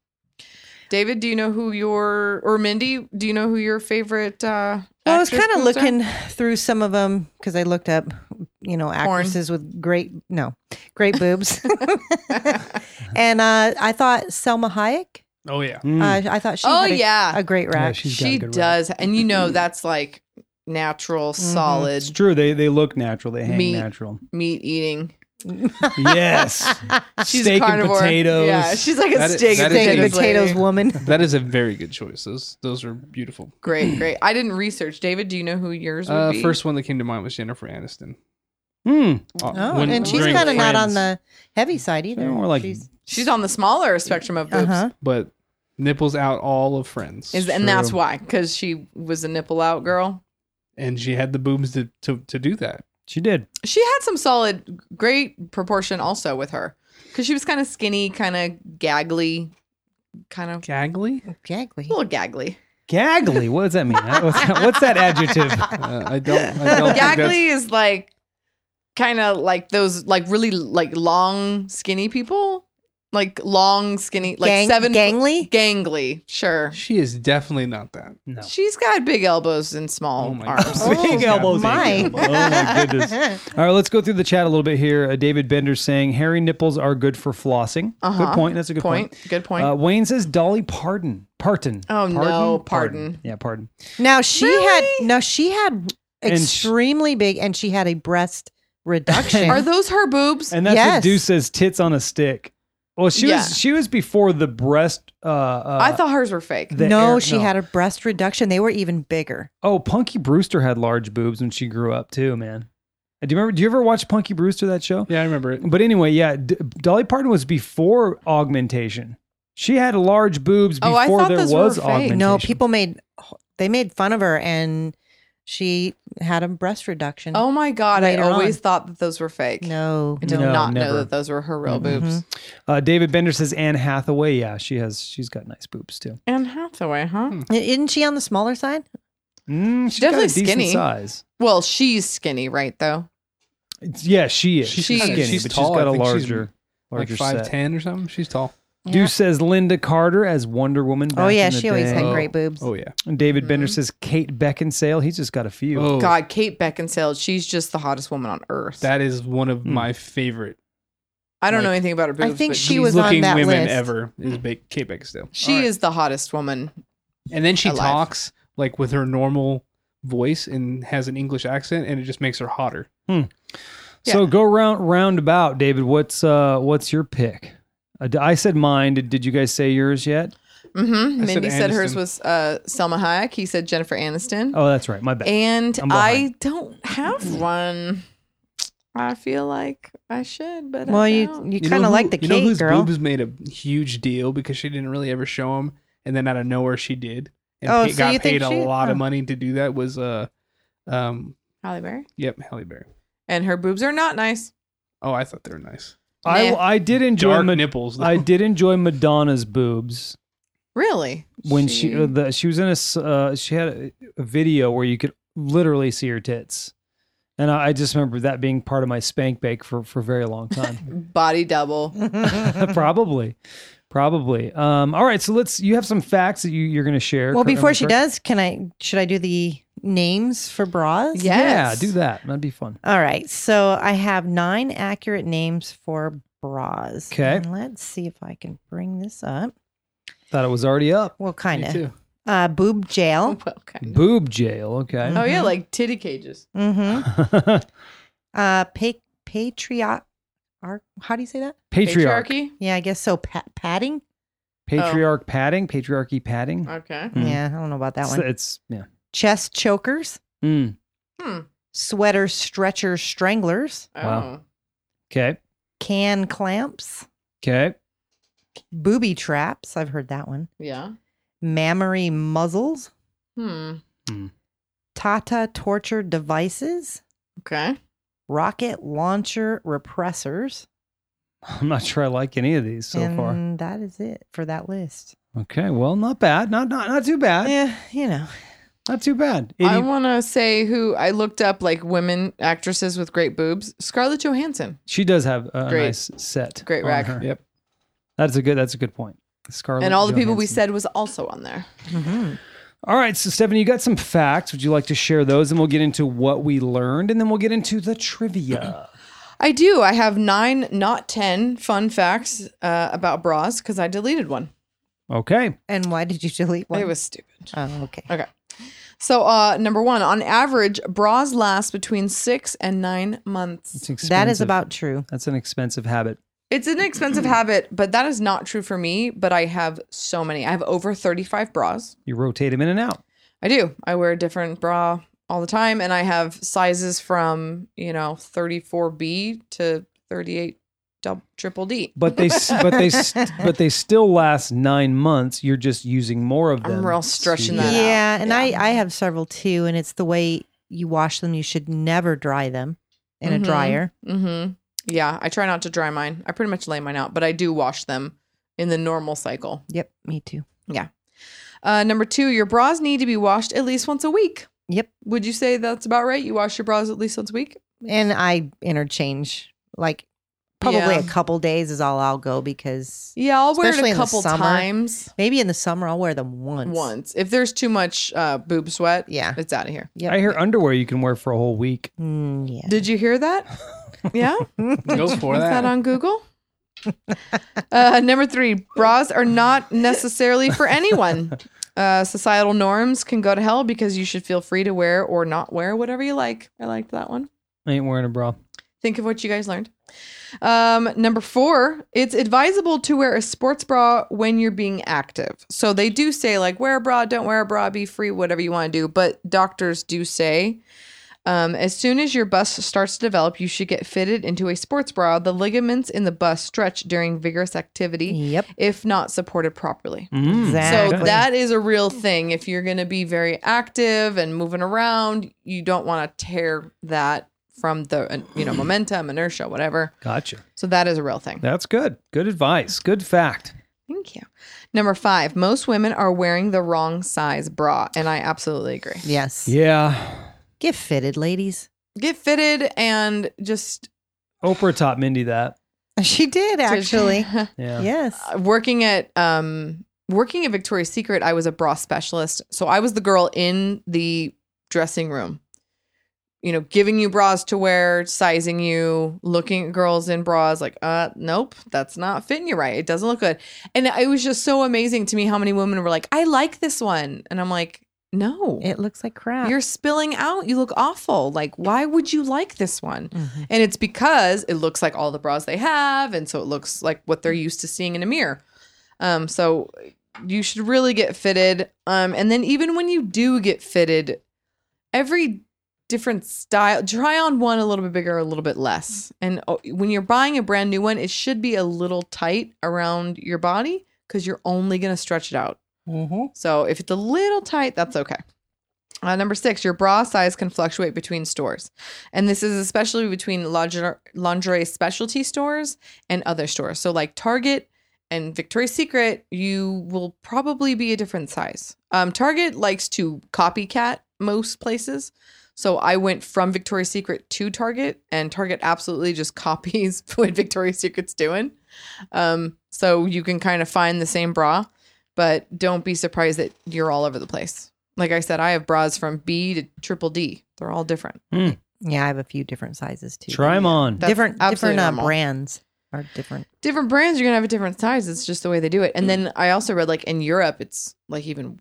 Speaker 4: David, do you know who your or Mindy? Do you know who your favorite? Uh,
Speaker 3: Well, I was
Speaker 4: actress
Speaker 3: kind of
Speaker 4: boobs are?
Speaker 3: looking through some of them because I looked up, you know, actresses with great no, great boobs, and uh, I thought Selma Hayek.
Speaker 2: Oh yeah.
Speaker 1: Mm.
Speaker 3: Uh, I thought she
Speaker 4: Oh
Speaker 3: had a,
Speaker 4: yeah,
Speaker 3: a great rack. Mm-hmm.
Speaker 1: she's got a
Speaker 4: she
Speaker 1: good rack.
Speaker 4: does, and you know that's like natural, solid
Speaker 1: It's true. They they look natural. They hang
Speaker 4: Meat.
Speaker 1: natural.
Speaker 4: meat eating.
Speaker 1: Yes.
Speaker 4: She's
Speaker 1: Steak and
Speaker 4: carnivore.
Speaker 1: potatoes.
Speaker 4: Yeah, she's like a
Speaker 2: That is-
Speaker 4: steak
Speaker 2: that
Speaker 4: and
Speaker 2: is
Speaker 3: Steak and
Speaker 4: potatoes.
Speaker 3: potatoes
Speaker 4: Potatoes.
Speaker 3: woman.
Speaker 2: That is a very good choice. Those those are beautiful.
Speaker 4: Great, great. I didn't research. David, do you know who yours would
Speaker 2: Uh,
Speaker 4: be?
Speaker 2: first one that came to mind was Jennifer Aniston.
Speaker 1: Hmm.
Speaker 2: Uh,
Speaker 3: Oh,
Speaker 2: when-
Speaker 3: and she's
Speaker 2: during
Speaker 3: kind of not on
Speaker 2: Friends,
Speaker 3: the heavy side either.
Speaker 1: We're like
Speaker 3: she's,
Speaker 4: she's on the smaller spectrum of boobs.
Speaker 3: uh-huh.
Speaker 2: but nipples out all of Friends.
Speaker 4: Is, and that's
Speaker 1: True.
Speaker 4: why, because she was a nipple out girl.
Speaker 2: and she had the boobs to, to, to do that.
Speaker 1: she did.
Speaker 4: She had some solid, great proportion also with her, because she was kind of skinny, kind of gaggly, kind of
Speaker 2: Gaggly?
Speaker 3: Exactly.
Speaker 4: a little gaggly.
Speaker 1: Gaggly. What does that mean? What's that, what's that adjective?
Speaker 2: Uh, I don't. I don't think that's-
Speaker 4: gaggly is like kind of like those like really like long skinny people, like long skinny, like
Speaker 3: Gang-
Speaker 4: seven
Speaker 3: gangly?
Speaker 4: gangly. Sure,
Speaker 2: She is definitely not that.
Speaker 1: No.
Speaker 4: she's got big elbows and small
Speaker 2: Oh my
Speaker 4: arms.
Speaker 2: God.
Speaker 1: Big
Speaker 2: Oh,
Speaker 1: elbows.
Speaker 3: my.
Speaker 1: Oh my goodness. All right, let's go through the chat a little bit here. Uh, David Bender saying hairy nipples are good for flossing. Good
Speaker 4: Uh-huh.
Speaker 1: point. That's a good
Speaker 4: Point.
Speaker 1: point.
Speaker 4: Good point.
Speaker 1: Uh, Wayne says Dolly Parton. Parton.
Speaker 4: Oh, no, Parton.
Speaker 1: Yeah, pardon.
Speaker 3: Now she
Speaker 4: Really?
Speaker 3: had now she had
Speaker 1: And sh-
Speaker 3: extremely big, and she had a breast reduction.
Speaker 4: Are those her boobs?
Speaker 1: And that's what
Speaker 3: Yes.
Speaker 1: Deuce says tits on a stick. Well, she
Speaker 4: Yeah.
Speaker 1: was she was before the breast uh, uh
Speaker 4: I thought hers were fake.
Speaker 1: the
Speaker 3: no,
Speaker 1: air-
Speaker 3: she had a breast reduction. They were even bigger.
Speaker 1: Oh, Punky Brewster had large boobs when she grew up too, man. Uh, Do you remember do you ever watch Punky Brewster that show?
Speaker 2: Yeah, I remember it.
Speaker 1: But anyway, yeah, D- Dolly Parton was before augmentation. She had large boobs
Speaker 4: Oh, I
Speaker 1: before
Speaker 4: thought
Speaker 1: there
Speaker 4: those were
Speaker 1: was
Speaker 4: fake.
Speaker 1: augmentation.
Speaker 3: No, people made they made fun of her, and she had a breast reduction.
Speaker 4: Oh my god!
Speaker 3: Later
Speaker 4: I always
Speaker 3: on.
Speaker 4: thought that those were fake.
Speaker 3: no,
Speaker 4: I did
Speaker 1: No,
Speaker 4: not
Speaker 1: never.
Speaker 4: know that those were her real
Speaker 2: Mm-hmm.
Speaker 1: Mhm.
Speaker 4: boobs.
Speaker 1: Uh, David Bender says Anne Hathaway. Yeah, she has. She's got nice boobs too.
Speaker 4: Anne Hathaway, huh?
Speaker 1: Hmm.
Speaker 3: isn't she on the smaller side?
Speaker 1: Mm, she's
Speaker 4: Definitely
Speaker 1: got a decent
Speaker 4: skinny.
Speaker 1: size.
Speaker 4: Well, she's skinny, right? Though
Speaker 1: It's- yeah, she is. She's,
Speaker 4: She's kinda-
Speaker 1: skinny,
Speaker 2: she's
Speaker 1: but
Speaker 2: tall.
Speaker 1: she's got
Speaker 2: I
Speaker 1: a
Speaker 2: think she's
Speaker 1: larger,
Speaker 2: Like
Speaker 1: larger
Speaker 2: five
Speaker 1: set.
Speaker 2: ten or something. She's tall.
Speaker 1: Deuce says Linda Carter as Wonder Woman.
Speaker 3: Oh
Speaker 1: back
Speaker 3: yeah,
Speaker 1: in the
Speaker 3: she always
Speaker 1: day.
Speaker 3: had
Speaker 2: Oh.
Speaker 3: great boobs.
Speaker 2: Oh yeah.
Speaker 1: And David Bender
Speaker 4: Mhm.
Speaker 1: says Kate Beckinsale. He's just got a few.
Speaker 2: Oh,
Speaker 4: God, Kate Beckinsale, she's just the hottest woman on earth.
Speaker 2: that is one of
Speaker 1: Hmm.
Speaker 2: my favorite
Speaker 4: I don't know
Speaker 2: like,
Speaker 4: anything about her
Speaker 3: I
Speaker 4: boobs.
Speaker 3: think
Speaker 4: but
Speaker 3: she
Speaker 4: she's-
Speaker 3: was on
Speaker 2: looking
Speaker 3: that
Speaker 2: women
Speaker 3: list.
Speaker 2: ever is ba- Kate Beckinsale.
Speaker 4: she
Speaker 2: Alright.
Speaker 4: is the hottest woman.
Speaker 2: and then she
Speaker 4: alive.
Speaker 2: talks like with her normal voice and has an English accent, and it just makes her hotter.
Speaker 1: So go round roundabout, David. What's uh what's your pick? Uh, d- I said mine. Did, did you guys say yours yet?
Speaker 4: hmm
Speaker 2: I said
Speaker 4: Mindy said, hers
Speaker 2: Aniston.
Speaker 4: was uh, Selma Hayek. He said Jennifer Aniston,
Speaker 1: Oh, that's right. My bad.
Speaker 4: and
Speaker 1: I'm
Speaker 4: I
Speaker 1: behind. Mm-hmm.
Speaker 4: don't have one. I feel like I should, but I
Speaker 3: Well, you
Speaker 4: don't.
Speaker 3: you kind of like the
Speaker 2: you
Speaker 3: Kate
Speaker 2: know whose
Speaker 3: girl.
Speaker 2: boobs made a huge deal because she didn't really ever show them, and then out of nowhere she did, and
Speaker 3: Oh,
Speaker 2: pa-
Speaker 3: so
Speaker 2: got
Speaker 3: you
Speaker 2: paid
Speaker 3: think
Speaker 2: a
Speaker 3: she-
Speaker 2: lot
Speaker 3: oh.
Speaker 2: of money to do that. Was uh, um,
Speaker 4: Halle Berry,
Speaker 2: yep, Halle Berry.
Speaker 4: and her boobs are not nice.
Speaker 2: Oh, I thought they were nice.
Speaker 1: I,
Speaker 4: Nah.
Speaker 1: I did enjoy
Speaker 2: Dark
Speaker 1: Ma-
Speaker 2: nipples. Though.
Speaker 1: I did enjoy Madonna's boobs.
Speaker 4: Really?
Speaker 1: when she, uh, the, she was in a s- uh, she had a, a video where you could literally see her tits and I, I just remember that being part of my spank bake for for a very long time
Speaker 4: body double.
Speaker 1: probably probably um all right so let's you have some facts that you you're gonna share
Speaker 3: well,
Speaker 1: cor- am
Speaker 3: before
Speaker 1: I
Speaker 3: she
Speaker 1: correct?
Speaker 3: does, can I should I do the names for bras?
Speaker 1: yeah
Speaker 4: Yes.
Speaker 1: do that that'd be fun
Speaker 3: All right. So I have nine accurate names for bras.
Speaker 1: Okay.
Speaker 3: And let's see if I can bring this up.
Speaker 1: thought it was already up
Speaker 3: Well,
Speaker 2: Me
Speaker 3: kind of.
Speaker 2: too.
Speaker 3: Uh, boob jail.
Speaker 4: Well, kind of.
Speaker 1: boob jail okay
Speaker 4: Oh yeah, like titty cages.
Speaker 3: Mm-hmm.
Speaker 4: Uh-huh.
Speaker 3: Uh, pa- patriot. ar- How do you say that?
Speaker 1: patriarch
Speaker 4: Patriarchy. Oh.
Speaker 3: Yeah, I guess so. Pa- padding.
Speaker 1: patriarch padding patriarchy padding
Speaker 4: Okay.
Speaker 2: Mm-hmm.
Speaker 1: Mm.
Speaker 3: Yeah, I don't know about that
Speaker 1: it's,
Speaker 3: one.
Speaker 1: it's- yeah
Speaker 3: Chest chokers.
Speaker 1: Mm,
Speaker 3: Sweater stretcher
Speaker 1: Mm,
Speaker 3: stranglers.
Speaker 4: Oh.
Speaker 1: Wow. okay
Speaker 3: Can clamps.
Speaker 1: okay
Speaker 3: booby traps. I've heard that one.
Speaker 4: Yeah.
Speaker 3: Mammary muzzles,
Speaker 4: Hmm.
Speaker 3: Tata torture devices,
Speaker 4: Okay.
Speaker 3: rocket launcher repressors.
Speaker 1: I'm not sure I like any of these so
Speaker 4: Um,
Speaker 1: far.
Speaker 3: and that is it for that list.
Speaker 1: Okay, well, not bad. Not not not too bad.
Speaker 3: yeah, you know.
Speaker 1: Not too bad.
Speaker 4: I
Speaker 1: Itty-
Speaker 4: want to say who I looked up like women actresses with great boobs. Scarlett Johansson.
Speaker 1: she does have a
Speaker 4: Great.
Speaker 1: nice set.
Speaker 4: Great
Speaker 1: on
Speaker 4: rack.
Speaker 1: her.
Speaker 2: Yep.
Speaker 1: That's a good. That's a good point. Scarlett
Speaker 4: and all the people we
Speaker 1: Johansson.
Speaker 4: said was also on there.
Speaker 1: All right, so Stephanie, you got some facts. Would you like to share those? And we'll get into what we learned, and then we'll get into the trivia.
Speaker 4: I do. I have nine, not 10 fun facts uh, about bras because I deleted one.
Speaker 1: okay.
Speaker 3: And why did you delete one?
Speaker 4: It was stupid.
Speaker 3: oh, okay.
Speaker 4: Okay. So, uh, number one, on average, bras last between six and nine months.
Speaker 1: It's expensive.
Speaker 3: That is about true.
Speaker 1: That's an expensive habit.
Speaker 4: It's an expensive habit, but that is not true for me. But I have so many. I have over 35 bras.
Speaker 1: You rotate them in and out.
Speaker 4: I do. I wear a different bra all the time, and I have sizes from, you know, 34B to 38 dou- triple D.
Speaker 1: But they, s- but they, s- but they still last nine months. You're just using more of
Speaker 4: I'm
Speaker 1: them.
Speaker 4: real
Speaker 1: to
Speaker 4: stretching
Speaker 1: get-
Speaker 4: that out.
Speaker 3: yeah, and
Speaker 4: Yeah.
Speaker 3: I I have several too, and it's the way you wash them. You should never dry them in
Speaker 4: Mhm.
Speaker 3: a dryer.
Speaker 4: Mm-hmm. Yeah, I try not to dry mine. I pretty much lay mine out, but I do wash them in the normal cycle.
Speaker 3: Yep, me too.
Speaker 4: Uh, number two, your bras need to be washed at least once a week.
Speaker 3: Yep,
Speaker 4: Would you say that's about right? You wash your bras at least once a week?
Speaker 3: and I interchange like probably
Speaker 4: Yeah.
Speaker 3: a couple days is all I'll go because
Speaker 4: Yeah, I'll wear
Speaker 3: Especially
Speaker 4: it
Speaker 3: in
Speaker 4: a
Speaker 3: the
Speaker 4: couple
Speaker 3: summer.
Speaker 4: times.
Speaker 3: maybe in the summer I'll wear them once.
Speaker 4: Once. If there's too much uh, boob sweat,
Speaker 3: Yeah.
Speaker 4: it's out of here.
Speaker 3: Yep.
Speaker 1: I hear underwear you can wear for a whole week.
Speaker 3: Mm, yeah.
Speaker 4: Did you hear that? Yeah.
Speaker 2: Go for
Speaker 4: Is
Speaker 2: that.
Speaker 4: that on Google? uh, number three, bras are not necessarily for anyone. Uh, societal norms can go to hell because you should feel free to wear or not wear whatever you like. I liked that one.
Speaker 1: I ain't wearing a bra.
Speaker 4: Think of what you guys learned. Um, number four, it's advisable to wear a sports bra when you're being active. So they do say, like, wear a bra, don't wear a bra, be free, whatever you want to do. But doctors do say, um, as soon as your bust starts to develop, you should get fitted into a sports bra. The ligaments in the bust stretch during vigorous activity
Speaker 3: Yep.
Speaker 4: if not supported properly.
Speaker 1: Mm.
Speaker 3: Exactly.
Speaker 4: So that is a real thing. If you're going to be very active and moving around, you don't want to tear that from the uh, you know momentum, inertia, whatever.
Speaker 1: Gotcha.
Speaker 4: So that is a real thing.
Speaker 1: That's good. Good advice. Good fact.
Speaker 4: Thank you. Number five, most women are wearing the wrong size bra, and I absolutely agree.
Speaker 3: yes.
Speaker 1: Yeah.
Speaker 3: Get fitted, ladies.
Speaker 4: Get fitted and just
Speaker 1: Oprah taught Mindy that.
Speaker 3: She did actually.
Speaker 1: Yeah.
Speaker 3: yes.
Speaker 4: working at um working at Victoria's Secret, I was a bra specialist. So I was the girl in the dressing room. You know, giving you bras to wear, sizing you, looking at girls in bras, like, uh, nope, that's not fitting you right. It doesn't look good. And it was just so amazing to me how many women were like, I like this one. And I'm like, no,
Speaker 3: It looks like crap.
Speaker 4: you're spilling out. You look awful. Like, why would you like this one?
Speaker 3: Mhm.
Speaker 4: And it's because it looks like all the bras they have. And so it looks like what they're used to seeing in a mirror. Um, so you should really get fitted. Um, and then even when you do get fitted, every different style, try on one a little bit bigger, a little bit less. And oh, when you're buying a brand new one, it should be a little tight around your body because you're only going to stretch it out.
Speaker 1: Mm-hmm.
Speaker 3: Mhm.
Speaker 4: So if it's a little tight, that's okay. Uh, number six, your bra size can fluctuate between stores. And this is especially between lingerie, lingerie specialty stores and other stores. So, like Target and Victoria's Secret, you will probably be a different size. Um, Target likes to copycat most places. So, I went from Victoria's Secret to Target, and Target absolutely just copies what Victoria's Secret's doing. Um, so, you can kind of find the same bra but don't be surprised that you're all over the place. Like I said, I have bras from B to triple D. They're all different.
Speaker 3: Yeah, I have a few different sizes too.
Speaker 1: Try them on.
Speaker 4: That's
Speaker 3: different
Speaker 4: absolutely
Speaker 3: different uh,
Speaker 4: normal.
Speaker 3: brands are different.
Speaker 4: Different brands, you're gonna have a different size. It's just the way they do
Speaker 1: Hmm.
Speaker 4: it. And then I also read like in Europe, it's like even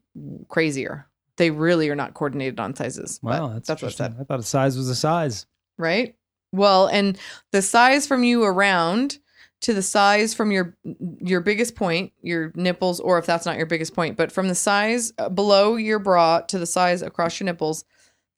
Speaker 4: crazier. They really are not coordinated on sizes. but
Speaker 1: Wow, that's,
Speaker 4: that's what it
Speaker 1: interesting.
Speaker 4: said,
Speaker 1: I thought a size was a size.
Speaker 4: right? Well, and the size from you around to the size from your your biggest point, your nipples, or if that's not your biggest point, but from the size uh, below your bra to the size across your nipples,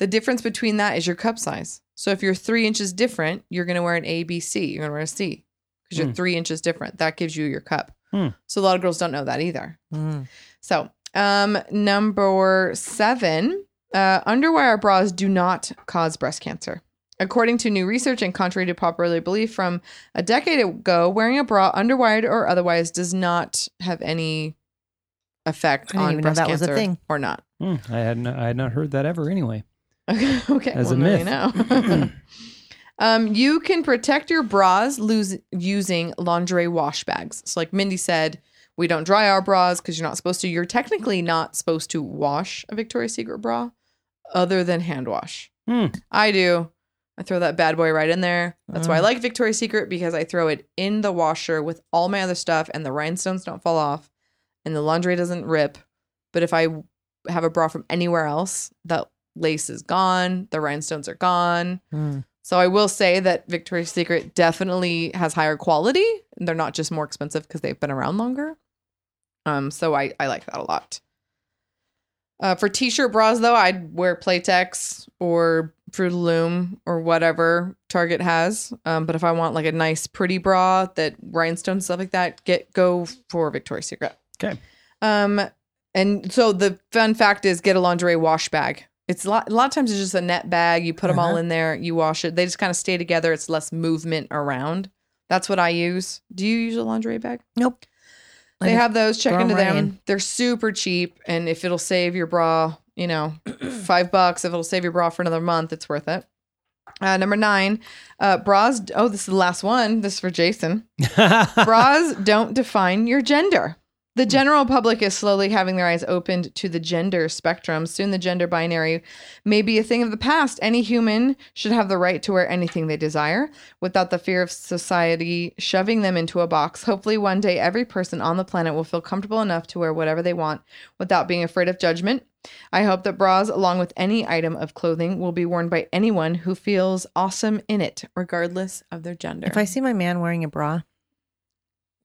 Speaker 4: the difference between that is your cup size. So if you're three inches different, you're going to wear an A, B, C. You're going to wear a C because you're
Speaker 1: Hmm.
Speaker 4: three inches different. That gives you your cup.
Speaker 1: Hmm.
Speaker 4: So a lot of girls don't know that either.
Speaker 3: Mm.
Speaker 4: So, um, number seven, uh, underwire bras do not cause breast cancer. According to new research and contrary to popular belief from a decade ago, wearing a bra, underwired or otherwise, does not have any
Speaker 3: I
Speaker 4: effect
Speaker 3: didn't
Speaker 4: on
Speaker 3: even know
Speaker 4: breast
Speaker 3: that was a
Speaker 4: cancer
Speaker 3: thing.
Speaker 4: or not.
Speaker 1: Hmm, I had no, I had not heard that ever. Anyway,
Speaker 4: Okay, okay.
Speaker 1: As a
Speaker 4: well, there
Speaker 1: myth.
Speaker 4: You, know. um, you can protect your bras lose, using lingerie wash bags. So, like Mindy said, we don't dry our bras because you're not supposed to. You're technically not supposed to wash a Victoria's Secret bra other than hand wash.
Speaker 1: Hmm.
Speaker 4: I do. I throw that bad boy right in there. That's why I like Victoria's Secret because I throw it in the washer with all my other stuff and the rhinestones don't fall off and the laundry doesn't rip. But if I have a bra from anywhere else, that lace is gone, the rhinestones are gone.
Speaker 3: Mm.
Speaker 4: So I will say that Victoria's Secret definitely has higher quality. They're not just more expensive because they've been around longer. Um, so I, I like that a lot. Uh, for t-shirt bras though, I'd wear Playtex or Fruit of the Loom or whatever Target has. Um, but if I want like a nice, pretty bra that rhinestone stuff like that, get go for Victoria's Secret.
Speaker 1: Okay.
Speaker 4: Um, and so the fun fact is, get a lingerie wash bag. It's a lot. A lot of times it's just a net bag. You put them all
Speaker 3: Uh-huh.
Speaker 4: in there. You wash it. They just kind of stay together. It's less movement around. That's what I use. Do you use a lingerie bag?
Speaker 3: Nope. I
Speaker 4: They
Speaker 3: just
Speaker 4: have those. Check
Speaker 3: throw 'em
Speaker 4: into
Speaker 3: right
Speaker 4: them.
Speaker 3: in.
Speaker 4: They're super cheap, and if it'll save your bra, you know, five bucks. If it'll save your bra for another month, it's worth it. Uh, number nine, uh, bras. Oh, this is the last one. This is for Jason. Bras don't define your gender. The general public is slowly having their eyes opened to the gender spectrum. Soon, the gender binary may be a thing of the past. Any human should have the right to wear anything they desire without the fear of society shoving them into a box. Hopefully, one day every person on the planet will feel comfortable enough to wear whatever they want without being afraid of judgment. I hope that bras, along with any item of clothing, will be worn by anyone who feels awesome in it, regardless of their gender.
Speaker 3: If I see my man wearing a bra,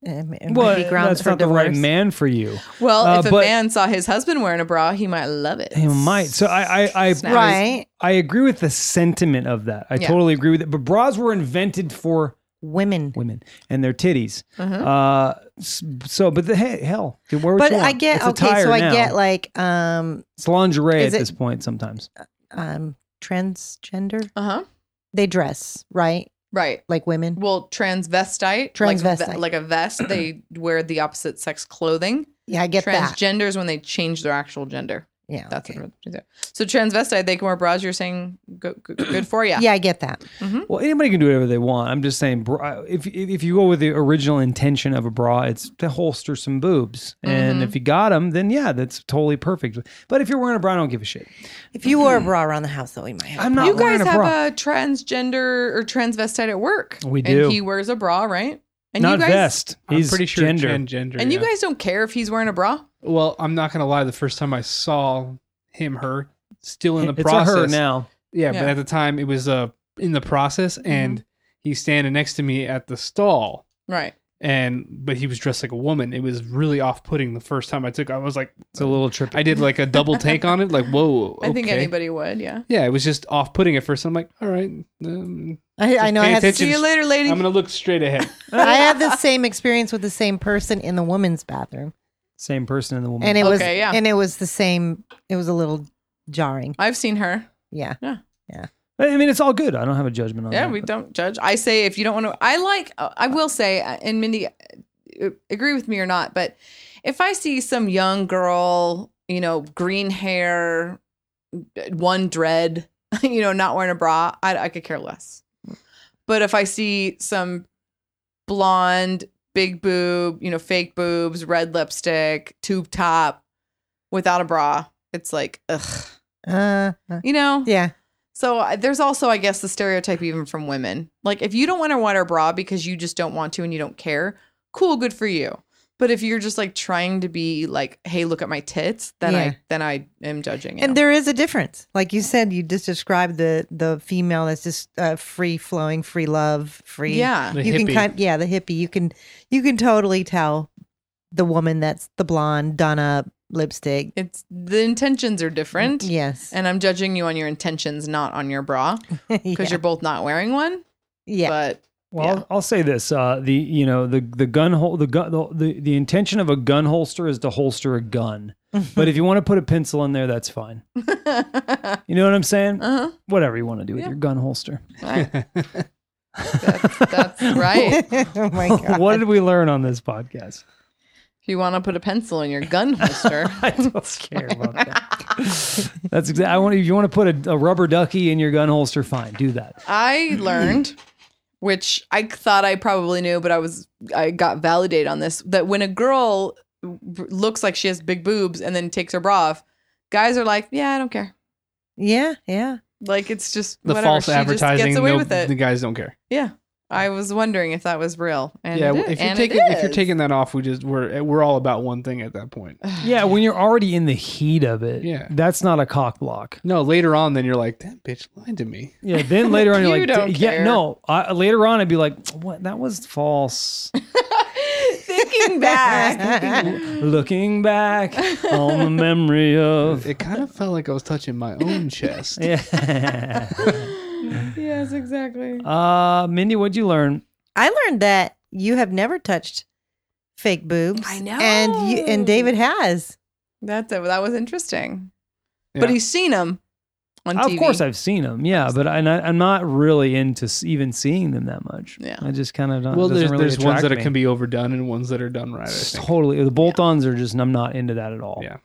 Speaker 3: it, m- it
Speaker 1: well,
Speaker 3: might be grounds
Speaker 1: that's
Speaker 3: for
Speaker 1: not the right
Speaker 3: divorce.
Speaker 1: man for you.
Speaker 4: Well,
Speaker 1: Uh,
Speaker 4: if a
Speaker 1: but-
Speaker 4: man saw his husband wearing a bra, he might love it.
Speaker 1: He might. So I I I,
Speaker 4: Snap.
Speaker 1: I,
Speaker 3: Right.
Speaker 1: I agree with the sentiment of that. I
Speaker 4: Yeah.
Speaker 1: totally agree with it. But bras were invented for
Speaker 3: Women.
Speaker 1: women and their titties.
Speaker 4: Mhm.
Speaker 1: Uh, s- so, but the hey, hell, dude, wear what
Speaker 3: But
Speaker 1: you want.
Speaker 3: I get
Speaker 1: It's a
Speaker 3: okay, so
Speaker 1: tire
Speaker 3: I
Speaker 1: now.
Speaker 3: get like um
Speaker 1: it's lingerie at
Speaker 3: Is it-
Speaker 1: this point sometimes.
Speaker 3: um transgender.
Speaker 4: Uh huh.
Speaker 3: They dress, right?
Speaker 4: Right.
Speaker 3: Like women.
Speaker 4: Well, transvestite, like,
Speaker 3: Transvestite.
Speaker 4: ve- like a vest, they wear the opposite sex clothing.
Speaker 3: Yeah, I get that.
Speaker 4: Transgenders when they change their actual gender.
Speaker 3: Yeah.
Speaker 4: That's
Speaker 3: okay.
Speaker 4: what it is. so transvestite. They can wear bras. You're saying good, good, good for you.
Speaker 3: yeah. I get that.
Speaker 1: Well, anybody can do whatever they want. I'm just saying, bra, if if if you go with the original intention of a bra, it's to holster some boobs, and
Speaker 3: Mm-hmm.
Speaker 4: Mhm.
Speaker 1: if you got them, then yeah, that's totally perfect. But if you're wearing a bra, I don't give a shit.
Speaker 3: If you wore a bra around the house though, we might have
Speaker 1: I'm not
Speaker 4: you
Speaker 1: wearing
Speaker 4: guys
Speaker 1: a
Speaker 4: have
Speaker 1: bra.
Speaker 4: a transgender or transvestite at work.
Speaker 1: We do.
Speaker 4: And he wears a bra, right? And
Speaker 1: Not
Speaker 4: you guys,
Speaker 1: vest. He's
Speaker 2: I'm pretty sure
Speaker 1: gender.
Speaker 2: Gen- gender.
Speaker 4: And you
Speaker 2: yeah.
Speaker 4: guys don't care if he's wearing a bra.
Speaker 2: Well, I'm not gonna lie. The first time I saw him, her still in the
Speaker 1: it's
Speaker 2: process.
Speaker 1: a her now.
Speaker 2: Yeah, but
Speaker 4: Yeah.
Speaker 2: at the time it was uh in the process,
Speaker 3: Mm-hmm.
Speaker 2: and he's standing next to me at the stall,
Speaker 4: Right.
Speaker 2: and but he was dressed like a woman. It was really off putting the first time I took. I was like,
Speaker 1: It's a little trippy.
Speaker 2: I did like a double take on it. Like, whoa.
Speaker 4: I think
Speaker 2: okay.
Speaker 4: anybody would. Yeah.
Speaker 2: Yeah, it was just off putting at first. I'm like, all right, um,
Speaker 3: I, I know I
Speaker 2: pay
Speaker 3: had
Speaker 2: attention.
Speaker 4: See you later, lady.
Speaker 2: I'm gonna look straight ahead.
Speaker 3: I had the same experience with the same person in the women's bathroom.
Speaker 1: Same person in the woman.
Speaker 3: And it was
Speaker 4: Okay, yeah.
Speaker 3: and it was the same it was a little jarring.
Speaker 4: I've seen her.
Speaker 3: Yeah.
Speaker 1: I mean, it's all good. I don't have a judgment on
Speaker 4: Yeah,
Speaker 1: that.
Speaker 4: we
Speaker 1: but-
Speaker 4: don't judge. I say if you don't want to, I like, uh, I will say, uh, and Mindy, uh, agree with me or not, but if I see some young girl, you know, green hair, uh, one dread, you know, not wearing a bra, I, I could care less. But if I see some blonde, big boob, you know, fake boobs, red lipstick, tube top, without a bra, it's like, ugh,
Speaker 3: Uh, uh,
Speaker 4: you know,
Speaker 3: yeah.
Speaker 4: so I- there's also, I guess, the stereotype even from women. Like if you don't want to wear a bra because you just don't want to and you don't care, cool, good for you. But if you're just like trying to be like, hey, look at my tits, then
Speaker 3: Yeah.
Speaker 4: I then I am judging.
Speaker 3: And
Speaker 4: you.
Speaker 3: there is a difference. Like you said, you just described the the female that's just uh, free flowing, free love, free.
Speaker 4: yeah,
Speaker 2: The
Speaker 3: you can
Speaker 2: hippie.
Speaker 3: kind yeah, the hippie. You can you can totally tell the woman that's the blonde, done up, lipstick.
Speaker 4: it's the intentions are different.
Speaker 3: Mm, Yes.
Speaker 4: And I'm judging you on your intentions, not on your bra,
Speaker 3: yeah.
Speaker 4: because you're both not wearing one.
Speaker 3: yeah.
Speaker 4: But
Speaker 1: Well,
Speaker 4: Yeah.
Speaker 1: I'll, I'll say this: uh, the you know the the gun hole the gun the, the the intention of a gun holster is to holster a gun, but if you want to put a pencil in there, that's fine.
Speaker 4: uh
Speaker 1: You know what I'm saying?
Speaker 4: huh.
Speaker 1: Whatever you want to do with
Speaker 4: Yeah.
Speaker 1: your gun holster.
Speaker 4: That's, that's right.
Speaker 3: oh my god.
Speaker 1: what did we learn on this podcast?
Speaker 4: If you want to put a pencil in your gun holster,
Speaker 1: I don't care about that. That's exactly. I want if you want to put a, a rubber ducky in your gun holster, fine, do that.
Speaker 4: I learned, which I thought I probably knew, but I was I got validated on this that when a girl w- looks like she has big boobs and then takes her bra off, guys are like, "Yeah, I don't care."
Speaker 3: Yeah, yeah.
Speaker 4: Like it's just
Speaker 2: the
Speaker 4: whatever.
Speaker 2: false
Speaker 4: she
Speaker 2: advertising.
Speaker 4: just gets away
Speaker 2: no-
Speaker 4: with it.
Speaker 2: The guys don't care.
Speaker 4: yeah, I was wondering if that was real. And
Speaker 2: yeah,
Speaker 4: it is.
Speaker 2: if you're
Speaker 4: And it
Speaker 2: taking if you're
Speaker 4: is.
Speaker 2: taking that off, we just we're we're all about one thing at that point.
Speaker 1: Yeah, when you're already in the heat of it,
Speaker 2: Yeah.
Speaker 1: that's not a cock block.
Speaker 2: No, later on, then you're like, that bitch lied to me.
Speaker 1: Yeah, then later on you're
Speaker 4: You
Speaker 1: like,
Speaker 4: don't
Speaker 1: "D- yeah,
Speaker 4: care."
Speaker 1: no. I, later on I'd be like, what? That was false.
Speaker 4: thinking back,
Speaker 1: Looking back on the memory of.
Speaker 2: It kind of felt like I was touching my own chest.
Speaker 1: Yeah.
Speaker 4: yes, exactly.
Speaker 1: Uh, Mindy, what'd you learn?
Speaker 3: I learned that you have never touched fake boobs.
Speaker 4: I
Speaker 3: And you and
Speaker 4: know.
Speaker 3: David has.
Speaker 4: That's it. That was interesting.
Speaker 2: Yeah.
Speaker 4: But he's seen him on TV.
Speaker 1: Of course, I've seen them. Yeah, but I, and I, I'm not really into s- even seeing them that much.
Speaker 4: Yeah.
Speaker 1: I just kind of don't.
Speaker 2: well,
Speaker 1: Well,
Speaker 2: there's
Speaker 1: really
Speaker 2: there's ones that
Speaker 1: attract
Speaker 2: are-
Speaker 1: me.
Speaker 2: can be overdone and ones that are done right. I think.
Speaker 1: totally the bolt-ons are just. I'm not into that at all.
Speaker 2: Yeah.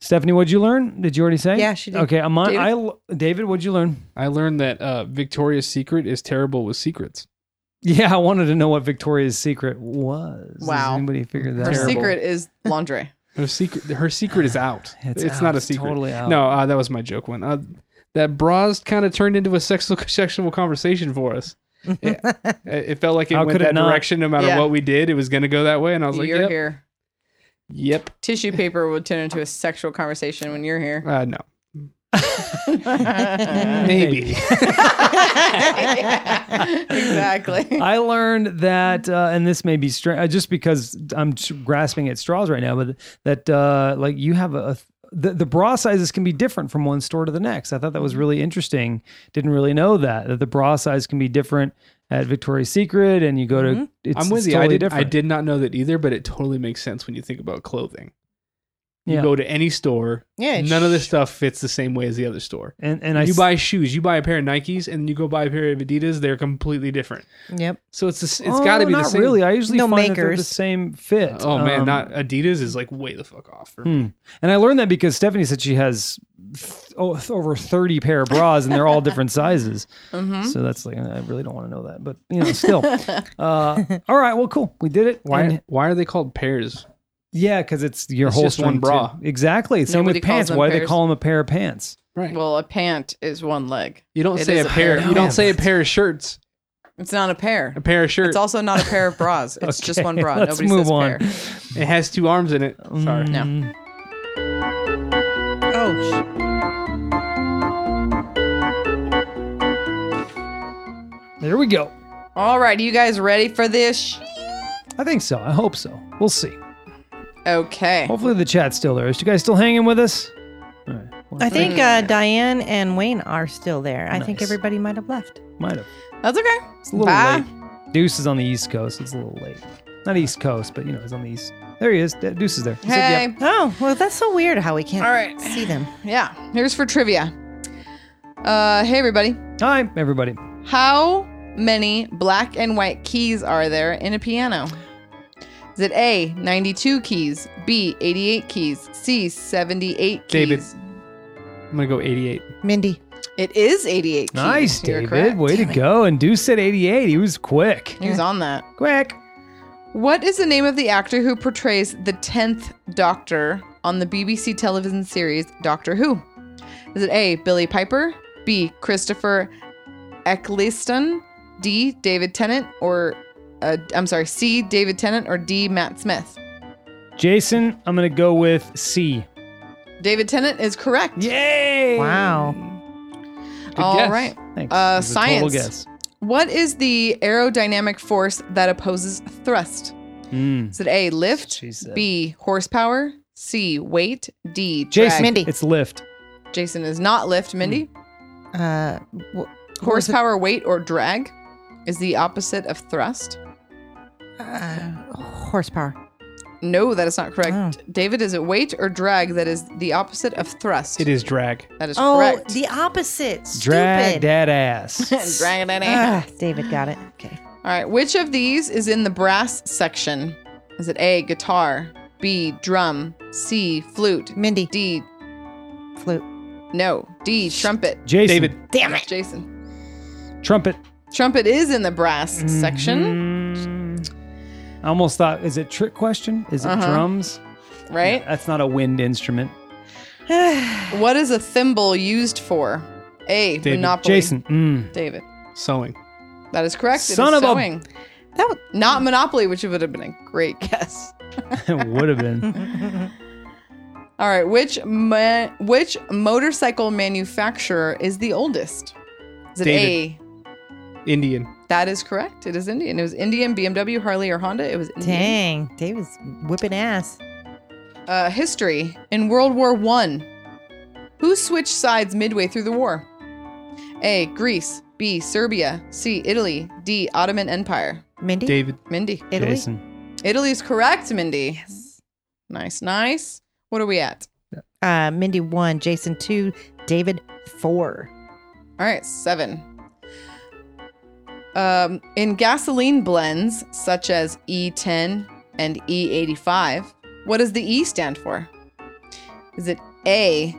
Speaker 1: Stephanie, what'd you learn? Did you already say?
Speaker 3: Yeah, she did.
Speaker 1: Okay, I'm on.
Speaker 4: David?
Speaker 1: I l- David, what'd you learn?
Speaker 2: I learned that uh, Victoria's Secret is terrible with secrets.
Speaker 1: Yeah, I wanted to know what Victoria's Secret was. Does
Speaker 4: Wow.
Speaker 1: anybody figure that
Speaker 4: Her
Speaker 1: out?
Speaker 2: Terrible.
Speaker 4: secret is laundry.
Speaker 2: Her secret, her secret is out. It's, not
Speaker 1: out.
Speaker 2: a secret.
Speaker 1: Totally out.
Speaker 2: No, uh, that was my joke one. Uh, that bras kind of turned into a sexual sexual conversation for us. It, it felt like it
Speaker 1: How
Speaker 2: went
Speaker 1: could it
Speaker 2: that
Speaker 1: not?
Speaker 2: direction no matter
Speaker 4: Yeah.
Speaker 2: what we did. It was going to go that way, and I was like,
Speaker 4: you're
Speaker 2: "Yep,
Speaker 4: here.
Speaker 2: yep."
Speaker 4: Tissue paper would turn into a sexual conversation when you're here.
Speaker 2: Uh, no,
Speaker 4: Yeah,
Speaker 2: maybe.
Speaker 4: exactly.
Speaker 1: I learned that, uh, and this may be strange, uh, just because I'm t- grasping at straws right now, but that uh, like you have a, a- the, the bra sizes can be different from one store to the next. I thought that was really interesting. Didn't really know that that the bra size can be different at Victoria's Secret, and you go to it's,
Speaker 2: I'm with
Speaker 1: it's
Speaker 2: you.
Speaker 1: Totally
Speaker 2: I, did, I
Speaker 1: different.
Speaker 2: did not know that either, but it totally makes sense when you think about clothing. You
Speaker 1: Yeah.
Speaker 2: go to any store,
Speaker 3: Yeah.
Speaker 2: none of this
Speaker 3: sh-
Speaker 2: stuff fits the same way as the other store.
Speaker 1: and and I
Speaker 2: you
Speaker 1: s-
Speaker 2: buy shoes, you buy a pair of Nikes, and you go buy a pair of Adidas. They're completely different.
Speaker 3: Yep.
Speaker 2: So it's the s- it's got to
Speaker 1: Oh,
Speaker 2: be
Speaker 1: not
Speaker 2: the same.
Speaker 1: really. I usually
Speaker 3: No
Speaker 1: find that they're the
Speaker 3: makers.
Speaker 1: same fit.
Speaker 2: Oh man,
Speaker 1: Um,
Speaker 2: not Adidas is like way the fuck off. For me.
Speaker 1: Hmm. And I learned that because Stephanie said she has th- oh, th- over 30 pair of bras and they're all different sizes.
Speaker 4: Mhm.
Speaker 1: So that's like, I really don't want to know that, but you know, still. uh, all right, well, cool. We did it.
Speaker 2: Why
Speaker 1: hmm, And-
Speaker 2: why are they called pairs?
Speaker 1: yeah, because it's your
Speaker 2: It's
Speaker 1: whole
Speaker 2: just one bra.
Speaker 1: Exactly. Same
Speaker 4: Nobody
Speaker 1: with
Speaker 4: calls
Speaker 1: pants.
Speaker 4: them
Speaker 1: Why do they
Speaker 4: pairs.
Speaker 1: call them a pair of pants?
Speaker 2: Right. Well,
Speaker 4: Well, a pant is one leg.
Speaker 2: you don't
Speaker 4: it
Speaker 2: say
Speaker 4: is
Speaker 2: a
Speaker 4: a
Speaker 2: pair.
Speaker 4: pair.
Speaker 2: You don't
Speaker 1: No.
Speaker 2: say a pair of shirts.
Speaker 4: It's not a pair.
Speaker 2: A pair of shirts.
Speaker 4: It's also not a pair of bras. It's just
Speaker 1: Okay,
Speaker 4: one bra.
Speaker 1: let's
Speaker 4: Nobody
Speaker 1: move
Speaker 4: says
Speaker 1: on.
Speaker 4: pair.
Speaker 2: it has two arms in it. Sorry.
Speaker 4: No.
Speaker 1: Mm.
Speaker 3: Oh.
Speaker 1: There we go.
Speaker 4: All right, you guys ready for this?
Speaker 1: I think so. I hope so. We'll see.
Speaker 4: Okay.
Speaker 1: Hopefully the chat's still there. Is you guys still hanging with us? All right. Well,
Speaker 3: I think uh, Diane and Wayne are still there. I think
Speaker 1: Nice.
Speaker 3: everybody might have left.
Speaker 1: might have.
Speaker 4: That's okay.
Speaker 1: It's a little
Speaker 4: Bye.
Speaker 1: late. Deuce is on the East Coast. It's a little late. Not East Coast, but you know, he's on the East. There he is. De- Deuce is there. He said,
Speaker 4: Hey.
Speaker 1: "Yep."
Speaker 3: Oh, well, that's so weird how we can't
Speaker 4: All right.
Speaker 3: see them.
Speaker 4: Yeah. Here's for trivia. Uh, hey everybody.
Speaker 1: Hi, everybody.
Speaker 4: How many black and white keys are there in a piano? Is it A, 92 keys, B, 88 keys, C, 78 keys?
Speaker 2: David. I'm gonna go 88.
Speaker 3: Mindy.
Speaker 4: It is 88 keys.
Speaker 1: Nice,
Speaker 4: You're
Speaker 1: David.
Speaker 4: correct.
Speaker 1: Way to go. And Deuce said 88. He was quick.
Speaker 4: He was on that.
Speaker 1: Quick.
Speaker 4: What is the name of the actor who portrays the 10th Doctor on the BBC television series Doctor Who? Is it A, Billy Piper, B, Christopher Eccleston, D, David Tennant, or uh, I'm sorry, C, David Tennant, or D, Matt Smith?
Speaker 1: Jason, I'm going to go with C.
Speaker 4: David Tennant is correct.
Speaker 1: Yay.
Speaker 3: Wow.
Speaker 4: All
Speaker 2: guess.
Speaker 4: right.
Speaker 1: Thanks.
Speaker 4: Uh,
Speaker 1: It was a Total
Speaker 4: science.
Speaker 1: guess.
Speaker 4: What is the aerodynamic force that opposes thrust?
Speaker 1: Mm.
Speaker 4: Is it A, lift,
Speaker 1: She said.
Speaker 4: B, horsepower, C, weight, D, drag?
Speaker 1: Jason,
Speaker 3: Mindy.
Speaker 1: it's lift.
Speaker 4: Jason is not lift, Mindy.
Speaker 3: Uh, wh- what was it?
Speaker 4: Horsepower, weight, or drag? is the opposite of thrust?
Speaker 3: Uh, horsepower.
Speaker 4: No, that is not correct.
Speaker 3: Oh.
Speaker 4: David, is it weight or drag that is the opposite of thrust?
Speaker 2: It is drag.
Speaker 4: That is
Speaker 3: Oh,
Speaker 4: correct.
Speaker 3: the opposite.
Speaker 1: Drag
Speaker 3: Stupid.
Speaker 1: that ass.
Speaker 4: Drag that in.
Speaker 3: Ah, David got it. Okay.
Speaker 4: All right, which of these is in the brass section? Is it A, guitar, B, drum, C, flute,
Speaker 3: Mindy,
Speaker 4: D,
Speaker 3: flute.
Speaker 4: no, D, trumpet?
Speaker 1: Jason.
Speaker 2: David.
Speaker 3: Damn it.
Speaker 4: Jason.
Speaker 1: Trumpet.
Speaker 4: Trumpet is in the brass
Speaker 3: Mm-hmm.
Speaker 4: section,
Speaker 1: Mhm. I almost thought, is it trick question? Is it
Speaker 4: Uh-huh.
Speaker 1: drums?
Speaker 4: right?
Speaker 1: That's not a wind instrument.
Speaker 4: What is a thimble used for? A,
Speaker 2: David.
Speaker 4: Monopoly.
Speaker 1: Jason. Mm.
Speaker 4: David.
Speaker 2: Sewing.
Speaker 4: That is correct. It is
Speaker 1: Son of a-
Speaker 4: sewing.
Speaker 3: That was,
Speaker 4: Not Monopoly, which would have been a great guess.
Speaker 1: Would have been.
Speaker 4: All right, which ma- which motorcycle manufacturer is the oldest? Is it
Speaker 2: David. Indian.
Speaker 4: A? That is correct. It is Indian. It was Indian, BMW, Harley, or Honda. It was Indian.
Speaker 3: dang, David's whipping ass.
Speaker 4: Uh, history in World War One. Who switched sides midway through the war? A. Greece. B. Serbia. C. Italy. D. Ottoman Empire.
Speaker 3: Mindy,
Speaker 2: David.
Speaker 4: Mindy.
Speaker 3: Italy.
Speaker 1: Jason.
Speaker 4: Italy is correct, Mindy. Nice, nice. What are we at?
Speaker 3: Uh, Mindy one, Jason two, David four.
Speaker 4: All right, seven. Um, in gasoline blends such as E10 and E85, what does the E stand for? Is it A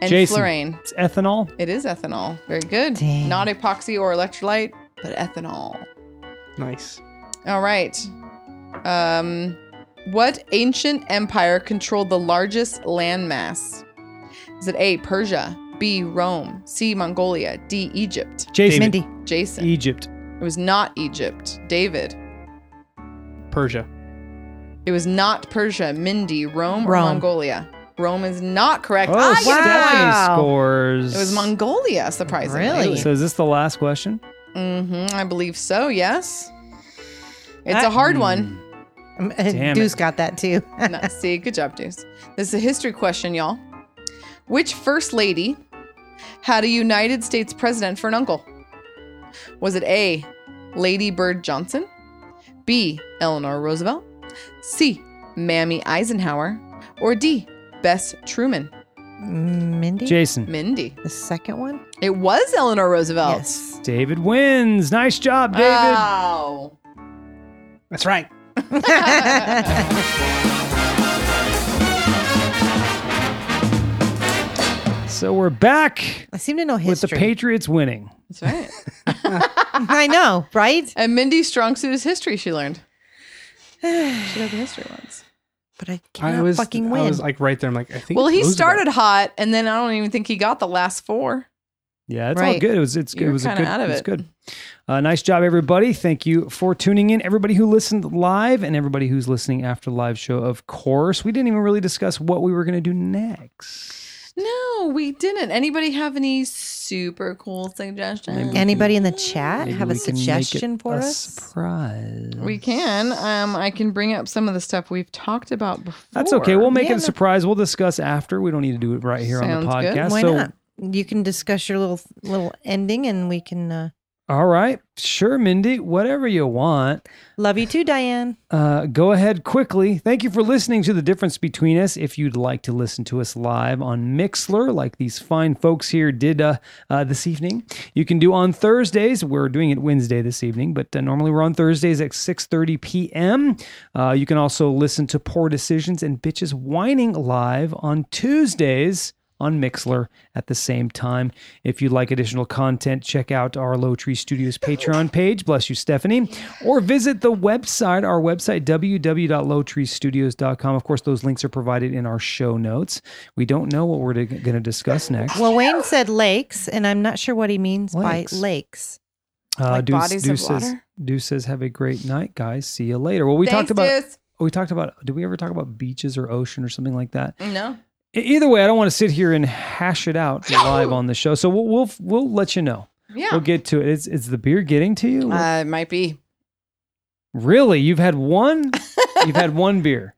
Speaker 4: and
Speaker 1: Jason.
Speaker 4: fluorine?
Speaker 1: It's ethanol.
Speaker 4: It is ethanol. Very good.
Speaker 3: Dang.
Speaker 4: Not epoxy or electrolyte, but ethanol.
Speaker 2: Nice.
Speaker 4: All right. Um, what ancient empire controlled the largest landmass? Is it A. Persia, B. Rome, C. Mongolia, D. Egypt?
Speaker 1: Jason.
Speaker 3: Mindy,
Speaker 4: Jason.
Speaker 1: Egypt.
Speaker 4: It was not Egypt. David.
Speaker 2: Persia.
Speaker 4: It was not Persia, Mindy, Rome, or
Speaker 3: Rome.
Speaker 4: Mongolia. Rome is not correct.
Speaker 1: Oh,
Speaker 4: Ah,
Speaker 3: wow.
Speaker 1: Stephanie scores.
Speaker 4: It was Mongolia, surprisingly.
Speaker 3: Really?
Speaker 1: So is this the last question?
Speaker 4: Mm-hmm, I believe so, yes. It's a
Speaker 3: That-
Speaker 4: hard one.
Speaker 1: Damn
Speaker 3: Um, Deuce
Speaker 1: it.
Speaker 3: got that too.
Speaker 4: No, see, good job, Deuce. This is a history question, y'all. Which first lady had a United States president for an uncle? Was it A, Lady Bird Johnson? B, Eleanor Roosevelt? C, Mammy Eisenhower? Or D, Bess Truman?
Speaker 3: Mindy,
Speaker 1: Jason.
Speaker 4: Mindy.
Speaker 3: the second one.
Speaker 4: It was Eleanor Roosevelt.
Speaker 3: Yes.
Speaker 1: David wins. Nice job, David.
Speaker 4: Ah. Wow.
Speaker 2: That's right.
Speaker 1: So we're back
Speaker 3: I seem to know history.
Speaker 1: with the Patriots winning.
Speaker 4: That's right.
Speaker 3: I know, right?
Speaker 4: and Mindy's strong suit is history, she learned. She got the history ones.
Speaker 3: But I cannot
Speaker 2: I was
Speaker 3: fucking
Speaker 2: I
Speaker 3: win.
Speaker 2: was like right there. I'm like, I think.
Speaker 4: Well, he
Speaker 2: Roosevelt.
Speaker 4: started hot, and then I don't even think he got the last four.
Speaker 1: Yeah, it's all
Speaker 3: Right.
Speaker 1: good. It was it's
Speaker 4: You
Speaker 1: it
Speaker 4: were
Speaker 1: was a
Speaker 4: kinda
Speaker 1: good
Speaker 4: out of
Speaker 1: it's
Speaker 4: it.
Speaker 1: good. Uh, nice job, everybody. Thank you for tuning in. Everybody who listened live and everybody who's listening after the live show, of course. We didn't even really discuss what we were going to do next.
Speaker 4: No, we didn't. Anybody have any super cool suggestions?
Speaker 1: Maybe-
Speaker 3: Anybody in the chat
Speaker 1: Maybe
Speaker 3: have a
Speaker 1: we can make it
Speaker 3: suggestion for
Speaker 1: a
Speaker 3: us?
Speaker 1: Surprise.
Speaker 4: We can. Um, I can bring up some of the stuff we've talked about before.
Speaker 1: That's okay. We'll make
Speaker 3: Yeah,
Speaker 1: it a
Speaker 3: no-
Speaker 1: surprise. We'll discuss after. We don't need to do it right here on the
Speaker 4: Sounds good.
Speaker 1: podcast.
Speaker 3: Why
Speaker 1: so,
Speaker 3: not? You can discuss your little little ending, and we can uh,
Speaker 1: all right, sure, Mindy, whatever you want.
Speaker 3: love you too, Diane.
Speaker 1: Uh, go ahead quickly. Thank you for listening to The Difference Between Us. If you'd like to listen to us live on Mixler, like these fine folks here did uh, uh, this evening, you can do on Thursdays. We're doing it Wednesday this evening, but uh, normally we're on Thursdays at 6.30 p.m. Uh, you can also listen to Poor Decisions and Bitches Whining live on Tuesdays on Mixler at the same time. If you'd like additional content, check out our Low Tree Studios Patreon page, bless you, Stephanie, or visit the website, our website, www.lowtreestudios.com. Of course, those links are provided in our show notes. We don't know what we're going to discuss next.
Speaker 3: Well, Wayne said lakes, and I'm not sure what he means
Speaker 1: Lakes.
Speaker 3: by lakes.
Speaker 1: Uh,
Speaker 4: Like bodies of
Speaker 1: says,
Speaker 4: water?
Speaker 1: Deuce says, have a great night, guys. See you later. Well, we
Speaker 4: Thanks,
Speaker 1: talked about,
Speaker 4: Deuce.
Speaker 1: we talked about, did we ever talk about beaches or ocean or something like that?
Speaker 4: No.
Speaker 1: E- Either way, I don't want to sit here and hash it out live on the show. So we'll, we'll, we'll let you know.
Speaker 4: Yeah.
Speaker 1: We'll get to it. Is, is the beer getting to you?
Speaker 4: Uh, it might be.
Speaker 1: really? You've had one? You've had one beer.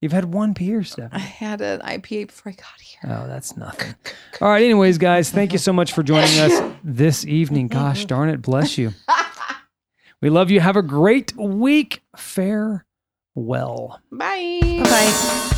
Speaker 1: You've had one beer,
Speaker 4: I
Speaker 1: Stephanie.
Speaker 4: had an IPA before I got here.
Speaker 1: Oh, that's nothing. All right.
Speaker 4: Mm-hmm.
Speaker 1: Anyways, guys, thank you so much for joining us this evening. Gosh darn it. Bless you. We love you. Have a great week. Farewell.
Speaker 4: Bye.
Speaker 3: Bye.